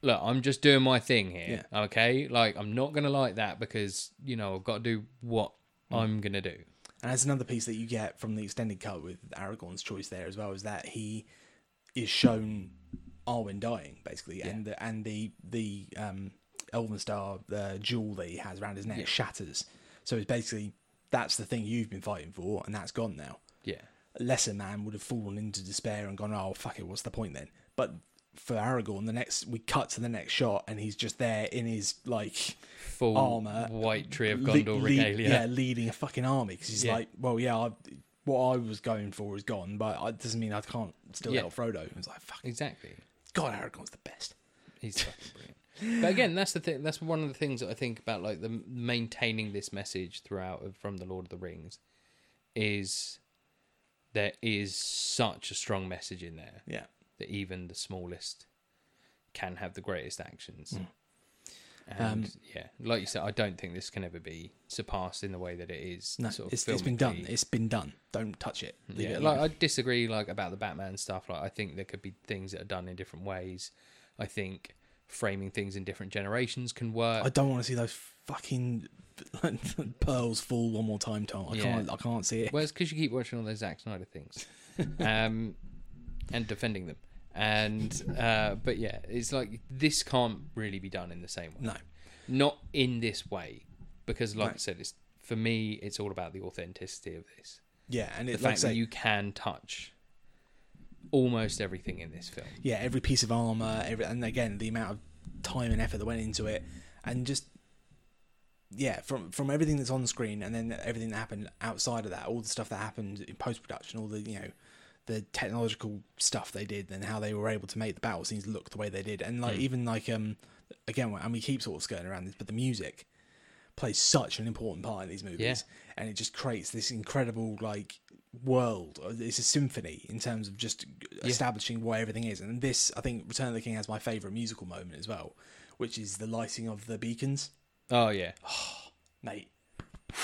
"Look, I'm just doing my thing here, okay? Like, I'm not gonna like that because you know I've got to do what
Mm.
I'm gonna do."
And that's another piece that you get from the extended cut with Aragorn's choice there as well, is that he is shown Arwen dying basically, and the and the the um, Elven Star uh, jewel that he has around his neck shatters. So it's basically that's the thing you've been fighting for, and that's gone now.
Yeah,
A lesser man would have fallen into despair and gone, "Oh fuck it, what's the point then?" But for Aragorn, the next we cut to the next shot, and he's just there in his like
full
Armour.
white tree of
Oh, le-
Gondor
lead-
regalia.
yeah, leading a fucking army because he's
Yeah.
like, well, yeah, I, what I was going for is gone, but it doesn't mean I can't still
Yeah.
help Frodo. It's like, fuck,
Exactly.
God, Aragorn's the best.
He's fucking brilliant. But again, that's the thing. That's one of the things that I think about, like the maintaining this message throughout of- from the Lord of the Rings, is there is such a strong message in there
Yeah.
that even the smallest can have the greatest actions. And
Mm. Um,
yeah, like you said, I don't think this can ever be surpassed in the way that it is.
No,
sort of
it's, it's been done.
filmically.
It's been done. Don't touch it. Leave
Yeah,
it
like
alone.
I disagree like about the Batman stuff. Like I think there could be things that are done in different ways. I think framing things in different generations can work.
I don't want to see those fucking pearls fall one more time, Tom. I
Yeah.
can't. I can't see it.
Well, it's because you keep watching all those Zack Snyder things, um, and defending them. And uh, but yeah, it's like this can't really be done in the same way.
No.
not in this way, because like I
No.
said, it's for me, it's all about the authenticity of this.
Yeah, and
The
it's like I
fact
say-
that you can touch almost everything in this film.
yeah, every piece of armor, every, and again the amount of time and effort that went into it, and just yeah, from from everything that's on screen, and then everything that happened outside of that, all the stuff that happened in post production, all the you know the technological stuff they did, and how they were able to make the battle scenes look the way they did, and like even like um again, and we keep sort of skirting around this, but the music plays such an important part in these movies
Yeah.
and it just creates this incredible like world it's a symphony in terms of just establishing what everything is and this i think return of the king has my favorite musical moment as well which is the lighting of the beacons
Oh yeah,
mate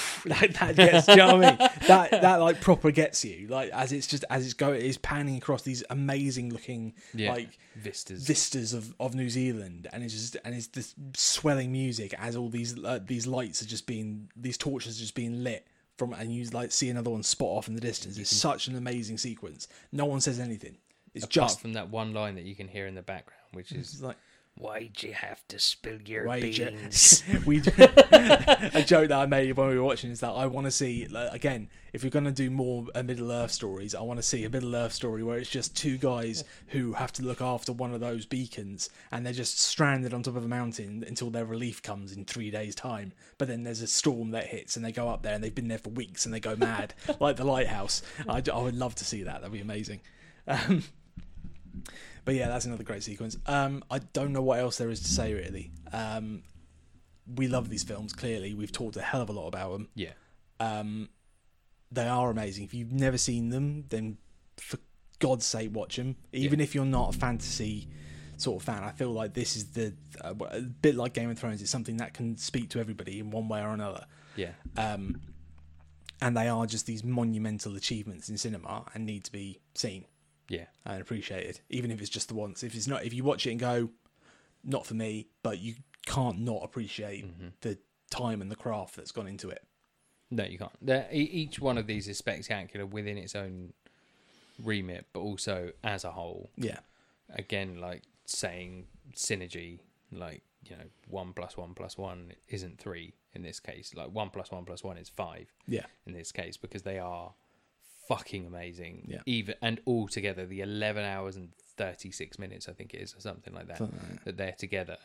that, that gets do you know what I mean? that that like proper gets you like as it's just as it's going it's panning across these amazing looking
yeah.
like
vistas.
vistas of, of New Zealand, and it's just and it's this swelling music as all these uh, these lights are just being these torches are just being lit from, and you like see another one spot off in the distance. It's such an amazing sequence. No one says anything. It's
Apart
just
from that one line that you can hear in the background, which is
like
Why'd you have to spill your
wait,
beans?
we a joke that I made when we were watching is that I want to see like, again if you're gonna do more uh, Middle Earth stories, I want to see a Middle Earth story where it's just two guys who have to look after one of those beacons and they're just stranded on top of a mountain until their relief comes in three days' time. But then there's a storm that hits and they go up there and they've been there for weeks and they go mad like the lighthouse. I, I would love to see that. That'd be amazing. Um, but yeah, that's another great sequence. Um, I don't know what else there is to say really. Um, we love these films. Clearly, we've talked a hell of a lot about them.
yeah,
Um, they are amazing. If you've never seen them, then for God's sake, watch them. Even if you're not a fantasy sort of fan, I feel like this is the uh, a bit like Game of Thrones. It's something that can speak to everybody in one way or another.
yeah,
Um, and they are just these monumental achievements in cinema and need to be seen
yeah,
and appreciated, even if it's just the once. If it's not, if you watch it and go, not for me, but you can't not appreciate the time and the craft that's gone into it.
No, you can't. They're- e- Each one of these is spectacular within its own remit, but also as a whole.
Yeah,
Again, like saying synergy, like you know, one plus one plus one isn't three in this case. Like one plus one plus one is five
yeah,
in this case because they are fucking amazing.
Yeah.
Even and all together, the eleven hours and thirty six minutes, I think it is, or something like that,
Something like
that they're together,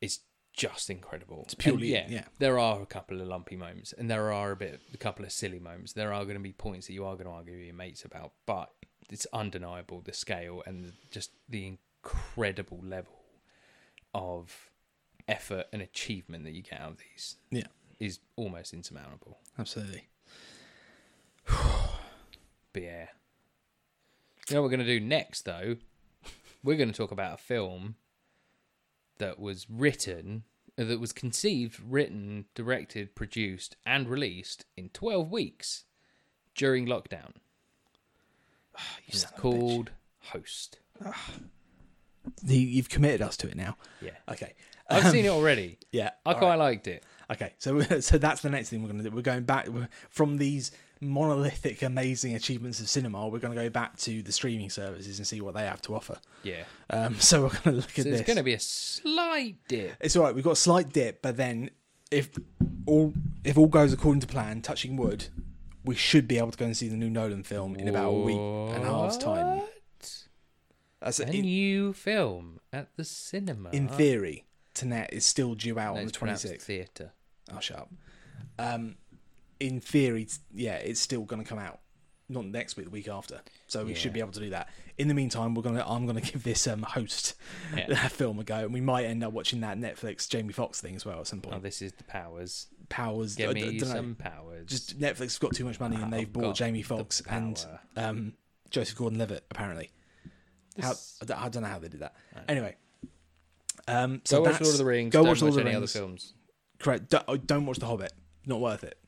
is just incredible. It's
purely- yeah.
There are a couple of lumpy moments, and there are a bit, a couple of silly moments. There are going to be points that you are going to argue with your mates about, but it's undeniable the scale and just the incredible level of effort and achievement that you get out of these
Yeah.
is almost insurmountable.
Absolutely.
But yeah. You know what we're going to do next, though? We're going to talk about a film that was written, uh, that was conceived, written, directed, produced, and released in 12 weeks during lockdown.
Ah,
It's called Host.
You, you've committed us to it now.
Yeah.
Okay.
I've seen it already.
Yeah.
I
all
quite
right.
liked it.
Okay. So so that's the next thing we're going to do. We're going back we're- from these monolithic, amazing achievements of cinema. We're going to go back to the streaming services and see what they have to offer.
Yeah.
Um, so we're going to look at
So
this.
it's going to be a slight dip.
It's all right. We've got a slight dip, but then if all if all goes according to plan, touching wood, we should be able to go and see the new Nolan film in about a week and a half's time.
What?
That's
A
in,
new film at the cinema.
in theory. Tonight is still due out
No,
on the
it's pronounced
26th.
Theatre.
Oh, shut up. Um, in theory, t- yeah, it's still going to come out. Not next week, the week after. So we should be able to do that. In the meantime, we're gonna I'm gonna give this um, host
Yeah.
film a go, and we might end up watching that Netflix Jamie Foxx thing as well at some
Oh,
point.
this is the powers.
Powers,
Give
I- I
me
dunno.
some powers.
just Netflix has got too much money and they've
I've
bought
got
Jamie
the
Foxx and
power.
um, Joseph Gordon-Levitt apparently. How I don't- I don't know how they did that. Anyway, um, so
go watch
that's-
Lord of the Rings.
Go
Don't
watch Lord of the
any other
Rings.
films.
Correct. Don't, oh, don't watch The Hobbit. Not worth it.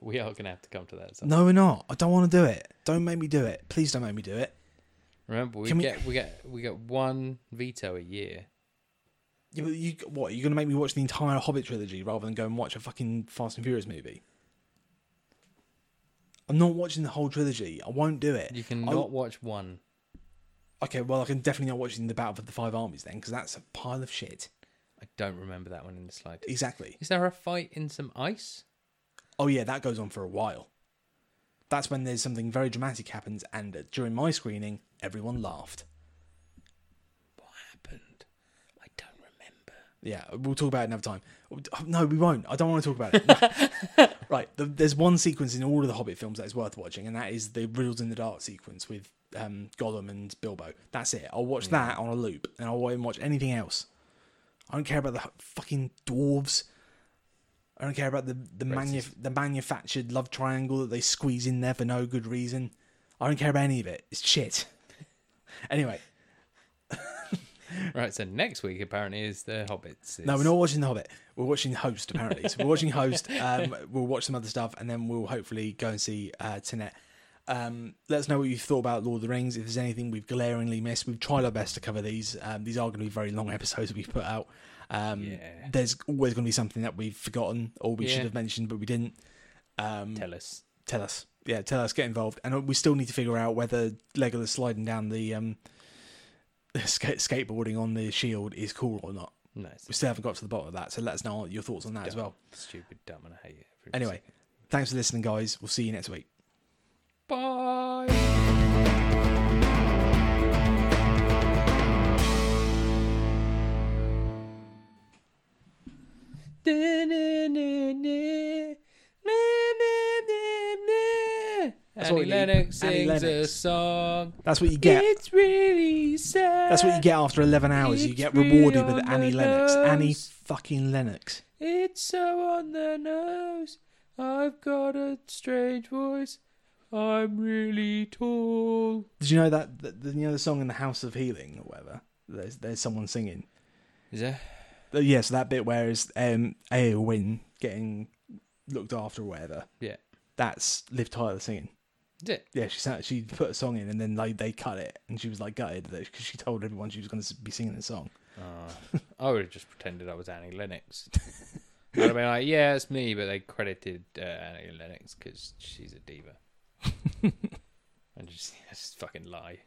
We are going to have to come to that. So.
No, we're not. I don't want to do it. Don't make me do it. Please don't make me do it.
Remember, we
Can we-
get we get we get one veto a year.
You, you what? You're gonna make me watch the entire Hobbit trilogy rather than go and watch a fucking Fast and Furious movie. I'm not watching the whole trilogy. I won't do it.
You
I-
cannot watch one.
Okay, well, I can definitely not watch the Battle for the Five Armies then, because that's a pile of shit.
I don't remember that one in the slide.
Exactly.
Is there a fight in some ice?
Oh yeah, that goes on for a while. That's when there's something very dramatic happens, and uh, during my screening, everyone laughed.
What happened? I don't remember.
Yeah, we'll talk about it another time. Oh, No, we won't. I don't want to talk about it. right, the, there's one sequence in all of the Hobbit films that is worth watching, and that is the Riddles in the Dark sequence with um, Gollum and Bilbo. That's it. I'll watch that on a loop, and I won't watch anything else. I don't care about the h- fucking dwarves. I don't care about the the, manu- the manufactured love triangle that they squeeze in there for no good reason. I don't care about any of it. It's shit. anyway,
Right, so next week apparently is the Hobbits.
No,
It's-
we're not watching The Hobbit. We're watching Host, apparently. so we're watching Host. Um, we'll watch some other stuff, and then we'll hopefully go and see uh, Tenet. Um, let us know what you thought about Lord of the Rings. If there's anything we've glaringly missed, we've tried our best to cover these. Um, these are going to be very long episodes we've put out. Um,
Yeah.
There's always going to be something that we've forgotten or we
Yeah.
should have mentioned but we didn't. Um,
Tell us.
tell us. Yeah, tell us. Get involved. And uh, we still need to figure out whether Legolas sliding down the um, ska- skateboarding on the shield is cool or not.
No, it's
We still haven't got to the bottom of that, so let us know your thoughts on that as well.
stupid, dumb, and I hate it. every
Anyway, thanks for listening, guys. We'll see you next week.
second. bye.
That's what
Annie
we need.
Lennox sings
Annie
a
Lennox.
song.
That's what you get.
It's really sad.
That's what you get after 11 hours. You
It's
get
really
rewarded
on
with
the
Annie Lennox.
nose.
Annie fucking Lennox.
It's so on the nose. I've got a strange voice. I'm really tall.
Did you know that, that the, you know the song in the House of Healing or whatever? There's there's someone singing.
Is that?
Uh, Yeah, so that bit where is um Eowyn getting looked after or whatever.
Yeah.
That's Liv Tyler singing.
Is it?
Yeah, she sang, she put a song in and then like they cut it and she was like gutted because she told everyone she was going to be singing the song.
Oh, I would have just pretended I was Annie Lennox. I'd have been like, yeah, it's me, but they credited uh, Annie Lennox because she's a diva. and just, just fucking lie.